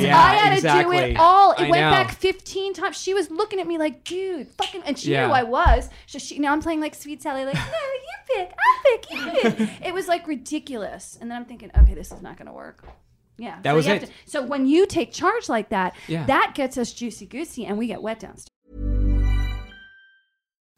Speaker 3: Oh, yeah,
Speaker 1: I had to do
Speaker 3: exactly.
Speaker 1: it all. It
Speaker 3: I
Speaker 1: went
Speaker 3: know.
Speaker 1: back 15 times. She was looking at me like, dude, fucking, and she
Speaker 3: Yeah.
Speaker 1: knew I was. So she, now I'm playing like Sweet Sally, like, no, you pick, I pick, you pick. It was like ridiculous. And then I'm thinking, okay, this is not going to work. Yeah.
Speaker 3: That
Speaker 1: so
Speaker 3: was
Speaker 1: you have
Speaker 3: it.
Speaker 1: to- so when you take charge like that,
Speaker 3: Yeah.
Speaker 1: that gets us juicy goosey and we get wet downstairs.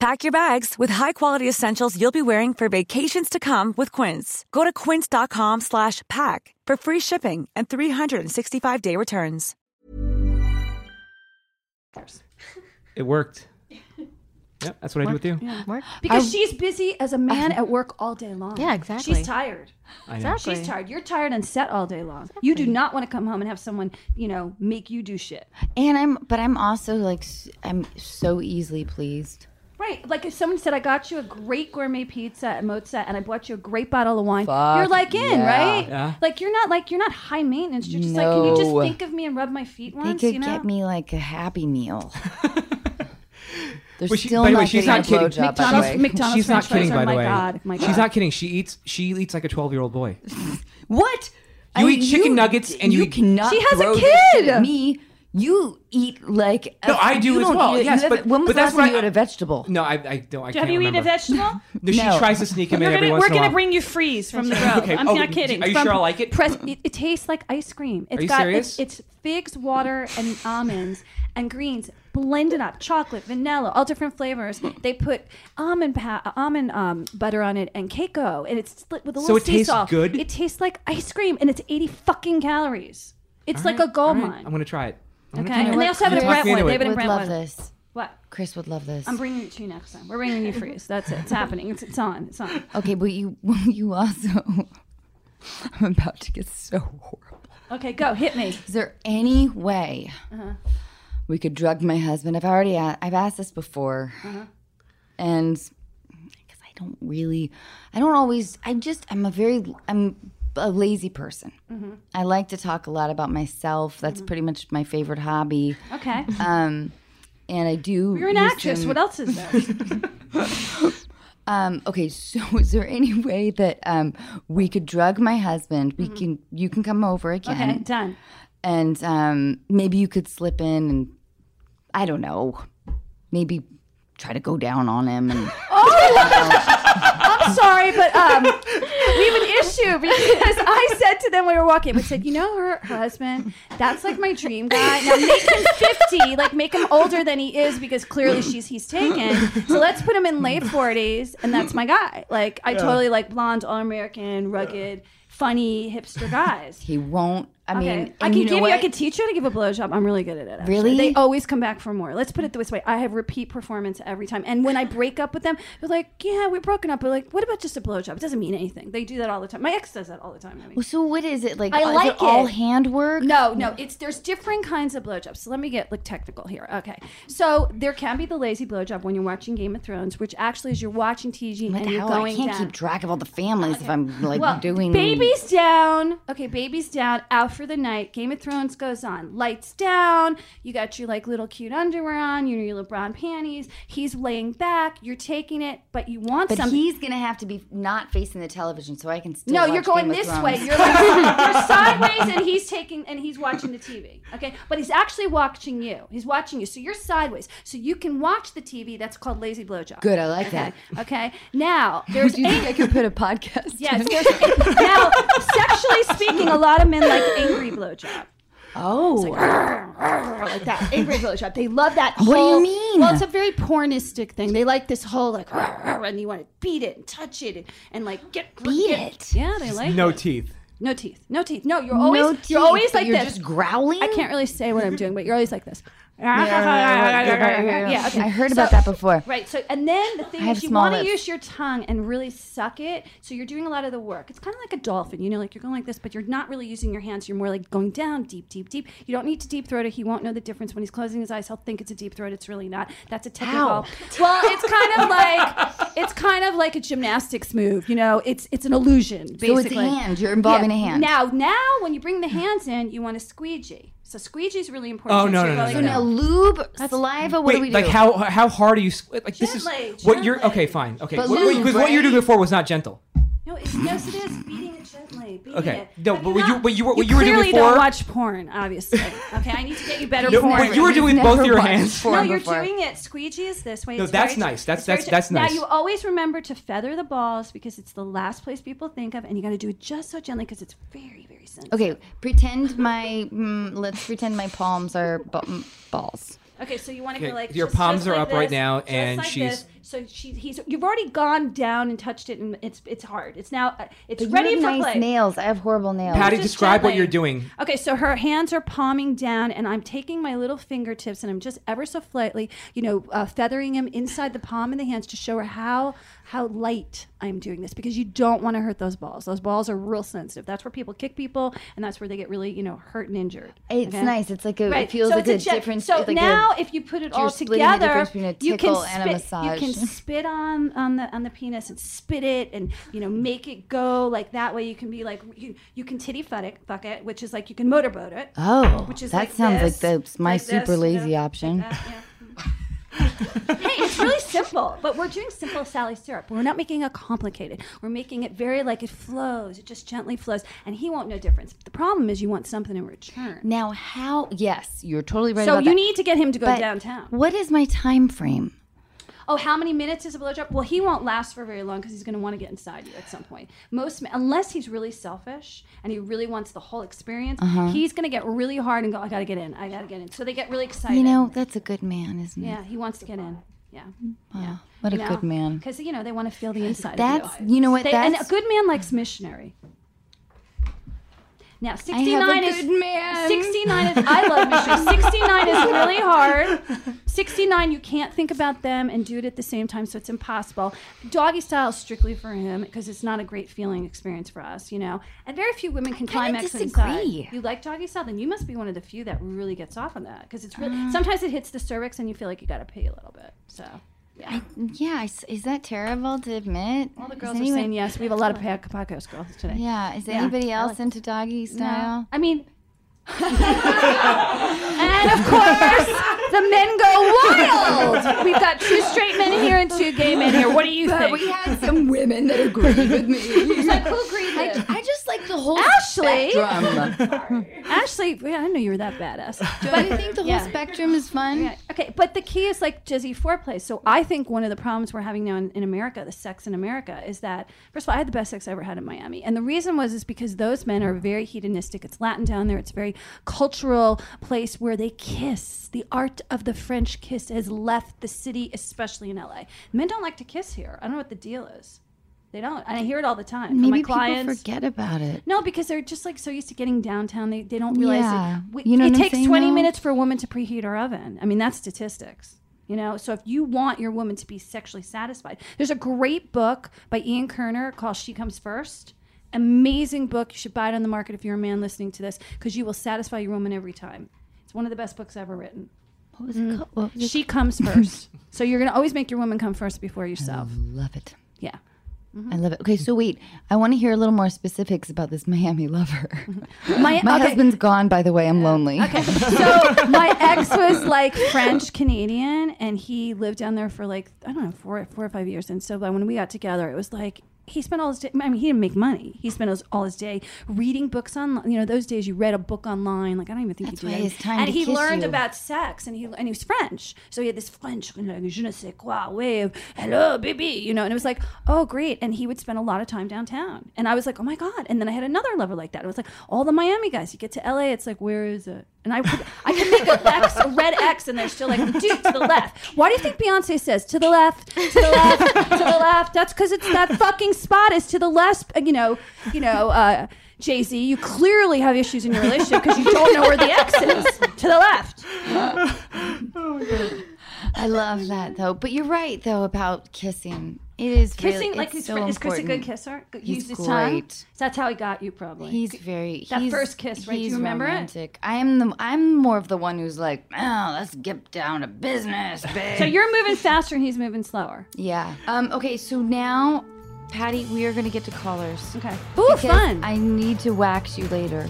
Speaker 8: Pack your bags with high-quality essentials you'll be wearing for vacations to come with Quince. Go to quince.com slash pack for free shipping and 365-day returns.
Speaker 3: It worked. Yep, that's what I do with you.
Speaker 5: Mark?
Speaker 1: Because she's busy as a man at work all day long.
Speaker 5: Yeah, exactly.
Speaker 1: She's tired.
Speaker 3: I know.
Speaker 5: Exactly.
Speaker 1: She's tired. You're tired and set all day long. You do not want to come home and have someone, you know, make you do shit.
Speaker 2: And I'm, but I'm also like, s- I'm so easily pleased.
Speaker 1: Right. Like if someone said, I got you a great gourmet pizza at Mozza and I bought you a great bottle of wine, you're like in,
Speaker 2: yeah.
Speaker 1: right?
Speaker 3: Yeah.
Speaker 1: Like you're not like you're not high maintenance. You're just like, can you just
Speaker 2: No.
Speaker 1: think of me and rub my feet
Speaker 2: They
Speaker 1: once?
Speaker 2: could
Speaker 1: you know?
Speaker 2: get me like a happy meal. They're
Speaker 3: But she-
Speaker 2: still
Speaker 3: by the way,
Speaker 2: not
Speaker 3: she's
Speaker 2: getting a
Speaker 3: not kidding.
Speaker 2: blowjob, by the
Speaker 1: McDonald's,
Speaker 2: way.
Speaker 1: McDonald's
Speaker 3: She's
Speaker 1: French
Speaker 3: not kidding,
Speaker 1: fries
Speaker 3: by the
Speaker 1: are my
Speaker 3: way.
Speaker 1: God, my God.
Speaker 3: She's not kidding. She eats. She eats like a twelve-year-old boy.
Speaker 2: What?
Speaker 3: You eat chicken nuggets and you eat-
Speaker 2: cannot.
Speaker 1: She has a
Speaker 2: throw this shit
Speaker 1: kid!
Speaker 2: at me. You eat like a,
Speaker 3: No, I do
Speaker 2: you
Speaker 3: as
Speaker 2: don't
Speaker 3: well.
Speaker 2: eat it.
Speaker 3: Yes,
Speaker 2: You
Speaker 3: but-
Speaker 2: haven't- when was
Speaker 3: but
Speaker 2: the
Speaker 3: that's
Speaker 2: last time
Speaker 3: what
Speaker 2: you
Speaker 3: I-
Speaker 2: had a vegetable?
Speaker 3: No, I, I don't. I can't
Speaker 9: Have you eaten
Speaker 3: remember.
Speaker 9: a vegetable?
Speaker 3: No, she
Speaker 2: No.
Speaker 3: tries to sneak him in
Speaker 9: We're
Speaker 3: every
Speaker 9: gonna,
Speaker 3: once
Speaker 9: we're
Speaker 3: in a
Speaker 9: gonna
Speaker 3: while.
Speaker 9: bring you freeze from the road.
Speaker 3: Okay.
Speaker 9: I'm
Speaker 3: Oh,
Speaker 9: not kidding.
Speaker 3: Are you
Speaker 9: From-
Speaker 3: sure I like it?
Speaker 1: press it, it tastes like ice cream It's
Speaker 3: you
Speaker 1: got
Speaker 3: serious?
Speaker 1: It's, it's figs water and almonds and greens blended up chocolate vanilla all different flavors they put almond pa- almond um, butter on it and keiko and it's split with a little
Speaker 3: it
Speaker 1: sea
Speaker 3: tastes
Speaker 1: salt.
Speaker 3: good?
Speaker 1: it tastes like ice cream and it's 80 fucking calories it's like a
Speaker 3: All
Speaker 1: gold
Speaker 3: right,
Speaker 1: mine
Speaker 3: I'm gonna try it. I'm gonna
Speaker 1: okay and they also have it in
Speaker 3: Talk me
Speaker 1: brentwood
Speaker 3: into
Speaker 1: they
Speaker 3: it.
Speaker 1: have it in
Speaker 2: would love
Speaker 1: brentwood
Speaker 2: this.
Speaker 1: what
Speaker 2: Chris would love this.
Speaker 1: i'm bringing it to you next time we're bringing you freeze that's it it's happening it's, it's on it's on
Speaker 2: okay, but you, you also. I'm about to get so horrible.
Speaker 1: okay go hit me
Speaker 2: Is there any way
Speaker 1: Uh-huh.
Speaker 2: we could drug my husband? I've already a- I've asked this before,
Speaker 1: Uh-huh.
Speaker 2: and because I don't really, I don't always. I just I'm a very I'm a lazy person.
Speaker 1: Mm-hmm.
Speaker 2: I like to talk a lot about myself. That's pretty much my favorite hobby.
Speaker 1: okay
Speaker 2: Um, and I do.
Speaker 1: you're an
Speaker 2: use
Speaker 1: actress
Speaker 2: them-
Speaker 1: what else is there
Speaker 2: um, okay, so is there any way that um, we could drug my husband? We can. You can come over again.
Speaker 1: Mm-hmm. okay done
Speaker 2: and um, maybe you could slip in and I don't know, maybe try to go down on him. And
Speaker 1: I'm sorry, but um, we have an issue because I said to them when we were walking, we said, you know, her, her husband, that's like my dream guy. Now make him 50, like make him older than he is because clearly she's he's taken. So let's put him in late 40s, and that's my guy. Like I totally like blonde, all American, rugged, funny, hipster guys.
Speaker 2: he won't. I mean,
Speaker 1: Okay. I
Speaker 2: and
Speaker 1: can
Speaker 2: you know
Speaker 1: give you.
Speaker 2: what?
Speaker 1: I can teach you how to give a blowjob. I'm really good at it. actually.
Speaker 2: Really?
Speaker 1: They always come back for more. Let's put it this way: I have repeat performance every time. And when I break up with them, they're like, "Yeah, we're broken up." But like, what about just a blowjob? It doesn't mean anything. They do that all the time. My ex does that all the time. I mean.
Speaker 2: Well, so what is it like?
Speaker 1: I
Speaker 2: is
Speaker 1: like it.
Speaker 2: all handwork.
Speaker 1: No, no, it's there's different kinds of blowjobs. So let me get like technical here. Okay, so there can be the lazy blowjob when you're watching Game of Thrones, which actually is you're watching TG
Speaker 2: What
Speaker 1: and
Speaker 2: the
Speaker 1: you're
Speaker 2: hell?
Speaker 1: going
Speaker 2: I can't
Speaker 1: down.
Speaker 2: keep track of all the families if I'm like
Speaker 1: well,
Speaker 2: doing
Speaker 1: baby's down. Okay, baby's down. Out for the night. Game of Thrones goes on. Lights down. You got your like little cute underwear on. You know, your LeBron panties. He's laying back. You're taking it, but you want
Speaker 2: But
Speaker 1: something.
Speaker 2: he's gonna have to be not facing the television, so I can still.
Speaker 1: no,
Speaker 2: watch
Speaker 1: you're going
Speaker 2: Game of
Speaker 1: this
Speaker 2: Thrones.
Speaker 1: way. You're, like, you're sideways, and he's taking and he's watching the TV. Okay, but he's actually watching you. He's watching you, so you're sideways, so you can watch the TV. That's called lazy blowjob.
Speaker 2: Good, I like that.
Speaker 1: Okay, now there's
Speaker 2: Do you think
Speaker 1: eight-
Speaker 2: I could put a podcast?
Speaker 1: Yes. there's- now, sexually speaking, a lot of men like angry blowjob.
Speaker 2: Oh,
Speaker 1: Like that. Angry blowjob. They love that
Speaker 2: What do you
Speaker 1: whole-
Speaker 2: mean?
Speaker 1: Well, it's a very pornistic thing. They like this whole like and you want to beat it and touch it and, and like get
Speaker 2: beat
Speaker 1: get-
Speaker 2: it.
Speaker 1: Yeah, they like
Speaker 3: No
Speaker 1: it.
Speaker 3: teeth.
Speaker 1: No teeth. No teeth. No, you're
Speaker 5: No
Speaker 1: always
Speaker 5: teeth,
Speaker 1: you're always
Speaker 5: but
Speaker 1: like
Speaker 5: you're
Speaker 1: this.
Speaker 5: just growling?
Speaker 1: I can't really say what I'm doing, but you're always like this.
Speaker 2: yeah, I heard about that before.
Speaker 1: Right. So, and then the
Speaker 2: I
Speaker 1: thing
Speaker 2: have
Speaker 1: is, you
Speaker 2: small
Speaker 1: want to
Speaker 2: lips.
Speaker 1: use your tongue and really suck it. So you're doing a lot of the work. It's kind of like a dolphin, you know, like you're going like this, but you're not really using your hands. You're more like going down, deep, deep, deep. You don't need to deep throat it. He won't know the difference when he's closing his eyes. He'll think it's a deep throat. It's really not. That's a technical.
Speaker 5: How?
Speaker 1: Well, it's kind of like it's kind of like a gymnastics move. You know, it's it's an illusion. Basically.
Speaker 2: So it's hand. You're involving a hand.
Speaker 1: Now, now when you bring the hands in, you want to squeegee. So squeegee is really important.
Speaker 3: Oh,
Speaker 1: since
Speaker 3: no,
Speaker 1: you're
Speaker 3: no, no,
Speaker 1: really
Speaker 3: no,
Speaker 2: So
Speaker 1: good
Speaker 3: no.
Speaker 1: at
Speaker 2: now lube, saliva. What
Speaker 3: Wait,
Speaker 2: do we do?
Speaker 3: like how how hard are you? squ- Like this is
Speaker 1: Gently,
Speaker 3: what you're.
Speaker 1: gently.
Speaker 3: Okay, fine. Okay,
Speaker 2: But
Speaker 3: because what,
Speaker 2: lube,
Speaker 3: 'cause what you were doing
Speaker 2: right?
Speaker 3: before was not gentle.
Speaker 1: No, it's, yes, it is. Beating it gently. Beating
Speaker 3: Okay.
Speaker 1: It.
Speaker 3: No,
Speaker 1: Have
Speaker 3: but what you-
Speaker 1: not-
Speaker 3: what you were- what you were doing
Speaker 1: clearly
Speaker 3: before-
Speaker 1: don't watch porn, obviously. Okay, I need to get you better
Speaker 3: No,
Speaker 1: porn.
Speaker 3: what you were doing with
Speaker 2: Never
Speaker 3: both your
Speaker 2: watched
Speaker 3: hands.
Speaker 2: porn
Speaker 1: no, you're
Speaker 2: before.
Speaker 1: doing it. Squeegee is this way.
Speaker 3: No,
Speaker 1: It's
Speaker 3: that's
Speaker 1: very-
Speaker 3: nice. That's-
Speaker 1: it's very
Speaker 3: that's- that's
Speaker 1: now
Speaker 3: nice.
Speaker 1: you always remember to feather the balls because it's the last place people think of, and you got to do it just so gently because it's very, very sensitive.
Speaker 2: Okay, pretend my mm, let's pretend my palms are bu- mm, balls.
Speaker 1: Okay, so you want to
Speaker 3: Okay,
Speaker 1: go like
Speaker 3: your
Speaker 1: just-
Speaker 3: palms
Speaker 1: just
Speaker 3: are
Speaker 1: like
Speaker 3: up right
Speaker 1: this,
Speaker 3: now,
Speaker 1: just
Speaker 3: and
Speaker 1: like
Speaker 3: she's-
Speaker 1: this. so she he's you've already gone down and touched it, and it's it's hard. It's now uh, it's
Speaker 2: But
Speaker 1: ready
Speaker 2: you have
Speaker 1: for
Speaker 2: nice
Speaker 1: play.
Speaker 2: nails. I have horrible nails.
Speaker 3: Patty,
Speaker 1: Just
Speaker 3: describe what
Speaker 1: gently.
Speaker 3: you're doing.
Speaker 1: Okay, so her hands are palming down, and I'm taking my little fingertips and I'm just ever so slightly, you know, uh, feathering them inside the palm of the hands to show her how how light I'm doing this because you don't want to hurt those balls. Those balls are real sensitive. That's where people kick people, and that's where they get really, you know, hurt and injured.
Speaker 2: It's
Speaker 1: okay?
Speaker 2: nice. It's like a,
Speaker 1: Right.
Speaker 2: it feels
Speaker 1: so
Speaker 2: like
Speaker 1: it's
Speaker 2: a,
Speaker 1: gen-
Speaker 2: different.
Speaker 1: So
Speaker 2: like a-
Speaker 1: now, if you put it
Speaker 2: you're
Speaker 1: all
Speaker 2: splitting the
Speaker 1: together,
Speaker 2: difference between a
Speaker 1: you can
Speaker 2: tickle and a
Speaker 1: spit- You can
Speaker 2: massage.
Speaker 1: spit on on the on the penis and spit it, and you know make it go like that way. You can be like you, you can titty fuck it, fuck it, which is like you can motorboat it.
Speaker 2: oh,
Speaker 1: which is
Speaker 2: that
Speaker 1: like
Speaker 2: sounds
Speaker 1: this,
Speaker 2: like the my
Speaker 1: like this,
Speaker 2: super
Speaker 1: you know,
Speaker 2: lazy
Speaker 1: like
Speaker 2: option.
Speaker 1: that, yeah. hey, it's really simple, but we're doing simple Sally syrup. We're not making it complicated. We're making it very like it flows. It just gently flows, and he won't know difference. The problem is you want something in return.
Speaker 2: Now, how? Yes, you're totally right.
Speaker 1: so
Speaker 2: about
Speaker 1: you
Speaker 2: that.
Speaker 1: need to get him to go
Speaker 2: But
Speaker 1: downtown.
Speaker 2: What is my time frame?
Speaker 1: Oh, how many minutes is a blowjob? Well, he won't last for very long because he's going to want to get inside you at some point. Most, men- unless he's really selfish and he really wants the whole experience,
Speaker 2: Uh-huh.
Speaker 1: he's going to get really hard and go, "I got to get in, I got to get in." So they get really excited.
Speaker 2: You know, that's a good man, isn't it?
Speaker 1: yeah, he wants to get in. Yeah,
Speaker 2: Wow, what a good man.
Speaker 1: Because you know they want to feel the inside.
Speaker 2: That's
Speaker 1: of you.
Speaker 2: you know what
Speaker 1: They, and a
Speaker 2: that's
Speaker 1: good man likes missionary. Now,
Speaker 2: I have
Speaker 1: sixty-nine
Speaker 2: a
Speaker 1: is
Speaker 2: good man.
Speaker 1: 69 is I love mystery. 69 is really hard. 69 you can't think about them and do it at the same time so it's impossible. Doggy style is strictly for him because it's not a great feeling experience for us, you know. And very few women can
Speaker 2: kinda
Speaker 1: climax inside.
Speaker 2: disagree.
Speaker 1: You like doggy style then you must be one of the few that really gets off on that because it's really
Speaker 2: Uh.
Speaker 1: sometimes it hits the cervix and you feel like you got to pay a little bit. So yeah.
Speaker 2: Yeah, I s- is that terrible to admit?
Speaker 1: All the
Speaker 2: Is
Speaker 1: girls are
Speaker 2: anyone-
Speaker 1: saying yes. We have a lot of pa- podcast girls today.
Speaker 2: Yeah, is
Speaker 1: Yeah.
Speaker 2: anybody
Speaker 1: I
Speaker 2: else
Speaker 1: like-
Speaker 2: into doggy style?
Speaker 1: No. I mean, and of course, the men go wild. We've got two straight men here and two gay men here. What do you think?
Speaker 2: had some women that agreed with me.
Speaker 1: Like, who agreed with you?
Speaker 2: I just like the whole
Speaker 1: Ashley?
Speaker 2: spectrum.
Speaker 1: Ashley, yeah, I know you were that badass.
Speaker 2: Do I think the whole
Speaker 1: Yeah.
Speaker 2: spectrum is fun?
Speaker 1: Yeah. Okay, but the key is like jizzy foreplay. So I think one of the problems we're having now in, in America, the sex in America, is that first of all, I had the best sex I ever had in Miami, and the reason was is because those men are very hedonistic. It's Latin down there. It's a very cultural place where they kiss. The art of the French kiss has left the city, especially in LA. Men don't like to kiss here. I don't know what the deal is. They don't, and I hear it all the time from my
Speaker 2: Maybe people
Speaker 1: clients.
Speaker 2: forget about it.
Speaker 1: No, because they're just like so used to getting downtown, they, they don't realize
Speaker 2: Yeah.
Speaker 1: it. We,
Speaker 2: You know
Speaker 1: it
Speaker 2: what I'm
Speaker 1: takes
Speaker 2: saying,
Speaker 1: 20
Speaker 2: though?
Speaker 1: minutes for a woman to preheat her oven. I mean, that's statistics. You know, so if you want your woman to be sexually satisfied, there's a great book by Ian Kerner called She Comes First. Amazing book. You should buy it on the market if you're a man listening to this because you will satisfy your woman every time. It's one of the best books ever written.
Speaker 2: What was it called? What was it
Speaker 1: She comes first. so you're going to always make your woman come first before yourself.
Speaker 2: called? Love it.
Speaker 1: Yeah.
Speaker 2: I love it. Okay, so wait, I want to hear a little more specifics about this Miami lover.
Speaker 1: My,
Speaker 2: My
Speaker 1: okay.
Speaker 2: husband's gone, by the way. I'm lonely.
Speaker 1: Okay. So my ex was like French Canadian, and he lived down there for like I don't know four four or five years. And so like, when we got together, it was like he spent all his day. I mean, he didn't make money. He spent his, all his day reading books online. You know, those days you read a book online. Like I don't even think
Speaker 2: That's
Speaker 1: you
Speaker 2: why
Speaker 1: did.
Speaker 2: his time
Speaker 1: and
Speaker 2: to
Speaker 1: he
Speaker 2: kiss
Speaker 1: learned
Speaker 2: you.
Speaker 1: about sex, and he and he was French, so he had this French you know, je ne sais quoi way of hello, baby, you know. And it was like, oh great. And he would spend a lot of time downtown, and I was like, oh my god. And then I had another lover like that. It was like all the Miami guys. You get to LA, it's like where is it? And I could, I could make a, X, a red X, and they're still like, dude, to the left. Why do you think Beyonce says to the left, to the left, to the left? That's because it's that fucking spot is to the left. uh, You know, you know, uh, Jay Z. You clearly have issues in your relationship because you don't know where the X is to the left.
Speaker 2: I love that though. But you're right though about kissing. It is
Speaker 1: Kissing,
Speaker 2: really,
Speaker 1: like
Speaker 2: it's
Speaker 1: is,
Speaker 2: so
Speaker 1: is Chris a good
Speaker 2: important.
Speaker 1: kisser? G-
Speaker 2: He's
Speaker 1: Use his tongue.
Speaker 2: great.
Speaker 1: That's how he got you, probably.
Speaker 2: He's very
Speaker 1: That
Speaker 2: he's-
Speaker 1: first kiss, right? Do
Speaker 2: he's
Speaker 1: you remember it?
Speaker 2: romantic. I am the I'm more of the one who's like, oh, let's get down to business, babe.
Speaker 1: so you're moving faster and he's moving slower.
Speaker 2: yeah. Um. Okay. So now, Patty, we are gonna get to callers.
Speaker 1: Okay. Ooh,
Speaker 2: Because
Speaker 1: fun.
Speaker 2: I need to wax you later.